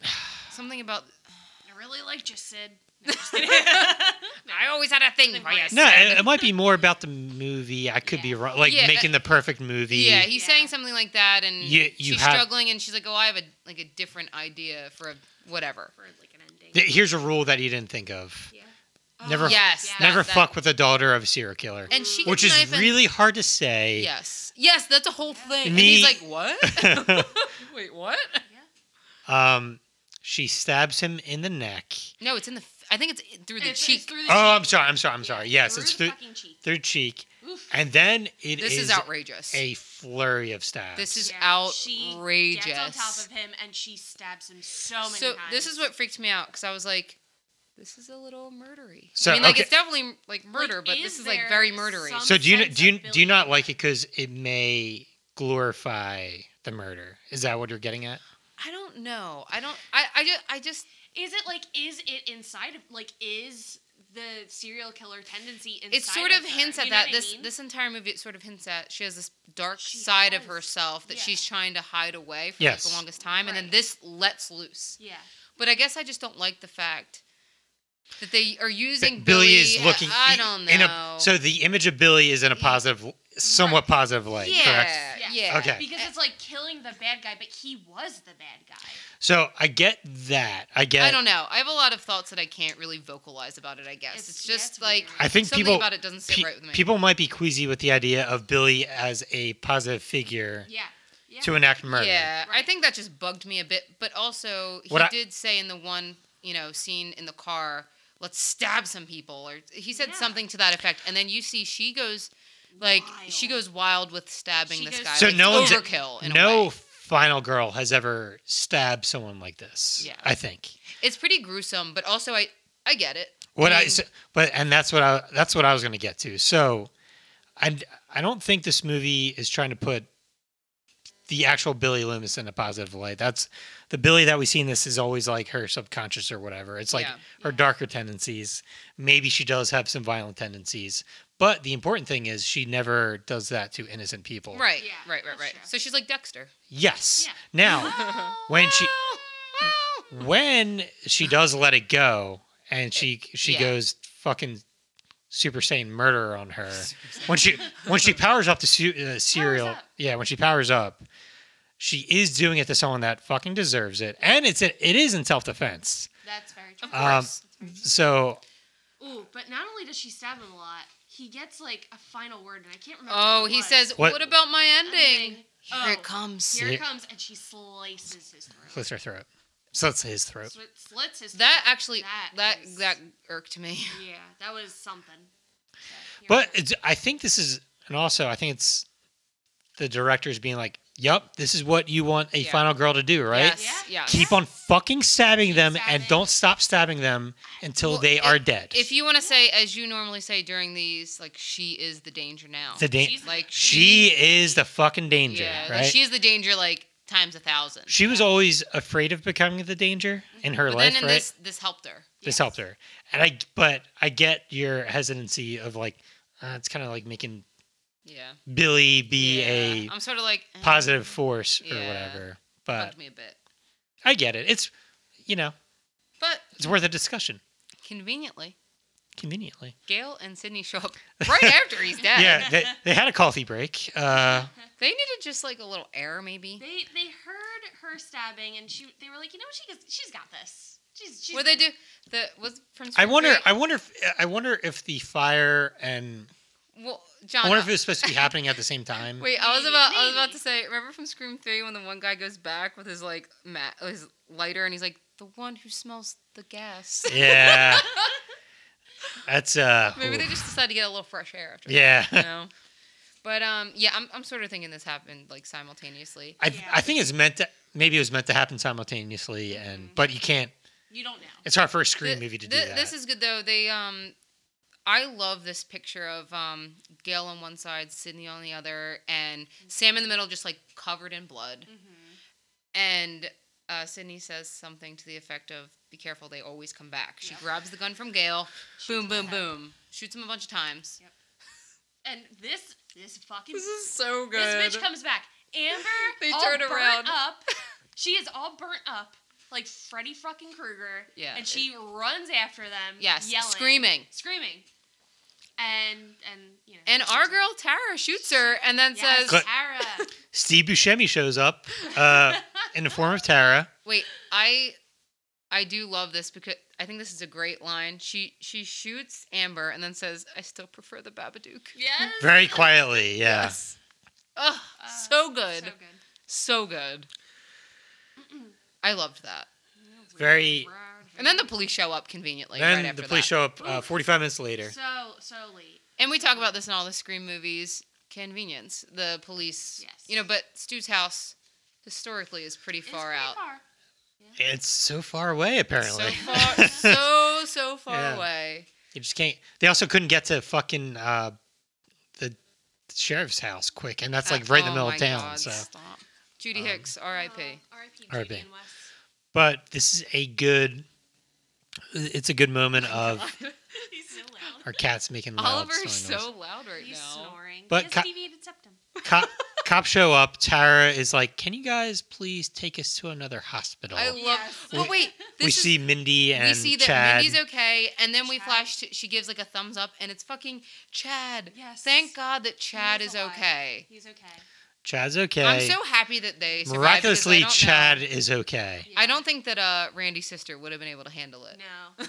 Speaker 2: something about
Speaker 3: I really liked you, Sid.
Speaker 2: I always had a thing for you.
Speaker 1: no,
Speaker 3: No,
Speaker 1: uh,
Speaker 2: Sid."
Speaker 1: it, it might be more about the movie. I could be
Speaker 3: Yeah.
Speaker 1: wrong. Like
Speaker 2: Yeah,
Speaker 1: making the perfect movie.
Speaker 2: yeah, he's
Speaker 3: Yeah.
Speaker 2: saying something like that, and
Speaker 1: You- you
Speaker 2: she's
Speaker 1: have-
Speaker 2: struggling, and she's like, "Oh, I have a like a different idea for a, whatever."
Speaker 3: For like an ending.
Speaker 1: Th- Here's a rule that he didn't think of.
Speaker 3: yeah.
Speaker 1: Oh, Never-
Speaker 2: Yes,
Speaker 3: yeah.
Speaker 2: that-
Speaker 1: Never
Speaker 2: that-
Speaker 1: fuck with a daughter of a serial killer,
Speaker 2: And she gets
Speaker 1: which
Speaker 2: the
Speaker 1: is
Speaker 2: knife and-
Speaker 1: really hard to say.
Speaker 2: yes, yes, that's a whole
Speaker 3: Yeah.
Speaker 2: thing. and he's
Speaker 1: Me-
Speaker 2: like, "What? Wait, what?"
Speaker 3: Yeah.
Speaker 1: um, she stabs him in the neck.
Speaker 2: No, it's in the. f- I think it's through the
Speaker 3: It's- it's
Speaker 2: cheek.
Speaker 3: through the
Speaker 1: Oh,
Speaker 3: cheek.
Speaker 1: I'm sorry. I'm sorry. I'm sorry.
Speaker 3: Yeah,
Speaker 1: Yes,
Speaker 3: through
Speaker 1: it's
Speaker 3: the
Speaker 1: through,
Speaker 3: fucking cheek.
Speaker 1: through cheek,
Speaker 3: Oof.
Speaker 1: and then it
Speaker 2: this is,
Speaker 1: is
Speaker 2: outrageous.
Speaker 1: a flurry of stabs.
Speaker 2: This is
Speaker 3: She gets on
Speaker 2: outrageous.
Speaker 3: top of him and she stabs him so many
Speaker 2: so
Speaker 3: times.
Speaker 2: this is what freaked me out because I was like, "This is a little murdery."
Speaker 1: So,
Speaker 2: I mean, like
Speaker 1: okay.
Speaker 2: it's definitely like murder, but
Speaker 3: is
Speaker 2: this is like
Speaker 3: there
Speaker 2: very murdery.
Speaker 3: some-
Speaker 1: so do you
Speaker 3: sense
Speaker 1: do you
Speaker 3: of
Speaker 1: do you not
Speaker 3: building.
Speaker 1: like it because it may glorify the murder? Is that what you're getting at?
Speaker 2: I don't know. I don't. I I just I just
Speaker 3: Is it like? Is it inside of? Like, is the serial killer tendency inside?
Speaker 2: it sort of hints
Speaker 3: her,
Speaker 2: at
Speaker 3: you know
Speaker 2: that.
Speaker 3: what I
Speaker 2: This
Speaker 3: mean?
Speaker 2: this entire movie it sort of hints at she has this dark
Speaker 3: She
Speaker 2: side of
Speaker 3: has.
Speaker 2: herself that
Speaker 3: Yeah.
Speaker 2: she's trying to hide away for like,
Speaker 1: Yes.
Speaker 2: the longest time, and then
Speaker 3: Right.
Speaker 2: this lets loose.
Speaker 3: Yeah.
Speaker 2: But I guess I just don't like the fact that they are using
Speaker 1: B-
Speaker 2: Billy,
Speaker 1: is looking.
Speaker 2: I don't know.
Speaker 1: in a- so the image of Billy is in a
Speaker 2: Yeah.
Speaker 1: positive, somewhat positive light.
Speaker 2: yeah,
Speaker 1: Correct.
Speaker 2: Uh, yeah,
Speaker 3: Yeah.
Speaker 1: Okay.
Speaker 3: Because it's like killing the bad guy, but he was the bad guy.
Speaker 1: So I get that. I get.
Speaker 2: I don't know. I have a lot of thoughts that I can't really vocalize about it. I guess it's,
Speaker 3: It's- yeah,
Speaker 2: just
Speaker 3: it's
Speaker 2: like
Speaker 3: weird.
Speaker 1: I think
Speaker 2: something
Speaker 1: people
Speaker 2: about it doesn't sit
Speaker 1: pe-
Speaker 2: right with me.
Speaker 1: people might be queasy with the idea of Billy as a positive figure
Speaker 3: Yeah. Yeah.
Speaker 1: to enact murder.
Speaker 2: yeah, I
Speaker 3: Right.
Speaker 2: think that just bugged me a bit. But also, he
Speaker 1: What I-
Speaker 2: did say in the one you know scene in the car, "Let's stab some people," or he said
Speaker 3: Yeah.
Speaker 2: something to that effect. And then you see she goes like she
Speaker 3: Wild.
Speaker 2: goes wild with stabbing
Speaker 3: She
Speaker 2: this
Speaker 3: goes-
Speaker 2: guy.
Speaker 1: So
Speaker 2: like,
Speaker 1: no one's-
Speaker 2: overkill. In a
Speaker 1: no
Speaker 2: way.
Speaker 1: final girl has ever stabbed someone like this.
Speaker 2: Yeah.
Speaker 1: I think.
Speaker 2: it's pretty gruesome. But also, I I get it.
Speaker 1: What I,
Speaker 2: mean-
Speaker 1: so- but and that's what I that's what I was going to get to. So, I I don't think this movie is trying to put the actual Billy Loomis in a positive light. That's the Billy that we see in this is always like her subconscious or whatever. It's like
Speaker 2: Yeah.
Speaker 1: her darker tendencies. Maybe she does have some violent tendencies, but the important thing is she never does that to innocent people.
Speaker 2: Right,
Speaker 3: Yeah,
Speaker 2: right, right,
Speaker 3: that's
Speaker 2: right.
Speaker 3: true.
Speaker 2: So she's like Dexter.
Speaker 1: Yes.
Speaker 3: Yeah.
Speaker 1: Now, when she Mm.
Speaker 2: Well,
Speaker 1: when she does let it go and she she
Speaker 2: yeah.
Speaker 1: goes fucking super saiyan murderer on her when she when she powers up the su- uh, serial
Speaker 3: up.
Speaker 1: yeah when she powers up she is doing it to someone that fucking deserves it and it's it is in self-defense
Speaker 3: That's very true.
Speaker 1: Um, course. so
Speaker 3: Ooh, but not only does she stab him a lot, he gets like a final word, and I can't remember.
Speaker 2: Oh,
Speaker 3: what it
Speaker 2: he
Speaker 3: was.
Speaker 2: says,
Speaker 1: What-
Speaker 2: what? about my
Speaker 3: And
Speaker 2: ending?"
Speaker 3: then,
Speaker 2: Here
Speaker 3: oh,
Speaker 2: it comes.
Speaker 3: Here
Speaker 1: Yeah.
Speaker 3: it comes, and she slices his throat.
Speaker 1: slits her throat slits his throat
Speaker 3: Slit- Slits his throat.
Speaker 2: That actually that
Speaker 3: That
Speaker 2: that,
Speaker 3: is-
Speaker 2: irked me.
Speaker 3: Yeah, that was something. So, you're
Speaker 1: but
Speaker 3: right.
Speaker 1: it's, i think this is and also i think it's the director's being like yep this is what you want a
Speaker 2: Yeah.
Speaker 1: final girl to do right
Speaker 2: Yes.
Speaker 3: Yeah.
Speaker 2: Yes.
Speaker 1: keep on fucking stabbing them and
Speaker 3: Stabbing.
Speaker 1: don't stop stabbing them until
Speaker 2: Well,
Speaker 1: they
Speaker 2: if-
Speaker 1: are dead.
Speaker 2: If you want to say, as you normally say during these, like she is the danger now.
Speaker 1: the da-
Speaker 3: She's-
Speaker 2: like
Speaker 1: she is the fucking danger,
Speaker 2: yeah,
Speaker 1: right?
Speaker 2: like, she is the danger like times a thousand.
Speaker 1: she was always afraid of becoming the danger in her
Speaker 2: but
Speaker 1: life,
Speaker 2: then in
Speaker 1: right?
Speaker 2: this this helped her.
Speaker 1: This
Speaker 3: Yes.
Speaker 1: helped her, and I. But I get your hesitancy of like, uh, it's kind of like making
Speaker 2: Yeah.
Speaker 1: Billy be
Speaker 2: yeah.
Speaker 1: a
Speaker 2: I'm sort of like eh,
Speaker 1: positive uh, force or
Speaker 2: Yeah.
Speaker 1: whatever. But
Speaker 2: bugged me a bit.
Speaker 1: I get it. It's you know,
Speaker 2: But
Speaker 1: it's worth a discussion.
Speaker 2: conveniently,
Speaker 1: Conveniently.
Speaker 2: Gail and Sydney show up right after he's dead.
Speaker 1: Yeah, they, they had a coffee break. Uh,
Speaker 2: They needed just like a little air, maybe.
Speaker 3: They they heard her stabbing, and she they were like, you know, she gets- she's got this. She's, she's
Speaker 2: Where they do the was Prince.
Speaker 1: I wonder.
Speaker 2: Drake-
Speaker 1: I wonder. If, eh, I wonder if the fire and
Speaker 2: well, John. uh,
Speaker 1: I wonder if it was supposed to be happening at the same time.
Speaker 2: Wait, I was
Speaker 3: Maybe,
Speaker 2: about I was about
Speaker 3: maybe.
Speaker 2: to say. Remember from Scream Three when the one guy goes back with his like mat, his lighter, and he's like the one who smells the gas.
Speaker 1: Yeah. That's uh.
Speaker 2: Maybe they
Speaker 1: oof.
Speaker 2: just decided to get a little fresh air after.
Speaker 1: Yeah.
Speaker 2: That, you know? But um, yeah, I'm I'm sort of thinking this happened like simultaneously.
Speaker 1: I
Speaker 3: Yeah.
Speaker 1: I think it's meant to. Maybe it was meant to happen simultaneously, and but you can't.
Speaker 3: You don't know.
Speaker 1: It's hard for a screen
Speaker 2: Mm-hmm. Th-
Speaker 1: movie to do
Speaker 2: thi-
Speaker 1: that.
Speaker 2: This is good though. They um, I love this picture of um Gail on one side, Sydney on the other, and Sam in the middle, just like covered in blood.
Speaker 3: Mm-hmm.
Speaker 2: And uh, Sydney says something to the effect of, "Be careful, they always come back." She
Speaker 3: Yep.
Speaker 2: grabs the gun from Gail, boom,
Speaker 3: him
Speaker 2: boom,
Speaker 3: in the head.
Speaker 2: boom, shoots him a bunch of times.
Speaker 3: Yep. And this this fucking
Speaker 2: This is so good.
Speaker 3: this bitch comes back. Amber,
Speaker 2: They
Speaker 3: all
Speaker 2: turn
Speaker 3: burnt
Speaker 2: around.
Speaker 3: up. She is all burnt up, like Freddy fucking Krueger.
Speaker 2: Yeah,
Speaker 3: And she runs after them.
Speaker 2: Yes,
Speaker 3: yelling,
Speaker 2: screaming.
Speaker 3: screaming, and and you know.
Speaker 2: and our girl Tara shoots her, and then
Speaker 3: yes,
Speaker 2: says,
Speaker 1: Cut.
Speaker 3: Tara.
Speaker 1: Steve Buscemi shows up uh, in the form of Tara.
Speaker 2: Wait, I I do love this because I think this is a great line. She she shoots Amber and then says, "I still prefer the Babadook."
Speaker 3: yes.
Speaker 1: Very quietly, yeah.
Speaker 2: Oh,
Speaker 3: Uh,
Speaker 2: so good,
Speaker 3: So
Speaker 2: so,
Speaker 3: good.
Speaker 2: good. I loved that.
Speaker 1: Very-
Speaker 2: And then the police show up conveniently
Speaker 1: then
Speaker 2: right after
Speaker 1: the police
Speaker 2: that.
Speaker 1: show up uh, 45 minutes later.
Speaker 3: So so late.
Speaker 2: and we talk about this in all the Scream movies. Convenience. The police.
Speaker 3: Yes.
Speaker 2: You know, but Stu's house historically is pretty
Speaker 3: It's
Speaker 2: far
Speaker 3: pretty
Speaker 2: out.
Speaker 3: Far.
Speaker 1: It's so far away, apparently.
Speaker 2: So far, so so far
Speaker 1: Yeah.
Speaker 2: away.
Speaker 1: you just can't. They also couldn't get to fucking uh, the sheriff's house quick, and that's like right in the
Speaker 2: Oh
Speaker 1: middle
Speaker 2: my
Speaker 1: of town.
Speaker 2: God,
Speaker 1: So,
Speaker 2: stop. Judy
Speaker 1: um,
Speaker 2: Hicks, R.I.P.
Speaker 3: Uh, R.I.P.
Speaker 1: R.I.P..
Speaker 3: Julian West.
Speaker 1: but this is a good. It's a good moment of
Speaker 3: He's so loud.
Speaker 1: our cats making loud
Speaker 2: Oh Oliver is
Speaker 1: snoring
Speaker 2: so loud right
Speaker 3: He's
Speaker 2: now.
Speaker 3: snoring.
Speaker 1: But
Speaker 3: he has
Speaker 1: ca-
Speaker 3: a deviated septum.
Speaker 1: noise. Cop, cops show up. Tara is like, "Can you guys please take us to another hospital?"
Speaker 2: I love.
Speaker 3: Yes.
Speaker 2: Well,
Speaker 1: We-
Speaker 2: wait. This
Speaker 1: we
Speaker 2: is,
Speaker 1: see Mindy and
Speaker 2: we see that
Speaker 1: Chad.
Speaker 2: Mindy's okay, and then we
Speaker 3: Chad.
Speaker 2: flash. To, she gives like a thumbs up, and it's fucking Chad.
Speaker 3: Yes.
Speaker 2: Thank God that Chad
Speaker 3: is
Speaker 2: is,
Speaker 3: alive.
Speaker 2: okay.
Speaker 3: He's okay.
Speaker 1: Chad's okay.
Speaker 2: I'm so happy that they survived because I
Speaker 1: Miraculously,
Speaker 2: don't know-
Speaker 1: Chad is okay.
Speaker 2: I don't think that uh, Randy's sister would have been able to handle it.
Speaker 3: No.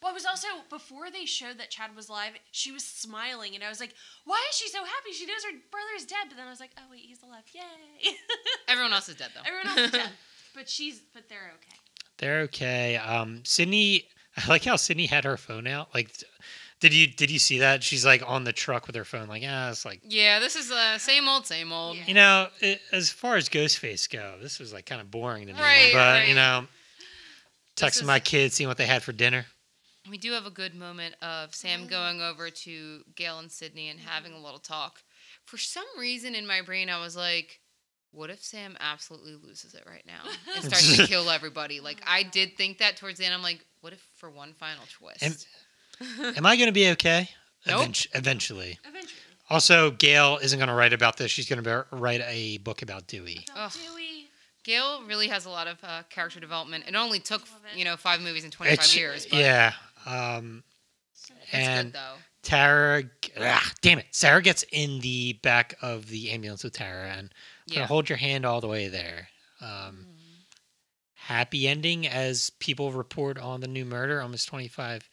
Speaker 3: Well, it was also before they showed that Chad was alive, she was smiling, and I was like, "Why is she so happy? She knows her brother's dead." But then I was like, "Oh wait, he's alive! Yay!"
Speaker 2: Everyone else is dead though.
Speaker 3: Everyone else is dead, but she's but they're okay.
Speaker 1: They're okay. Um, Sydney, I like how Sydney had her phone out. Like, th- did you did you see that? She's like on the truck with her phone. Like, ah, it's like
Speaker 2: yeah, this is uh, same old, same old.
Speaker 3: Yeah.
Speaker 1: you know, i as far as Ghostface go, this was like kind of boring to me.
Speaker 2: Right,
Speaker 1: but
Speaker 2: right.
Speaker 1: you know,
Speaker 2: This
Speaker 1: texting
Speaker 2: is-
Speaker 1: my kids, seeing what they had for dinner.
Speaker 2: We do have a good moment of Sam going over to Gail and Sydney and having a little talk. For some reason in my brain, I was like, what if Sam absolutely loses it right now and starts to kill everybody? Like, I did think that towards the end. I'm like, what if for one final twist?
Speaker 1: And- Am I gonna be okay?
Speaker 2: Nope.
Speaker 1: Eventu- eventually.
Speaker 3: Eventually,
Speaker 1: Also, Gail isn't gonna write about this. She's gonna be- write a book about Dewey.
Speaker 3: so
Speaker 2: Ugh.
Speaker 3: Dewey,
Speaker 2: Gail really has a lot of uh, character development. It only took,
Speaker 3: Love it.
Speaker 2: you know, five movies and 25
Speaker 1: It's-
Speaker 2: years. But
Speaker 1: Yeah. Um,
Speaker 3: so
Speaker 2: It's
Speaker 1: and
Speaker 2: good, though.
Speaker 1: Tara, ah, damn it. Sarah gets in the back of the ambulance with Tara and I'm
Speaker 2: Yeah. Mm-hmm.
Speaker 1: gonna hold your hand all the way there. Um, happy ending as people report on the new murder almost 25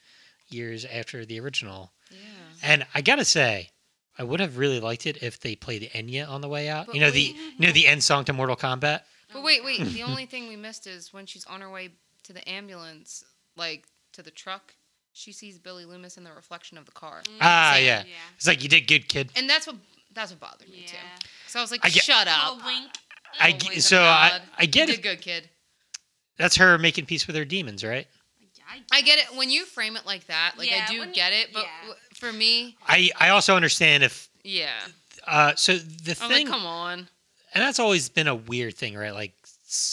Speaker 1: years after the original.
Speaker 2: yeah.
Speaker 1: And I gotta say, I would have really liked it if they played Enya on the way out.
Speaker 2: But
Speaker 1: you know the you know the end song to Mortal Kombat.
Speaker 3: oh
Speaker 2: But wait, wait.
Speaker 1: Hmm.
Speaker 2: The only thing we missed is when she's on her way to the ambulance, like to the truck, she sees Billy Loomis in the reflection of the car,
Speaker 3: Mm.
Speaker 1: ah,
Speaker 2: Sam,
Speaker 1: yeah.
Speaker 3: yeah,
Speaker 1: It's like you did good, kid.
Speaker 2: and that's what that's what bothered me
Speaker 3: yeah.
Speaker 2: too. So I was like,
Speaker 1: I get-
Speaker 2: shut
Speaker 3: A
Speaker 2: up.
Speaker 3: little wink.
Speaker 1: I
Speaker 2: Oh,
Speaker 1: g-
Speaker 2: wink
Speaker 1: so
Speaker 2: of
Speaker 1: I,
Speaker 2: God.
Speaker 1: I get
Speaker 2: you
Speaker 1: it.
Speaker 2: did good, kid.
Speaker 1: That's her making peace with her demons, right?
Speaker 2: I get
Speaker 3: guess.
Speaker 2: it when you frame it like that. Like
Speaker 3: Yeah,
Speaker 2: I do
Speaker 3: when-
Speaker 2: get it, but
Speaker 3: yeah.
Speaker 2: w- for me,
Speaker 1: I I also understand if
Speaker 2: yeah.
Speaker 1: uh so the
Speaker 2: I'm
Speaker 1: thing
Speaker 2: like, come on.
Speaker 1: and that's always been a weird thing, right? Like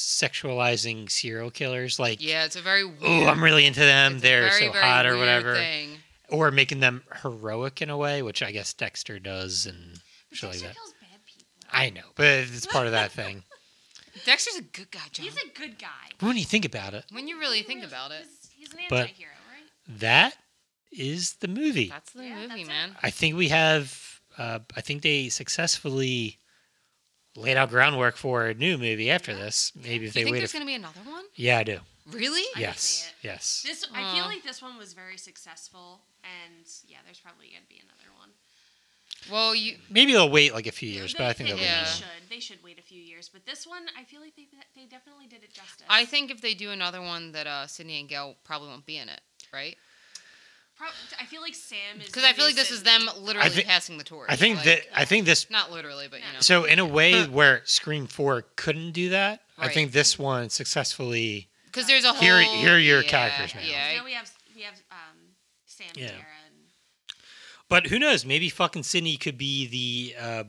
Speaker 1: sexualizing serial killers, like
Speaker 2: Yeah, it's a very weird,
Speaker 1: oh, I'm really into them.
Speaker 2: it's a
Speaker 1: They're
Speaker 2: very,
Speaker 1: so
Speaker 2: very
Speaker 1: hot or
Speaker 2: weird
Speaker 1: whatever,
Speaker 2: Thing.
Speaker 1: or making them heroic in a way, which I guess Dexter does, and
Speaker 3: But
Speaker 1: shit like
Speaker 3: Dexter
Speaker 1: that.
Speaker 3: kills bad people.
Speaker 1: I know, but it's part of that thing.
Speaker 2: Dexter's a good guy, John.
Speaker 3: He's a good guy.
Speaker 1: When you think about it,
Speaker 2: when you really
Speaker 3: He
Speaker 2: think about it,
Speaker 3: He's, he's an
Speaker 1: But-
Speaker 3: anti-hero, right?
Speaker 1: that is the movie.
Speaker 2: That's the
Speaker 3: Yeah,
Speaker 2: movie,
Speaker 3: that's it.
Speaker 2: man.
Speaker 1: I think we have. Uh, I think they successfully laid out groundwork for a new movie after this. Maybe if
Speaker 2: you
Speaker 1: they
Speaker 2: think
Speaker 1: wait.
Speaker 2: there's
Speaker 1: A,
Speaker 2: gonna be another one?
Speaker 1: yeah, I do.
Speaker 2: Really?
Speaker 3: I can see
Speaker 1: yes,
Speaker 3: it.
Speaker 1: yes.
Speaker 3: This I feel
Speaker 2: Aw.
Speaker 3: like this one was very successful, and yeah, there's probably gonna be another one.
Speaker 2: Well, you
Speaker 1: Maybe they'll wait like a few years, but I think
Speaker 3: they,
Speaker 1: they'll
Speaker 3: they
Speaker 1: wait.
Speaker 2: Yeah.
Speaker 1: another.
Speaker 3: should. They should wait a few years, but this one I feel like they they definitely did it justice.
Speaker 2: I think if they do another one, that uh, Sydney and Gail probably won't be in it, right?
Speaker 3: Pro- I feel like Sam is
Speaker 2: Because I
Speaker 3: the
Speaker 2: feel
Speaker 3: new
Speaker 2: like this is them
Speaker 3: Sydney.
Speaker 2: literally
Speaker 1: thi-
Speaker 2: passing the torch.
Speaker 1: I think
Speaker 2: like,
Speaker 1: that I think this.
Speaker 2: not literally, but you know.
Speaker 1: So in a way where Scream Four couldn't do that, I
Speaker 2: Right.
Speaker 1: think this one successfully.
Speaker 2: Because there's a whole.
Speaker 1: Here- here are your
Speaker 2: yeah,
Speaker 1: characters now.
Speaker 2: Yeah.
Speaker 3: Now we have we have um, Sam,
Speaker 1: Yeah.
Speaker 3: Tara, and
Speaker 1: But who knows? Maybe fucking Sydney could be the uh,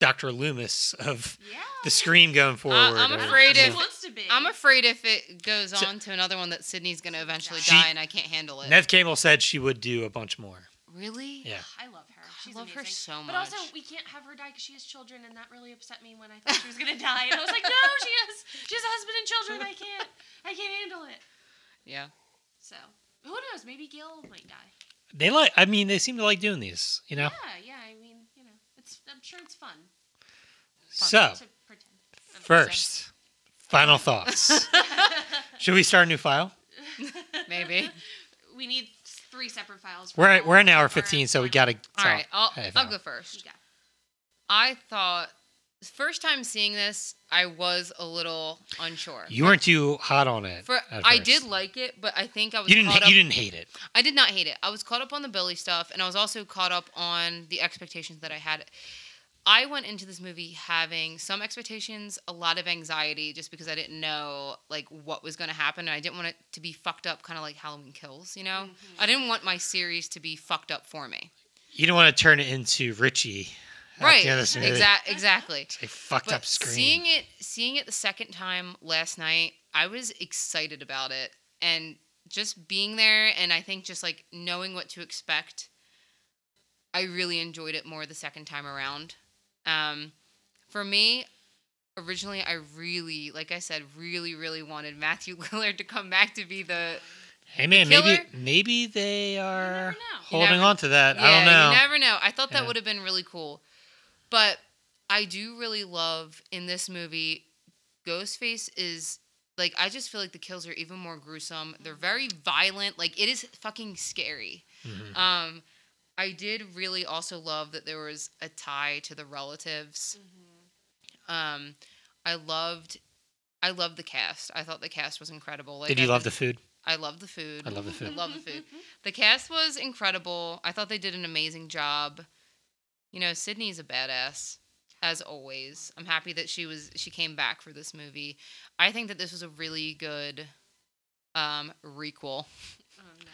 Speaker 1: Doctor Loomis of
Speaker 3: yeah.
Speaker 1: the Scream going forward.
Speaker 2: I'm
Speaker 1: or-
Speaker 2: afraid
Speaker 1: you
Speaker 3: she
Speaker 2: if-
Speaker 1: know.
Speaker 3: wants to be.
Speaker 2: I'm afraid if it goes
Speaker 1: So-
Speaker 2: on to another one that Sydney's going to eventually
Speaker 3: She-
Speaker 2: die and I can't handle it.
Speaker 1: Nev Campbell said she would do a bunch more.
Speaker 2: really?
Speaker 1: Yeah.
Speaker 3: I love her. She's
Speaker 2: I love her
Speaker 3: amazing.
Speaker 2: so much.
Speaker 3: But also, we can't have her die because she has children, and that really upset me when I thought she was gonna die. And I was like, no, she has, she has a husband and children. I can't, I can't handle it.
Speaker 2: yeah.
Speaker 3: So who knows? Maybe Gil might die.
Speaker 1: They like. I mean, they seem to like doing these. You know.
Speaker 3: Yeah, yeah. I mean, you know, it's. I'm sure it's fun
Speaker 1: So
Speaker 3: to pretend.
Speaker 1: first, final thoughts. Should we start a new file?
Speaker 2: Maybe.
Speaker 3: We need three separate files. for
Speaker 1: We're at,
Speaker 3: all
Speaker 1: we're an
Speaker 3: of
Speaker 1: hour
Speaker 3: our-
Speaker 1: fifteen, so we gotta.
Speaker 2: All right. I'll,
Speaker 1: I have
Speaker 2: I'll
Speaker 1: no-
Speaker 2: go first.
Speaker 3: Yeah.
Speaker 2: I thought, first time seeing this, I was a little unsure.
Speaker 1: You weren't too hot on it.
Speaker 2: For,
Speaker 1: at
Speaker 2: I
Speaker 1: first.
Speaker 2: did like it, but I think I was
Speaker 1: You didn't.
Speaker 2: caught
Speaker 1: ha-
Speaker 2: up
Speaker 1: You didn't hate it.
Speaker 2: I did not hate it. I was caught up on the Billy stuff, and I was also caught up on the expectations that I had. I went into this movie having some expectations, a lot of anxiety, just because I didn't know like what was going to happen, and I didn't want it to be fucked up, kind of like Halloween Kills. You know, I didn't want my series to be fucked up for me.
Speaker 1: You didn't want to turn it into Richie. at
Speaker 2: Right.
Speaker 1: The end of this movie.
Speaker 2: Exactly. Exactly.
Speaker 1: They fucked
Speaker 2: But
Speaker 1: up Scream.
Speaker 2: Seeing it, seeing it the second time last night, I was excited about it, and just being there, and I think just like knowing what to expect, I really enjoyed it more the second time around. Um, for me, originally, I really, like I said, really, really wanted Matthew Lillard to come back to be the.
Speaker 1: hey man,
Speaker 2: the
Speaker 1: maybe
Speaker 2: killer-
Speaker 1: maybe they are
Speaker 3: know. You
Speaker 1: holding
Speaker 2: never-
Speaker 1: on to that.
Speaker 2: Yeah,
Speaker 1: I don't know.
Speaker 2: You never know. I thought that
Speaker 1: Yeah.
Speaker 2: would have been really cool, but I do really love in this movie. Ghostface is like I just feel like the kills are even more gruesome. They're very violent. Like it is fucking scary.
Speaker 1: Mhm.
Speaker 2: Um, I did really also love that there was a tie to the relatives.
Speaker 3: mm-hmm.
Speaker 2: Um, I loved. I loved the cast. I thought the cast was incredible. Like
Speaker 1: Did you
Speaker 2: I've
Speaker 1: love
Speaker 2: been-
Speaker 1: the food?
Speaker 2: I love the food.
Speaker 1: I love the food.
Speaker 2: I love the food. The cast was incredible. I thought they did an amazing job. You know, Sydney's a badass as always. I'm happy that she was she came back for this movie. I think that this was a really good um requel
Speaker 3: Oh, no.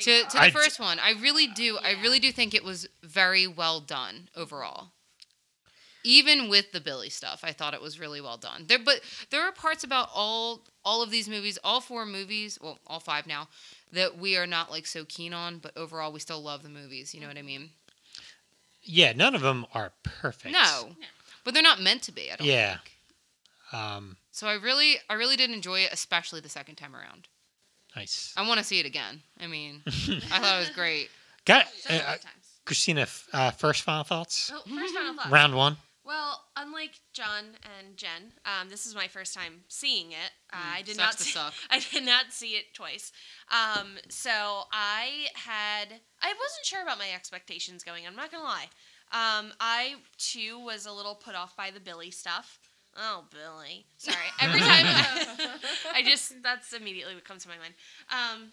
Speaker 2: to, to the
Speaker 1: I d-
Speaker 2: first one. I really do. I
Speaker 3: Yeah.
Speaker 2: really do think it was very well done overall. Even with the Billy stuff, I thought it was really well done. There, but there are parts about all all of these movies, all four movies, well, all five now, that we are not like so keen on. But overall, we still love the movies. You know what I mean?
Speaker 1: Yeah, none of them are perfect.
Speaker 2: No,
Speaker 3: Yeah.
Speaker 2: but they're not meant to be. I don't
Speaker 1: Yeah.
Speaker 2: think.
Speaker 1: Um.
Speaker 2: So I really, I really did enjoy it, especially the second time around.
Speaker 1: Nice.
Speaker 2: I want to see it again. I mean, I thought it was great.
Speaker 1: Got
Speaker 3: So
Speaker 1: uh,
Speaker 3: many
Speaker 1: uh,
Speaker 3: times.
Speaker 1: Christina. f- Uh, first final thoughts.
Speaker 3: So Oh, first round
Speaker 2: Oh,
Speaker 3: of applause.
Speaker 1: Round one.
Speaker 3: Well, unlike John and Jen, um, this is my first time seeing it. Uh, I did
Speaker 2: Mm, sucks
Speaker 3: not
Speaker 2: to
Speaker 3: see,
Speaker 2: suck.
Speaker 3: I did not see it twice. Um, so I had I wasn't sure about my expectations going. I'm not gonna lie. Um, I too was a little put off by the Billy stuff. Oh, Billy! Sorry. Every time I just that's immediately what comes to my mind. Um,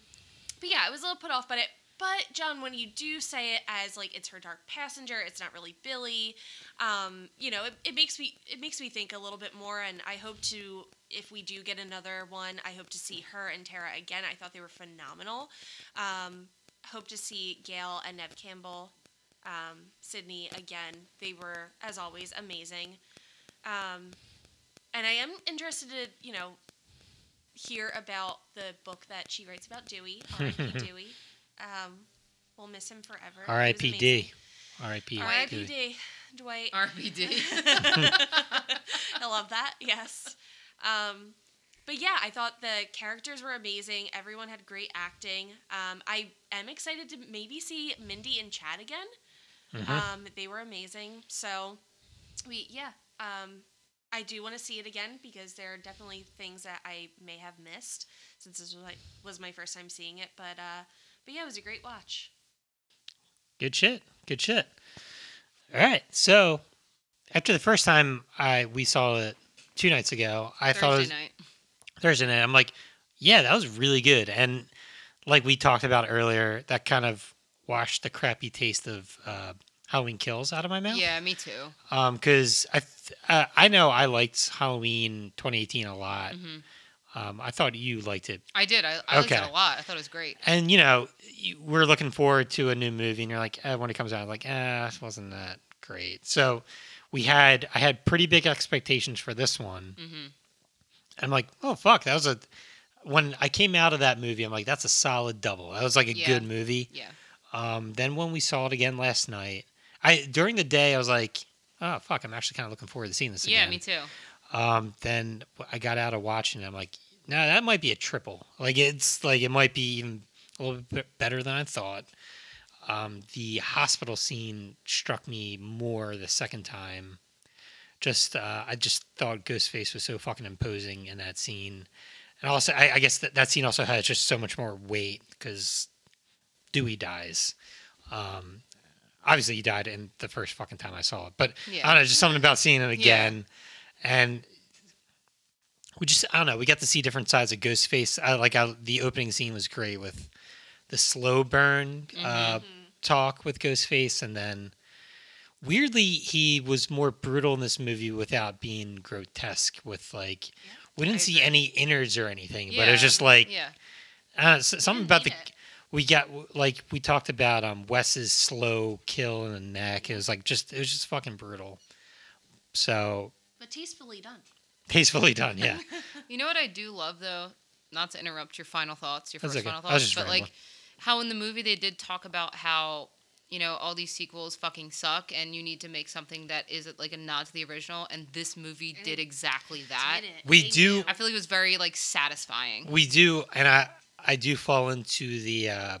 Speaker 3: but yeah, I was a little put off, but it. But John, when you do say it as like it's her dark passenger, it's not really Billy. Um, you know, it, it makes me it makes me think a little bit more, and I hope to if we do get another one, I hope to see her and Tara again. I thought they were phenomenal. Um, hope to see Gail and Nev Campbell, um, Sydney again. They were as always amazing. Um, and I am interested to you know hear about the book that she writes about Dewey. R.I.P. Dewey. Um, we'll miss him forever.
Speaker 1: R.I.P. D. R.I.P.
Speaker 3: R.I.P.
Speaker 1: Dewey.
Speaker 3: D. Dwight.
Speaker 2: RPD.
Speaker 3: I love that. Yes. Um, But yeah, I thought the characters were amazing. Everyone had great acting. Um, I am excited to maybe see Mindy and Chad again.
Speaker 1: Mhm.
Speaker 3: Um, they were amazing. So we yeah. Um, I do want to see it again because there are definitely things that I may have missed since this was like, was my first time seeing it. But uh, but yeah, it was a great watch.
Speaker 1: Good shit. Good shit. All right. So after the first time I we saw it two nights ago, I thought it
Speaker 2: Thursday
Speaker 1: was
Speaker 2: night.
Speaker 1: Thursday night. I'm like, yeah, that was really good. And like we talked about earlier, that kind of washed the crappy taste of uh, Halloween Kills out of my mouth.
Speaker 2: Yeah, me too.
Speaker 1: Because I th- uh, I know I liked Halloween 2018 a lot.
Speaker 2: hmm
Speaker 1: Um, I thought you liked it
Speaker 2: I did. I, I liked
Speaker 1: Okay.
Speaker 2: it a lot. I thought it was great.
Speaker 1: and you know you- we're looking forward to a new movie and you're like eh, when it comes out like ah it wasn't that great so we had i had pretty big expectations for this one
Speaker 2: hmm
Speaker 1: i'm like oh fuck that was a when i came out of that movie i'm like that's a solid double that was like a
Speaker 2: Yeah.
Speaker 1: good movie
Speaker 2: Yeah.
Speaker 1: um, then when we saw it again last night i during the day i was like oh fuck i'm actually kind of looking forward to seeing this
Speaker 2: yeah,
Speaker 1: again
Speaker 2: me too.
Speaker 1: um, then I got out of watching. And I'm like, no, that might be a triple. Like it's like it might be even a little bit better than I thought. Um, the hospital scene struck me more the second time. Just uh, I just thought Ghostface was so fucking imposing in that scene, and also I, I guess that that scene also has just so much more weight because Dewey dies. Um, obviously, he died in the first fucking time I saw it, but
Speaker 2: Yeah.
Speaker 1: I don't know, just something about seeing it again, and we just I don't know. We got to see different sides of Ghostface. I, like I, the opening scene was great with the slow burn uh,
Speaker 2: Mm-hmm.
Speaker 1: talk with Ghostface, and then weirdly he was more brutal in this movie without being grotesque. With like, we didn't
Speaker 2: I
Speaker 1: see
Speaker 2: agree.
Speaker 1: any innards or anything, but it
Speaker 2: Yeah.
Speaker 1: was just like
Speaker 2: Yeah.
Speaker 1: uh, s- something
Speaker 3: didn't
Speaker 1: about the
Speaker 3: need it.
Speaker 1: we got like we talked about um Wes's slow kill in the neck. It was like just it was just fucking brutal. So
Speaker 3: But tastefully done.
Speaker 1: tastefully done, yeah.
Speaker 2: You know what I do love though? Not to interrupt your final thoughts, your
Speaker 1: That's
Speaker 2: first
Speaker 1: okay.
Speaker 2: final
Speaker 1: I was
Speaker 2: thoughts,
Speaker 1: just
Speaker 2: but
Speaker 1: rambling.
Speaker 2: like how in the movie they did talk about how you know all these sequels fucking suck and you need to make something that is like a nod to the original and this movie
Speaker 3: And
Speaker 2: did exactly that.
Speaker 3: Did it.
Speaker 1: we
Speaker 3: They
Speaker 1: do-
Speaker 3: knew.
Speaker 2: I feel like it was very like satisfying.
Speaker 1: we do, and I I do fall into the uh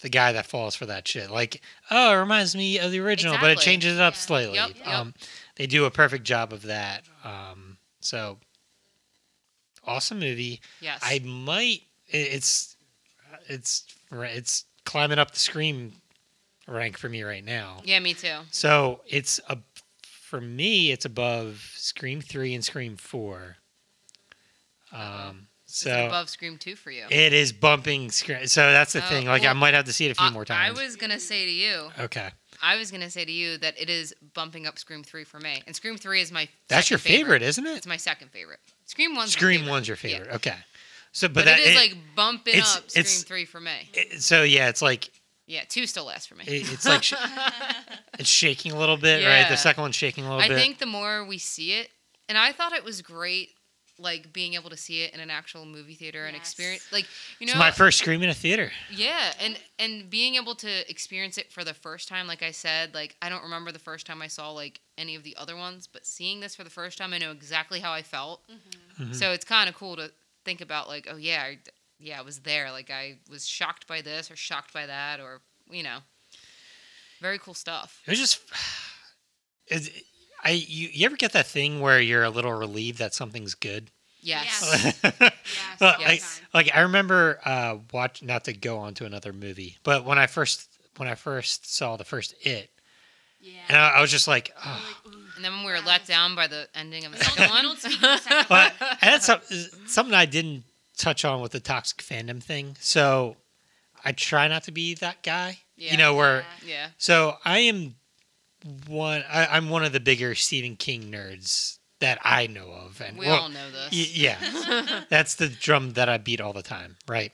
Speaker 1: the guy that falls for that shit. Like, oh, it reminds me of the original, but it
Speaker 2: Exactly.
Speaker 1: changes it up
Speaker 3: Yeah.
Speaker 1: slightly.
Speaker 2: Yep, yep.
Speaker 1: Um, they do a perfect job of that. Um, so awesome movie.
Speaker 2: Yes.
Speaker 1: I might. it- It's it's it's climbing up the scream rank for me right now.
Speaker 2: yeah, me too.
Speaker 1: So it's a for me it's above Scream three and Scream four. Um,
Speaker 2: It's
Speaker 1: so
Speaker 2: above Scream 2 for you.
Speaker 1: it is bumping Scream. So that's the
Speaker 2: Oh,
Speaker 1: thing. Like I
Speaker 2: well,
Speaker 1: might have to see it a few
Speaker 2: I-
Speaker 1: more
Speaker 2: I
Speaker 1: times.
Speaker 2: was going to say to you,
Speaker 1: okay,
Speaker 2: I was going to say to you that it is bumping up Scream 3 for me. And Scream 3 is my
Speaker 1: that's
Speaker 2: second
Speaker 1: your favorite, isn't it?
Speaker 2: It's my second favorite. Scream 1's my
Speaker 1: Scream
Speaker 2: favorite.
Speaker 1: one's your
Speaker 2: Yeah.
Speaker 1: favorite. Okay. So but,
Speaker 2: But,
Speaker 1: that
Speaker 2: it is
Speaker 1: it-
Speaker 2: like bumping
Speaker 1: it's-
Speaker 2: up Scream
Speaker 1: it's-
Speaker 2: 3 for me.
Speaker 1: it- so yeah, it's like
Speaker 2: Yeah, 2 still lasts for me.
Speaker 1: it, it's like sh- it's shaking a little bit, right?
Speaker 2: Yeah.
Speaker 1: The second one's shaking a little
Speaker 2: I
Speaker 1: bit.
Speaker 2: think the more we see it, and I thought it was great, like being able to see it in an actual movie theater and
Speaker 3: Yes.
Speaker 2: experience, like you know,
Speaker 1: it's my first scream in a theater.
Speaker 2: yeah, and and being able to experience it for the first time, like I said, like I don't remember the first time I saw like any of the other ones, but seeing this for the first time, I know exactly how I felt.
Speaker 3: Mm-hmm.
Speaker 1: Mhm.
Speaker 2: So it's kind of cool to think about, like, oh yeah, I, yeah, I was there, like I was shocked by this or shocked by that, or you know, very cool stuff.
Speaker 1: It was just, is I you, you ever get that thing where you're a little relieved that something's good?
Speaker 2: Yes.
Speaker 3: Yes. Yes.
Speaker 1: Well,
Speaker 3: yes.
Speaker 2: I-
Speaker 1: like I remember uh, watch not to go on to another movie, but when I first when I first saw the first It, and
Speaker 3: yeah.
Speaker 1: I, I was just like, oh.
Speaker 3: Like, ooh.
Speaker 2: And then when we were
Speaker 3: Wow.
Speaker 2: let down by the ending of the
Speaker 3: We don't-
Speaker 2: second
Speaker 3: we
Speaker 2: one.
Speaker 3: don't speak of the second one.
Speaker 1: but and that's some- something I didn't touch on with the toxic fandom thing. So I try not to be that guy,
Speaker 2: Yeah.
Speaker 1: you know, where.
Speaker 3: Yeah.
Speaker 2: yeah.
Speaker 1: So I am one. I, I'm one of the bigger Stephen King nerds that I know of, and
Speaker 2: We
Speaker 1: well,
Speaker 2: all know this.
Speaker 1: y- yeah, that's the drum that I beat all the time, right?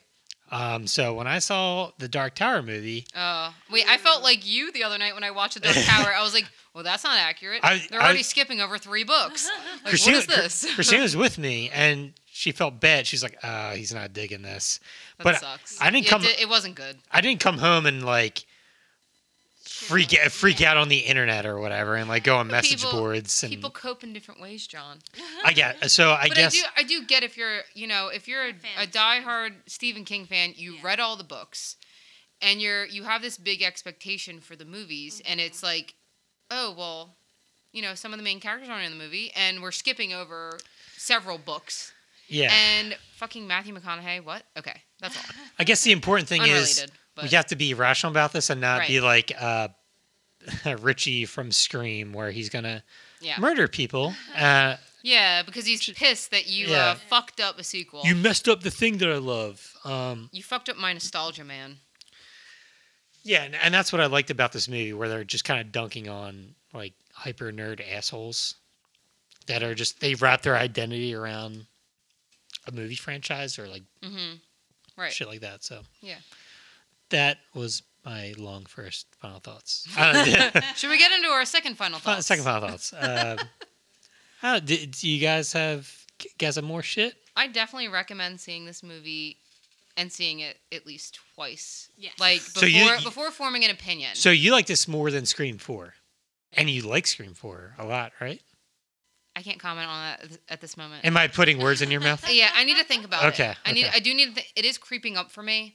Speaker 1: Um, so when I saw the Dark Tower movie,
Speaker 2: Oh. Wait, I felt like you the other night when I watched The Dark Tower. I was like, well, that's not accurate.
Speaker 1: I-
Speaker 2: They're
Speaker 1: I-
Speaker 2: already skipping over three books. Like,
Speaker 1: Christina,
Speaker 2: what is this?
Speaker 1: Chr- Christina was with me, and she felt bad. She's like, "Uh, he's not digging this."
Speaker 2: that
Speaker 1: but
Speaker 2: sucks.
Speaker 1: I didn't
Speaker 2: Yeah,
Speaker 1: come-
Speaker 2: It, di- it wasn't good.
Speaker 1: I didn't come home and like freak
Speaker 3: different-
Speaker 1: freak
Speaker 3: yeah.
Speaker 1: out on the internet or whatever and like go on message
Speaker 2: People-
Speaker 1: boards and
Speaker 2: People cope in different ways, John.
Speaker 1: I get so I
Speaker 2: but
Speaker 1: guess
Speaker 2: I do I do get if you're you know if you're a,
Speaker 3: Fan
Speaker 2: a
Speaker 3: of Stephen King.
Speaker 2: diehard Stephen King fan, you
Speaker 3: Yeah.
Speaker 2: read all the books, and you're you have this big expectation for the movies, and it's like, oh well, you know some of the main characters aren't in the movie, and we're skipping over several books,
Speaker 1: yeah.
Speaker 2: and fucking Matthew McConaughey. What? Okay, that's all.
Speaker 1: I guess the important thing is
Speaker 2: Unrelated.
Speaker 1: we
Speaker 2: But
Speaker 1: have to be rational about this and not be
Speaker 2: Right.
Speaker 1: like uh, Richie from Scream where he's gonna
Speaker 2: yeah,
Speaker 1: murder people. Uh,
Speaker 2: yeah, because he's pissed that you
Speaker 1: Yeah.
Speaker 2: uh, fucked up a sequel.
Speaker 1: you
Speaker 2: You,
Speaker 1: messed up the thing that I love. Um,
Speaker 2: fucked up my nostalgia, man.
Speaker 1: yeah, and, and that's what I liked about this movie where they're just kind of dunking on like hyper nerd assholes that are just they wrap their identity around a movie franchise or like
Speaker 2: Mm-hmm. Right.
Speaker 1: shit like that. So
Speaker 2: Yeah.
Speaker 1: that was my long first final thoughts. Uh,
Speaker 2: Should we get into our second final
Speaker 1: Fi-
Speaker 2: thought?
Speaker 1: Second final thoughts. Um, how, do, do you guys have g- guys have more shit?
Speaker 2: I definitely recommend seeing this movie and seeing it at least twice.
Speaker 3: Yes.
Speaker 2: Like before
Speaker 1: So you- you-
Speaker 2: before forming an opinion.
Speaker 1: So you like this more than Scream Four, and you like Scream Four a lot, right?
Speaker 2: I can't comment on that at- at this moment.
Speaker 1: Am I putting words in your mouth?
Speaker 2: yeah, I need to think about it.
Speaker 1: Okay,
Speaker 2: I need
Speaker 1: okay.
Speaker 2: I do need to th- it is creeping up for me.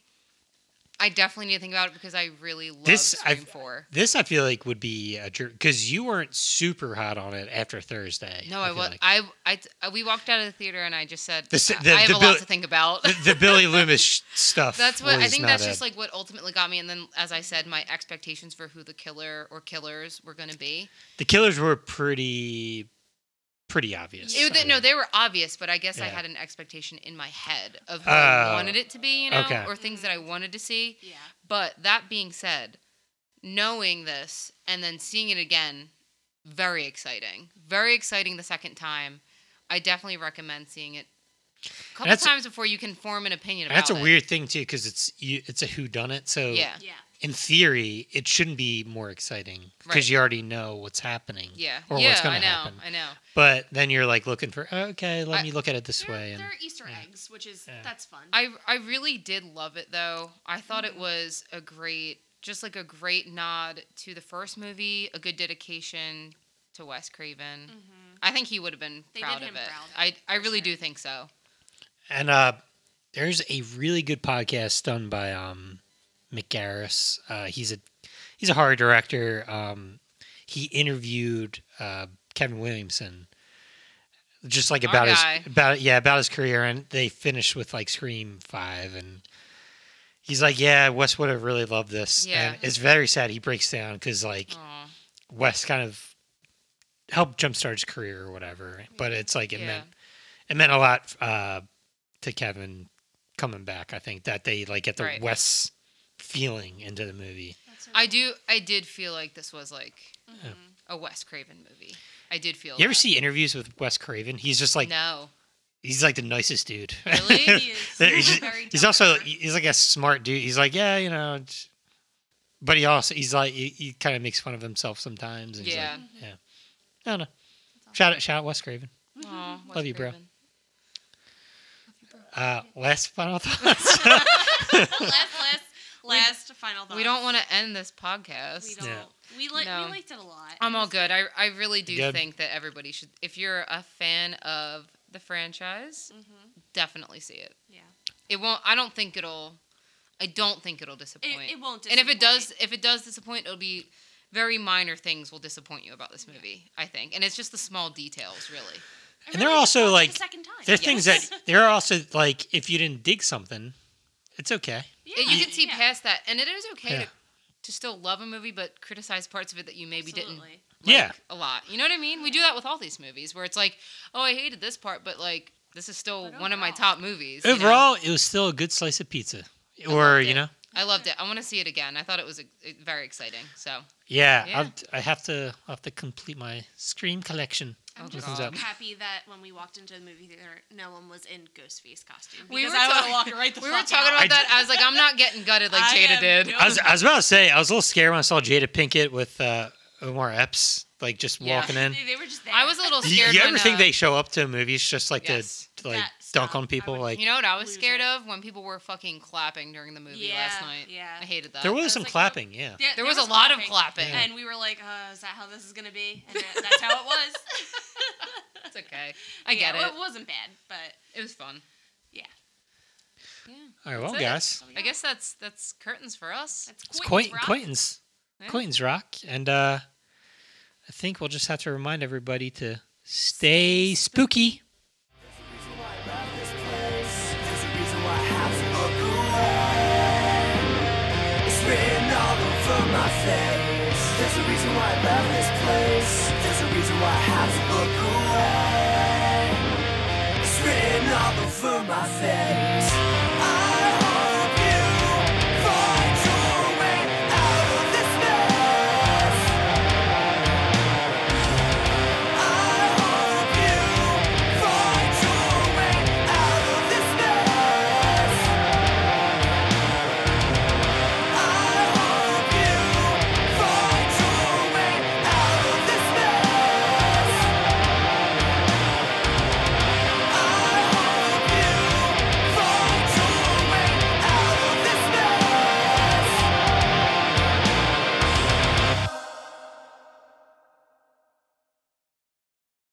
Speaker 2: I definitely need to think about it because I really love
Speaker 1: This-
Speaker 2: Scream
Speaker 1: I've-
Speaker 2: 4.
Speaker 1: This I feel like would be a jerk because you weren't super hot on it after Thursday.
Speaker 2: No, I,
Speaker 1: feel
Speaker 2: was
Speaker 1: like.
Speaker 2: I, I I we walked out of the theater and I just said
Speaker 1: The s-
Speaker 2: I-
Speaker 1: the-
Speaker 2: I have
Speaker 1: the
Speaker 2: a
Speaker 1: bill-
Speaker 2: lot to think about.
Speaker 1: the, the Billy Loomis sh- stuff.
Speaker 2: That's what I
Speaker 1: was
Speaker 2: think.
Speaker 1: not
Speaker 2: That's
Speaker 1: a-
Speaker 2: just like what ultimately got me. And then, as I said, my expectations for who the killer or killers were going to be.
Speaker 1: the killers were pretty, pretty obvious.
Speaker 2: It,
Speaker 1: I
Speaker 2: th- no,
Speaker 1: mean.
Speaker 2: they were obvious, but I guess I
Speaker 1: Yeah.
Speaker 2: had an expectation in my head of who I
Speaker 1: Oh.
Speaker 2: wanted it to be, you know,
Speaker 1: Okay.
Speaker 2: or things that I wanted to see.
Speaker 3: Yeah.
Speaker 2: But that being said, knowing this and then seeing it again, very exciting. Very exciting the second time. I definitely recommend seeing it a couple
Speaker 1: That's-
Speaker 2: times before you can form an opinion
Speaker 1: And
Speaker 2: about
Speaker 1: that's a
Speaker 2: it.
Speaker 1: weird thing too because it's you, it's a who done it. So
Speaker 2: Yeah.
Speaker 3: Yeah.
Speaker 1: in theory, it shouldn't be more exciting because
Speaker 2: Right.
Speaker 1: you already know what's happening.
Speaker 2: Yeah.
Speaker 1: Or
Speaker 2: yeah,
Speaker 1: what's going
Speaker 2: I
Speaker 1: to
Speaker 2: know.
Speaker 1: happen.
Speaker 2: I know.
Speaker 1: But then you're like looking for, okay, let
Speaker 2: I-
Speaker 1: me look at it this
Speaker 3: There,
Speaker 1: way.
Speaker 3: there
Speaker 1: And
Speaker 3: are Easter
Speaker 1: yeah.
Speaker 3: eggs, which is
Speaker 1: Yeah.
Speaker 3: that's fun.
Speaker 2: I I really did love it though. I thought it was a great, just like a great nod to the first movie, a good dedication to Wes Craven.
Speaker 3: Mhm.
Speaker 2: I think he would have been
Speaker 3: They
Speaker 2: proud
Speaker 3: did
Speaker 2: of
Speaker 3: him
Speaker 2: it.
Speaker 3: proud,
Speaker 2: I I
Speaker 3: for
Speaker 2: really
Speaker 3: sure.
Speaker 2: do think so.
Speaker 1: and uh, there's a really good podcast done by um, Mick Garris. Uh, he's a he's a horror director. Um, he interviewed uh, Kevin Williamson, just like
Speaker 2: Our
Speaker 1: about
Speaker 2: guy.
Speaker 1: his about yeah about his career, and they finished with like Scream Five, and he's like, yeah, Wes would have really loved this.
Speaker 2: Yeah.
Speaker 1: and it's very sad. He breaks down because like.
Speaker 2: Aw.
Speaker 1: West kind of helped jumpstart his career or whatever. But it's like it
Speaker 2: Yeah.
Speaker 1: meant it meant a lot uh, to Kevin coming back. I think that they like get the
Speaker 2: Right.
Speaker 1: West feeling into the movie.
Speaker 3: That's so
Speaker 2: I
Speaker 3: cool.
Speaker 2: do I did feel like this was like
Speaker 3: Mhm.
Speaker 2: a Wes Craven movie. I did feel.
Speaker 1: You ever
Speaker 2: that.
Speaker 1: see interviews with Wes Craven? He's just like
Speaker 2: no.
Speaker 1: he's like the nicest dude.
Speaker 2: Really?
Speaker 3: He is
Speaker 1: he's, just-
Speaker 3: very
Speaker 1: he's also
Speaker 3: down to earth.
Speaker 1: he's like a smart dude. He's like yeah, you know. it's- But he also he's like he, he kind of makes fun of himself sometimes. And he's
Speaker 2: Yeah.
Speaker 1: like, no, no. Shout out, shout out, Wes Craven.
Speaker 3: Mm-hmm.
Speaker 2: Aw, Wes
Speaker 1: Love you, bro.
Speaker 2: Craven.
Speaker 1: Uh, last final thoughts.
Speaker 3: last, last, last final thought.
Speaker 2: We don't want to end this podcast.
Speaker 3: We
Speaker 1: Yeah.
Speaker 3: don't. Um, We, li-
Speaker 2: No.
Speaker 3: we liked it a lot.
Speaker 2: I'm all good. I, I really do
Speaker 1: You good?
Speaker 2: think that everybody should, if you're a fan of the franchise,
Speaker 3: Mhm.
Speaker 2: definitely see it.
Speaker 3: Yeah.
Speaker 2: It won't. I don't think it'll. I don't think it'll disappoint.
Speaker 3: It, it won't.
Speaker 2: and if it does,
Speaker 3: disappoint.
Speaker 2: if it does disappoint, it'll be very minor things will disappoint you about this movie. I think, and it's just the small details, really.
Speaker 3: And
Speaker 1: And they're
Speaker 3: really,
Speaker 1: also,
Speaker 3: watch it the
Speaker 1: like,
Speaker 3: second time.
Speaker 1: There are things that there are also like if you didn't dig something, it's okay.
Speaker 3: Yeah.
Speaker 2: It- you can see
Speaker 3: Yeah.
Speaker 2: past that, and it is okay
Speaker 1: Yeah.
Speaker 2: to, to still love a movie, but criticize parts of it that you maybe didn't
Speaker 3: Absolutely.
Speaker 2: like
Speaker 1: Yeah.
Speaker 2: a lot. You know what I mean? We do that with all these movies where it's like, oh, I hated this part, but like this is still
Speaker 3: But
Speaker 2: one of my
Speaker 3: overall-
Speaker 2: top movies. you know?
Speaker 1: Overall, it was still a good slice of pizza. Or
Speaker 2: loved
Speaker 1: you
Speaker 2: it.
Speaker 1: know,
Speaker 2: I loved it. I want to see it again. I thought it was uh, very exciting. So
Speaker 1: yeah,
Speaker 2: Yeah.
Speaker 1: I'll, I have to I'll have to complete my Scream collection.
Speaker 3: I'm
Speaker 2: Oh,
Speaker 3: just
Speaker 1: God. Thumbs up.
Speaker 3: happy that when we walked into the movie theater, no one was in Ghostface costume.
Speaker 2: We
Speaker 3: because
Speaker 2: were
Speaker 3: I would've
Speaker 2: talk-
Speaker 3: walked right the
Speaker 2: we were
Speaker 3: fuck
Speaker 2: talking
Speaker 3: out.
Speaker 2: about
Speaker 1: I
Speaker 2: that. I was like, I'm not getting gutted like
Speaker 3: I
Speaker 2: Jada
Speaker 3: am
Speaker 2: did.
Speaker 3: no-
Speaker 1: I was I was about to say I was a little scared when I saw Jada Pinkett with uh, Omar Epps like just
Speaker 2: Yeah.
Speaker 1: walking in.
Speaker 3: They, they were just there.
Speaker 2: I was a little
Speaker 1: You, you
Speaker 2: scared.
Speaker 1: ever
Speaker 2: when,
Speaker 1: think
Speaker 2: uh,
Speaker 1: they show up to movies just like
Speaker 2: Yes.
Speaker 1: to, to, like
Speaker 3: That
Speaker 1: dunk
Speaker 3: stuff,
Speaker 1: on people?
Speaker 3: I would-
Speaker 1: Like
Speaker 2: You know what I was
Speaker 3: Lose
Speaker 2: scared
Speaker 3: it.
Speaker 2: of when people were fucking clapping during the movie
Speaker 3: Yeah,
Speaker 2: last night.
Speaker 3: yeah.
Speaker 2: I hated that.
Speaker 1: there
Speaker 3: I
Speaker 1: was
Speaker 3: was
Speaker 1: some
Speaker 3: like,
Speaker 1: clapping, yeah.
Speaker 3: Yeah,
Speaker 2: There was a lot of clapping.
Speaker 3: And we were like, uh, is that how this is going to be? And that, that's how it was.
Speaker 2: It's okay. I
Speaker 3: Yeah,
Speaker 2: get
Speaker 3: well,
Speaker 2: it.
Speaker 3: It wasn't bad, but
Speaker 2: It was fun.
Speaker 3: yeah.
Speaker 2: Yeah.
Speaker 1: All right, well,
Speaker 2: That's it.
Speaker 1: guys,
Speaker 3: So,
Speaker 2: I
Speaker 3: Oh, yeah,
Speaker 2: guess that's that's curtains for us.
Speaker 3: that's
Speaker 1: it's
Speaker 3: Quentin's
Speaker 1: Quaint,
Speaker 3: Rock.
Speaker 1: Quaint's,
Speaker 2: Yeah.
Speaker 1: Quaint's Rock, and uh, I think we'll just have to remind everybody to stay spooky.